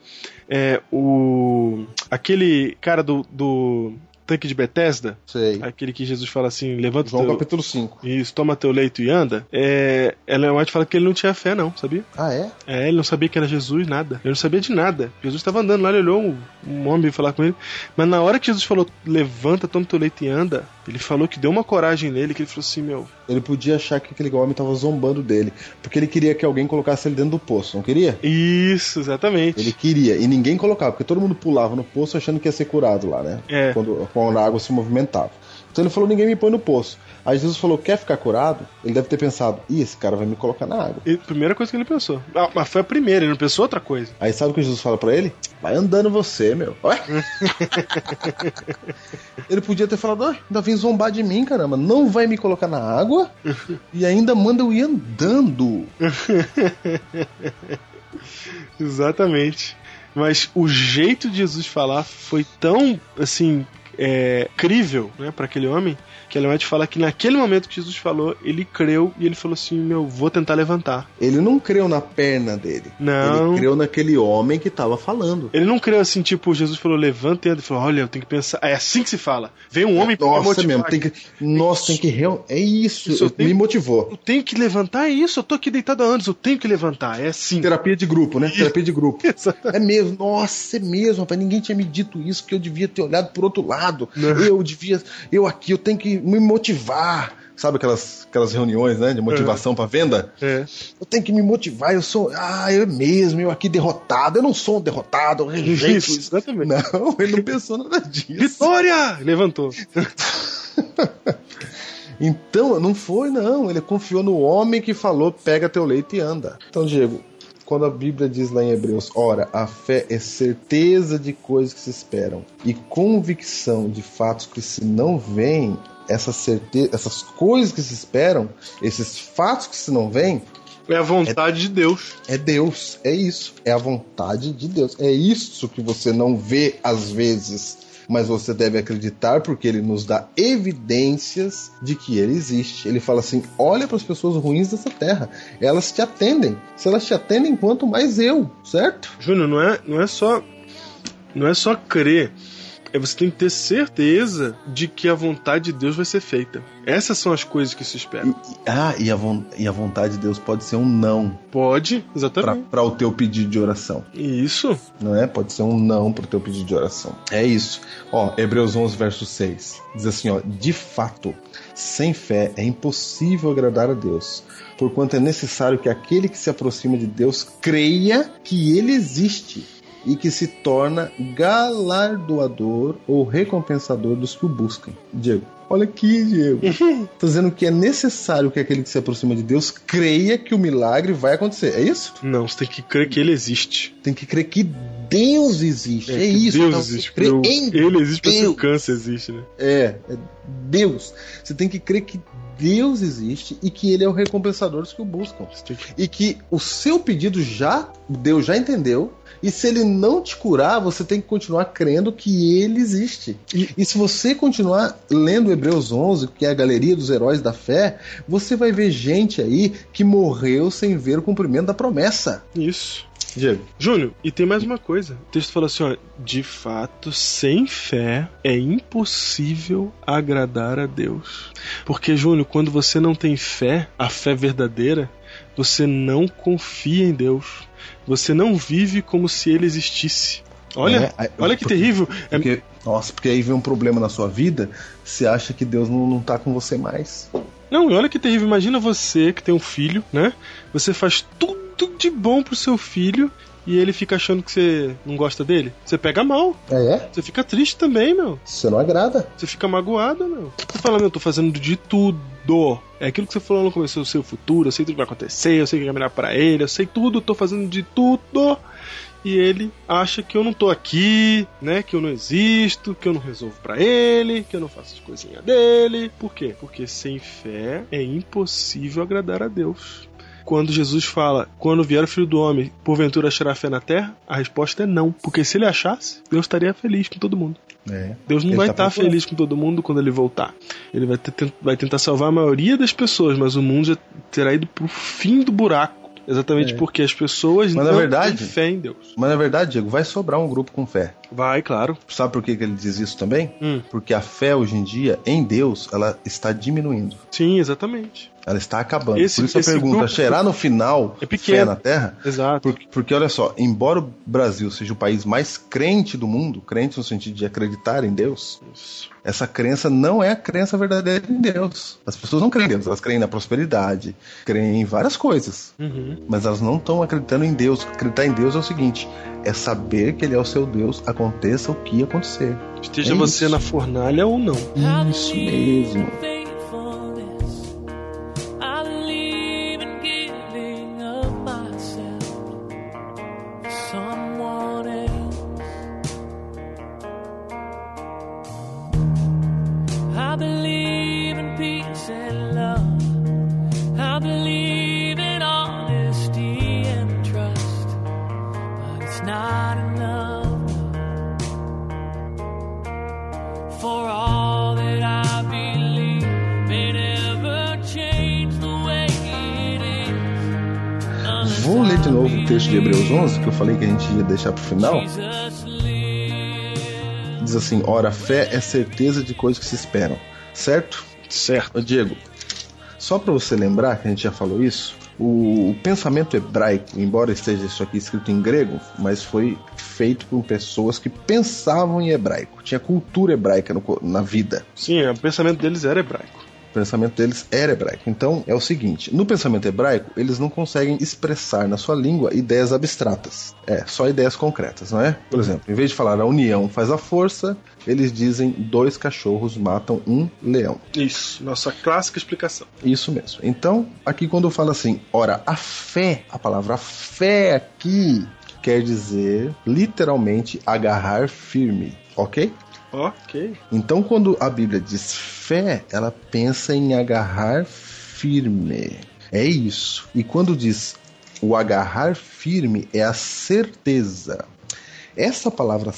Speaker 3: é, o aquele cara do, do tanque de Bethesda,
Speaker 2: Sei.
Speaker 3: aquele que Jesus fala assim, levanta
Speaker 2: João
Speaker 3: teu...
Speaker 2: capítulo 5.
Speaker 3: Isso, toma teu leito e anda. É, Ellen White fala que ele não tinha fé, não, sabia?
Speaker 2: Ah, é?
Speaker 3: É, ele não sabia que era Jesus, nada. Ele não sabia de nada. Jesus estava andando lá, ele olhou um, um homem falar com ele. Mas na hora que Jesus falou, levanta, toma teu leito e anda, ele falou que deu uma coragem nele, que ele falou assim, meu,
Speaker 2: Ele podia achar que aquele homem tava zombando dele. Porque ele queria que alguém colocasse ele dentro do poço, não queria?
Speaker 3: isso, exatamente.
Speaker 2: Ele queria, e ninguém colocava, porque todo mundo pulava no poço achando que ia ser curado lá, né?
Speaker 3: É.
Speaker 2: Quando, quando a água se movimentava. Então ele falou: ninguém me põe no poço. Aí Jesus falou: quer ficar curado? Ele deve ter pensado: ih, esse cara vai me colocar na água.
Speaker 3: E primeira coisa que ele pensou. Ah, mas foi a primeira, ele não pensou outra coisa.
Speaker 2: Aí sabe o que Jesus fala pra ele? Vai andando você, meu. Ué? ele podia ter falado: "Ah, ainda vem zombar de mim, caramba. Não vai me colocar na água e ainda manda eu ir andando.
Speaker 3: Exatamente. Mas o jeito de Jesus falar foi tão, assim, é, crível, né, para aquele homem, que ele vai te falar que naquele momento que Jesus falou, ele creu e ele falou assim: Meu, vou tentar levantar.
Speaker 2: Ele não creu na perna dele.
Speaker 3: Não.
Speaker 2: Ele creu naquele homem que tava falando.
Speaker 3: Ele não creu assim, tipo, Jesus falou, levanta e anda. Ele falou, olha, eu tenho que pensar. É assim que se fala. Vem um homem pra
Speaker 2: Nossa,
Speaker 3: motivar.
Speaker 2: mesmo, tem que. Nossa, tem que. real- É isso,
Speaker 3: Isso, eu
Speaker 2: eu-
Speaker 3: tenho-
Speaker 2: me motivou.
Speaker 3: Eu tenho que levantar, é isso. Eu tô aqui deitado há anos, eu tenho que levantar. É assim.
Speaker 2: Terapia de grupo, né? Terapia de grupo.
Speaker 3: Exatamente.
Speaker 2: É mesmo, nossa, é mesmo, rapaz. Ninguém tinha me dito isso, que eu devia ter olhado por outro lado.
Speaker 3: Não.
Speaker 2: Eu devia. Eu aqui, eu tenho que me motivar. Sabe aquelas, aquelas reuniões, né? De motivação pra venda?
Speaker 3: É.
Speaker 2: Eu tenho que me motivar, eu sou. Ah, eu mesmo, eu aqui derrotado. Eu não sou um derrotado, eu rejeito
Speaker 3: Isso,
Speaker 2: isso.
Speaker 3: exatamente.
Speaker 2: Não, ele não pensou nada disso.
Speaker 3: Vitória! Levantou.
Speaker 2: Então, não foi, não. Ele confiou no homem que falou: pega teu leite e anda. Então, Diego, quando a Bíblia diz lá em Hebreus: ora, a fé é certeza de coisas que se esperam e convicção de fatos que se não veem, essa certe- essas coisas que se esperam, esses fatos que se não veem,
Speaker 3: É a vontade de Deus.
Speaker 2: é Deus, é isso, é a vontade de Deus. É isso que você não vê às vezes, mas você deve acreditar porque ele nos dá evidências de que ele existe. Ele fala assim: "Olha para as pessoas ruins dessa terra, elas te atendem. Se elas te atendem, quanto mais eu, certo?"
Speaker 3: Júnior, não é, não é só. Não é só crer. É você tem que ter certeza de que a vontade de Deus vai ser feita. Essas são as coisas que se esperam.
Speaker 2: Ah, e a, von- e a vontade de Deus pode ser um não
Speaker 3: Pode,
Speaker 2: pra-
Speaker 3: exatamente.
Speaker 2: pra o teu pedido de oração.
Speaker 3: Isso.
Speaker 2: não é? Pode ser um não pro teu pedido de oração. É isso. Ó, Hebreus 11, verso 6. Diz assim, ó, de fato, sem fé é impossível agradar a Deus, porquanto é necessário que aquele que se aproxima de Deus creia que ele existe e que se torna galardoador ou recompensador dos que o buscam. Diego, olha aqui, Diego. Tá dizendo que é necessário que aquele que se aproxima de Deus creia que o milagre vai acontecer. É isso?
Speaker 3: Não, você tem que crer que ele existe.
Speaker 2: Tem que crer que Deus existe. É,
Speaker 3: que
Speaker 2: isso.
Speaker 3: Deus
Speaker 2: então, você
Speaker 3: existe.
Speaker 2: crê
Speaker 3: porque
Speaker 2: em-
Speaker 3: o- Ele existe porque o
Speaker 2: Deus.
Speaker 3: câncer existe, né?
Speaker 2: É, é Deus. Você tem que crer que Deus existe e que Ele é o recompensador dos que o buscam.
Speaker 3: Você tem que
Speaker 2: E que o seu pedido já, Deus já entendeu. E se ele não te curar, você tem que continuar crendo que ele existe. E, e se você continuar lendo Hebreus 11, que é a galeria dos heróis da fé, você vai ver gente aí que morreu sem ver o cumprimento da promessa.
Speaker 3: Isso.
Speaker 2: Diego,
Speaker 3: Júnior, e tem mais uma coisa. O texto fala assim, ó, de fato, sem fé é impossível agradar a Deus. Porque, Júnior, quando você não tem fé, a fé verdadeira, você não confia em Deus. Você não vive como se ele existisse. Olha,
Speaker 2: É,
Speaker 3: olha que terrível. É,
Speaker 2: Porque, nossa, porque aí vem um problema na sua vida, você acha que Deus não, não tá com você mais.
Speaker 3: Não, e olha que terrível. Imagina você que tem um filho, né? Você faz tudo de bom pro seu filho e ele fica achando que você não gosta dele. Você pega mal.
Speaker 2: É, é?
Speaker 3: Você fica triste também, meu.
Speaker 2: Você não agrada.
Speaker 3: Você fica magoado, meu. Você fala, meu, eu tô fazendo de tudo. É aquilo que você falou no começo, eu sei o futuro, eu sei tudo que vai acontecer, eu sei o que vai melhor pra ele, eu sei tudo, eu tô fazendo de tudo. E ele acha que eu não tô aqui, né? Que eu não existo, que eu não resolvo pra ele, que eu não faço as coisinhas dele. Por quê? Porque sem fé é impossível agradar a Deus. Quando Jesus fala, quando vier o filho do homem, porventura achará fé na terra? A resposta é não. Porque se ele achasse, Deus estaria feliz com todo mundo.
Speaker 2: É.
Speaker 3: Deus não
Speaker 2: Ele
Speaker 3: vai
Speaker 2: tá
Speaker 3: estar
Speaker 2: procurando.
Speaker 3: feliz com todo mundo quando ele voltar. Ele vai, ter- tent- vai tentar salvar a maioria das pessoas, mas o mundo já terá ido pro fim do buraco. Exatamente porque as pessoas
Speaker 2: É. Mas, na
Speaker 3: não
Speaker 2: verdade-
Speaker 3: têm fé em Deus.
Speaker 2: Mas na verdade, Diego, vai sobrar um grupo com fé.
Speaker 3: Vai, claro.
Speaker 2: Sabe por que, que ele diz isso também?
Speaker 3: Hum.
Speaker 2: Porque a fé hoje em dia em Deus ela está diminuindo,
Speaker 3: Sim, exatamente.
Speaker 2: ela está acabando.
Speaker 3: Esse-
Speaker 2: Por isso a
Speaker 3: esse
Speaker 2: pergunta:
Speaker 3: grupo-
Speaker 2: será no final
Speaker 3: É pequeno.
Speaker 2: fé na Terra?
Speaker 3: Exato.
Speaker 2: Por- Porque olha só, embora o Brasil seja o país mais crente do mundo, crente no sentido de acreditar em Deus, essa crença não é a crença verdadeira em Deus. As pessoas não creem em Deus, elas creem na prosperidade, creem em várias coisas,
Speaker 3: Uhum.
Speaker 2: mas elas não estão acreditando em Deus. Acreditar em Deus é o seguinte: é saber que Ele é o seu Deus, aconteça o que acontecer.
Speaker 3: Esteja
Speaker 2: É
Speaker 3: você
Speaker 2: isso.
Speaker 3: na fornalha ou não.
Speaker 2: Isso mesmo.
Speaker 7: faithfulness. I believe in giving of myself to someone else. I believe in peace and love. I believe in honesty and trust, but it's not enough for all that I believe may never change the way it is.
Speaker 2: Vou ler de novo o texto de Hebreus 11, que eu falei que a gente ia deixar pro final.
Speaker 7: Jesus lives.
Speaker 2: Diz assim: Ora, a fé é certeza de coisas que se esperam, certo?
Speaker 3: Certo.
Speaker 2: Ô, Diego, só para você lembrar que a gente já falou isso, o, o pensamento hebraico, embora esteja isso aqui escrito em grego, mas foi feito por pessoas que pensavam em hebraico, tinha cultura hebraica no co- na vida.
Speaker 3: Sim, é, o pensamento deles era hebraico.
Speaker 2: O pensamento deles era hebraico. Então é o seguinte: no pensamento hebraico, eles não conseguem expressar na sua língua ideias abstratas. É, só ideias concretas, não é? Por exemplo, em vez de falar a união faz a força, eles dizem dois cachorros matam um leão.
Speaker 3: Isso, nossa clássica explicação.
Speaker 2: Isso mesmo. Então, aqui quando eu falo assim, ora, a fé, a palavra fé aqui quer dizer literalmente agarrar firme, ok?
Speaker 3: Ok.
Speaker 2: Então, quando a Bíblia diz fé, ela pensa em agarrar firme. É isso. E quando diz o agarrar firme, é a certeza. Essa palavra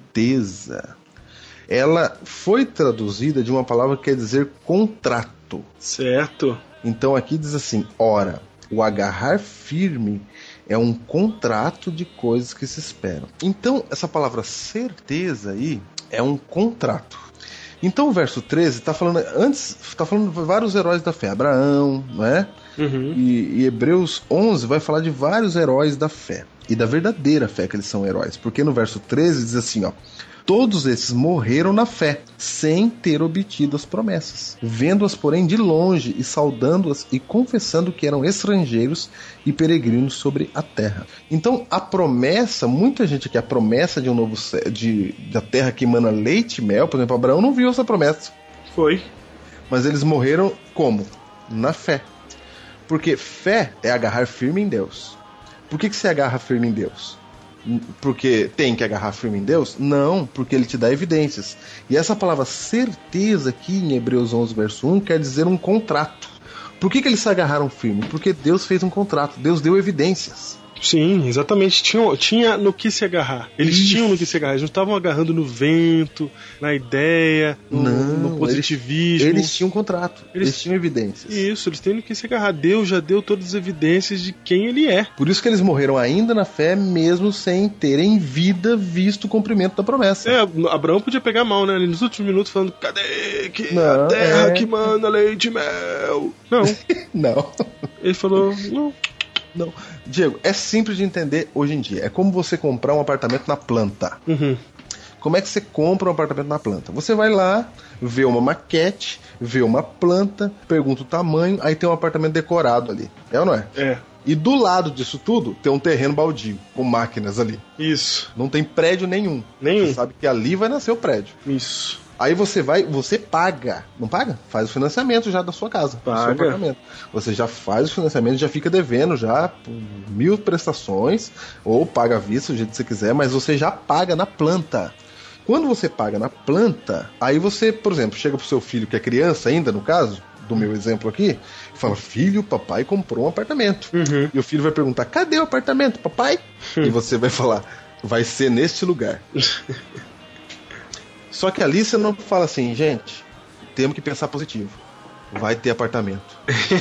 Speaker 2: certeza, ela foi traduzida de uma palavra que quer dizer contrato.
Speaker 3: Certo.
Speaker 2: Então aqui diz assim: ora, o agarrar firme é um contrato de coisas que se esperam. Então essa palavra certeza aí é um contrato. Então o verso 13 está falando antes, está falando de vários heróis da fé, Abraão, não é?
Speaker 3: Uhum.
Speaker 2: E, e Hebreus 11 vai falar de vários heróis da fé e da verdadeira fé que eles são heróis, porque no verso 13 diz assim, ó: Todos esses morreram na fé, sem ter obtido as promessas, vendo-as, porém, de longe e saudando-as e confessando que eram estrangeiros e peregrinos sobre a terra. Então, a promessa, muita gente aqui, a promessa de um novo cé- de da terra que emana leite e mel, por exemplo, Abraão não viu essa promessa,
Speaker 3: Foi.
Speaker 2: mas eles morreram como? Na fé. Porque fé é agarrar firme em Deus. Por que, que você agarra firme em Deus? N- Porque tem que agarrar firme em Deus? Não, porque ele te dá evidências. E essa palavra certeza aqui em Hebreus 11, verso 1, quer dizer um contrato. Por que, que eles se agarraram firme? Porque Deus fez um contrato, Deus deu evidências.
Speaker 3: Sim, exatamente. Tinha, tinha no que se agarrar. Eles
Speaker 2: Isso.
Speaker 3: tinham no que se agarrar. Eles não estavam agarrando no vento, na ideia, no,
Speaker 2: Não,
Speaker 3: no
Speaker 2: eles-
Speaker 3: positivismo.
Speaker 2: Eles tinham um contrato, eles,
Speaker 3: Eles-
Speaker 2: tinham evidências.
Speaker 3: Isso, eles têm no que se agarrar. Deus já deu todas as evidências de quem ele é.
Speaker 2: Por isso que eles morreram ainda na fé, mesmo sem terem vida visto o cumprimento da promessa.
Speaker 3: É, Abraão podia pegar mal, né? Ele Nos últimos minutos falando, cadê que
Speaker 2: Não,
Speaker 3: a terra
Speaker 2: é.
Speaker 3: que manda leite e mel? Não,
Speaker 2: Não.
Speaker 3: ele falou, não,
Speaker 2: Diego, é simples de entender hoje em dia. É como você comprar um apartamento na planta.
Speaker 3: Uhum.
Speaker 2: Como é que você compra um apartamento na planta? Você vai lá, vê uma maquete, vê uma planta, pergunta o tamanho, aí tem um apartamento decorado ali. É ou não é?
Speaker 3: é,
Speaker 2: E do lado disso tudo tem um terreno baldio, com máquinas ali.
Speaker 3: isso,
Speaker 2: Não tem prédio nenhum.
Speaker 3: Nenhum.
Speaker 2: Você sabe que ali vai nascer o prédio.
Speaker 3: isso.
Speaker 2: Aí você vai, você paga. Não paga? Faz o financiamento já da sua casa. do seu
Speaker 3: Paga.
Speaker 2: apartamento. Você já faz o financiamento, já fica devendo já por mil prestações, ou paga à vista, do jeito que você quiser, mas você já paga na planta. Quando você paga na planta, aí você, por exemplo, chega pro seu filho que é criança ainda, no caso, do meu exemplo aqui, e fala: Filho, papai comprou um apartamento. E o filho vai perguntar: Cadê o apartamento, papai? e você vai falar: Vai ser neste lugar. Só que ali você não fala assim, gente, temos que pensar positivo. Vai ter apartamento.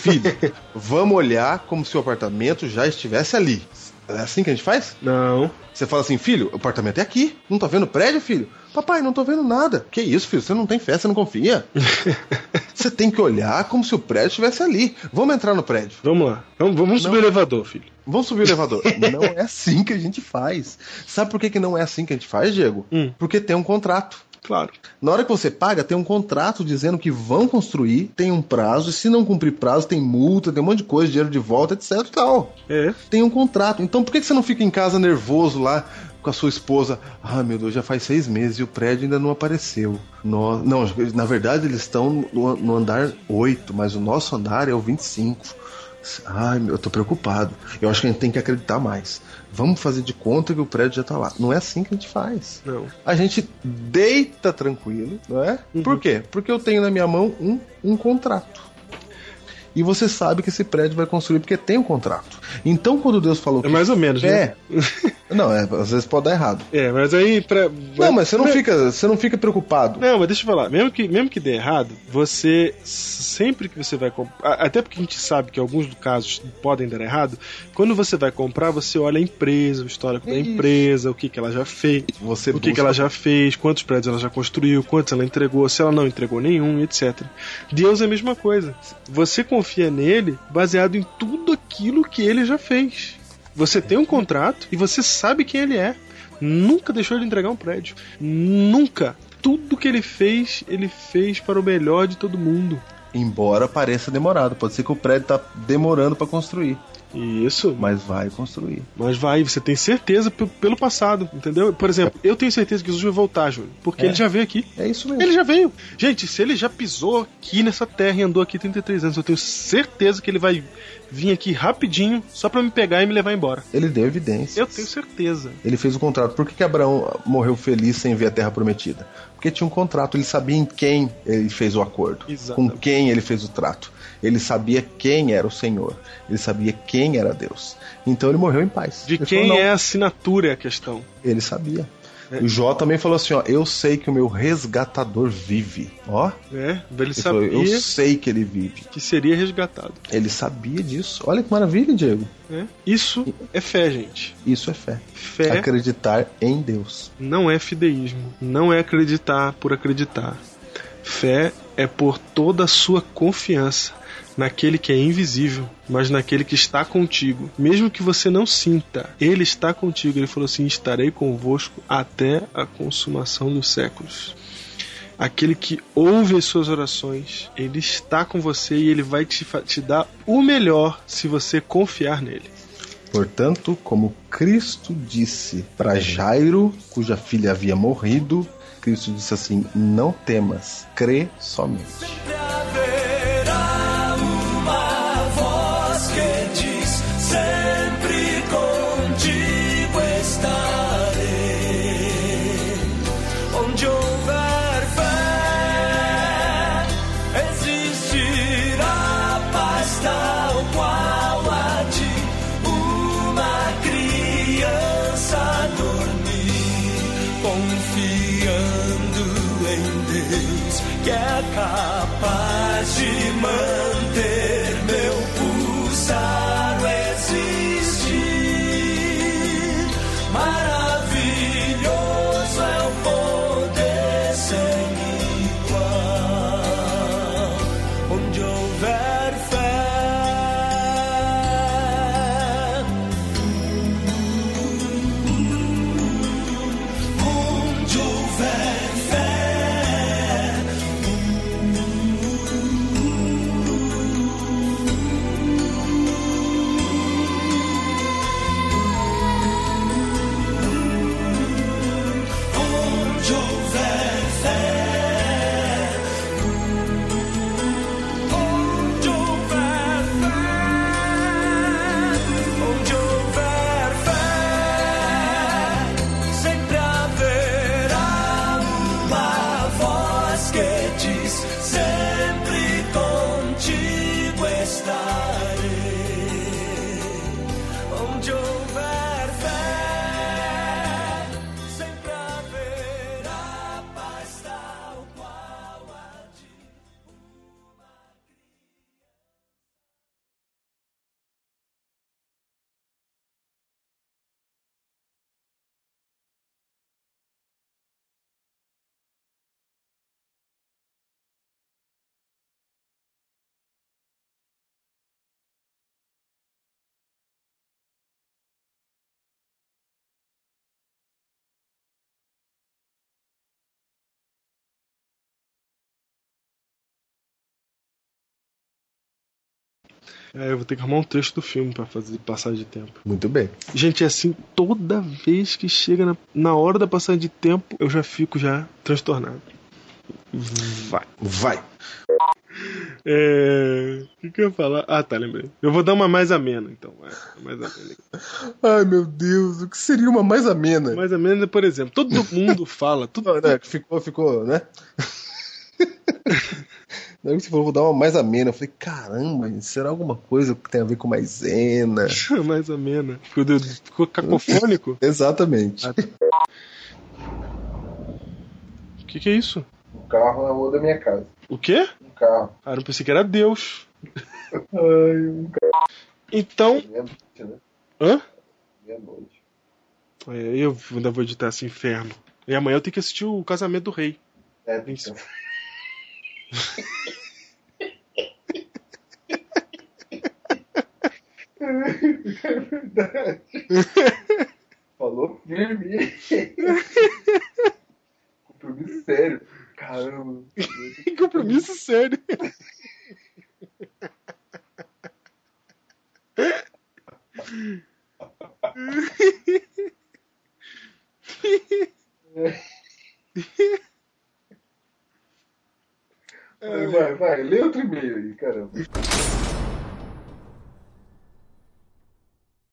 Speaker 2: Filho, vamos olhar como se o apartamento já estivesse ali. É assim que a gente faz?
Speaker 3: Não.
Speaker 2: Você fala assim, filho, o apartamento é aqui. Não tá vendo o prédio, filho? Papai, não tô vendo nada. Que isso, filho? Você não tem fé, você não confia. você tem que olhar como se o prédio estivesse ali. Vamos entrar no prédio.
Speaker 3: Vamos lá. Vamos, vamos subir o elevador, filho.
Speaker 2: Vamos subir o elevador. não é assim que a gente faz. Sabe por que, que não é assim que a gente faz, Diego?
Speaker 3: Hum.
Speaker 2: Porque tem um contrato.
Speaker 3: Claro.
Speaker 2: Na hora que você paga, tem um contrato dizendo que vão construir, tem um prazo, e se não cumprir prazo, tem multa, tem um monte de coisa, dinheiro de volta, etc e tal.
Speaker 3: É.
Speaker 2: Tem um contrato. Então por que que você não fica em casa nervoso lá com a sua esposa? Ah, meu Deus, já faz seis meses e o prédio ainda não apareceu. Nó- Não, na verdade eles estão no, no andar 8, mas o nosso andar é o 25. Ai, meu, eu tô preocupado. Eu acho que a gente tem que acreditar mais. Vamos fazer de conta que o prédio já tá lá. Não é assim que a gente faz
Speaker 3: Não.
Speaker 2: a gente deita tranquilo, não é?
Speaker 3: Uhum.
Speaker 2: Por quê? Porque eu tenho na minha mão um, um contrato. E você sabe que esse prédio vai construir porque tem um contrato. Então, quando Deus falou
Speaker 3: É mais ou menos,
Speaker 2: que é, não, é, às vezes pode dar errado.
Speaker 3: né? É, mas aí pra.
Speaker 2: Não, mas você não fica, você não fica preocupado.
Speaker 3: Não, mas deixa eu falar. Mesmo que, mesmo que dê errado, você sempre que você vai comprar, até porque a gente sabe que alguns casos podem dar errado, quando você vai comprar, você olha a empresa, o histórico da
Speaker 2: Isso.
Speaker 3: empresa, o que, que ela já fez,
Speaker 2: Você
Speaker 3: o que, que
Speaker 2: busca-
Speaker 3: ela já fez, quantos prédios ela já construiu, quantos ela entregou, se ela não entregou nenhum, etc. Deus é a mesma coisa. Você confia nele baseado em tudo aquilo que ele já fez. Você tem um contrato e você sabe quem ele é. Nunca deixou de entregar um prédio. Nunca. Tudo que ele fez, ele fez para o melhor de todo mundo.
Speaker 2: embora pareça demorado, pode ser que o prédio tá demorando para construir,
Speaker 3: Isso,
Speaker 2: mas vai construir.
Speaker 3: Mas vai, você tem certeza p- pelo passado, entendeu? Por exemplo, eu tenho certeza que Jesus vai voltar, Júlio, porque ele já veio aqui.
Speaker 2: É isso mesmo.
Speaker 3: Ele já veio. Gente, se ele já pisou aqui nessa terra e andou aqui 33 anos, eu tenho certeza que ele vai vir aqui rapidinho só pra me pegar e me levar embora.
Speaker 2: Ele deu evidência.
Speaker 3: Eu tenho certeza.
Speaker 2: Ele fez o contrato. Por que, que Abraão morreu feliz sem ver a terra prometida? Porque tinha um contrato, ele sabia em quem ele fez o acordo,
Speaker 3: Exatamente.
Speaker 2: com quem ele fez o trato. Ele sabia quem era o Senhor, ele sabia quem era Deus. Então ele morreu em paz.
Speaker 3: De
Speaker 2: ele
Speaker 3: quem
Speaker 2: falou, "Não,
Speaker 3: é a assinatura é a questão.
Speaker 2: Ele sabia. O Jó também falou assim: ó, eu sei que o meu resgatador vive. Ó,
Speaker 3: Né? Ele
Speaker 2: ele falou,
Speaker 3: sabia
Speaker 2: eu sei que ele vive.
Speaker 3: que seria resgatado.
Speaker 2: Ele sabia disso. Olha que maravilha, Diego.
Speaker 3: né? Isso é fé, gente.
Speaker 2: Isso é fé.
Speaker 3: Fé
Speaker 2: Acreditar em Deus.
Speaker 3: não é fideísmo, não é acreditar por acreditar. Fé é por toda a sua confiança naquele que é invisível, mas naquele que está contigo. Mesmo que você não sinta, ele está contigo. Ele falou assim: estarei convosco até a consumação dos séculos. Aquele que ouve as suas orações, ele está com você e ele vai te, fa- te dar o melhor se você confiar nele.
Speaker 2: Portanto, como Cristo disse para Jairo, cuja filha havia morrido, Cristo disse assim: Não temas, crê somente.
Speaker 7: Haverá uma voz que diz: Sempre contigo estarei. Onde houver fé, existirá paz tal qual a de uma criança dormir, confiando em Deus que é capaz de manter meu pulsar existir. Maravilhoso é o poder sem igual. Onde houver fé, onde houver fé. Onde houver fé,
Speaker 3: É, eu vou ter que arrumar um trecho do filme pra fazer passagem de tempo.
Speaker 2: Muito bem.
Speaker 3: Gente, é assim, toda vez que chega na, na hora da passagem de tempo, eu já fico já transtornado. Vai.
Speaker 2: Vai.
Speaker 3: É. O que, que eu ia falar? Ah, tá, lembrei. Eu vou dar uma mais amena, então. É, mais amena.
Speaker 2: Ai, meu Deus, o que seria uma mais amena?
Speaker 3: Mais amena, por exemplo, todo mundo fala, tudo.
Speaker 2: Não, né, Ficou, ficou, né? Na hora que você falou, vou dar uma mais amena. Eu falei, caramba, gente, será alguma coisa que tem a ver com maisena?
Speaker 3: mais amena. Ficou, de- ficou cacofônico?
Speaker 2: Exatamente.
Speaker 3: Ah, tá. O que, que é isso?
Speaker 4: Um carro na rua da minha casa.
Speaker 3: O quê?
Speaker 4: Um carro.
Speaker 3: Ah, eu pensei que era Deus.
Speaker 4: Ai, um carro.
Speaker 3: Então.
Speaker 4: Meia-noite, né?
Speaker 3: Hã?
Speaker 4: Meia-noite.
Speaker 3: É, eu ainda vou editar esse inferno. E amanhã eu tenho que assistir o Casamento do Rei.
Speaker 4: É,
Speaker 3: Isso.
Speaker 4: porque- É verdade. Falou firme. Compromisso sério. Caramba.
Speaker 3: Que compromisso sério.
Speaker 4: Vai, vai, lê outro e-mail aí, caramba.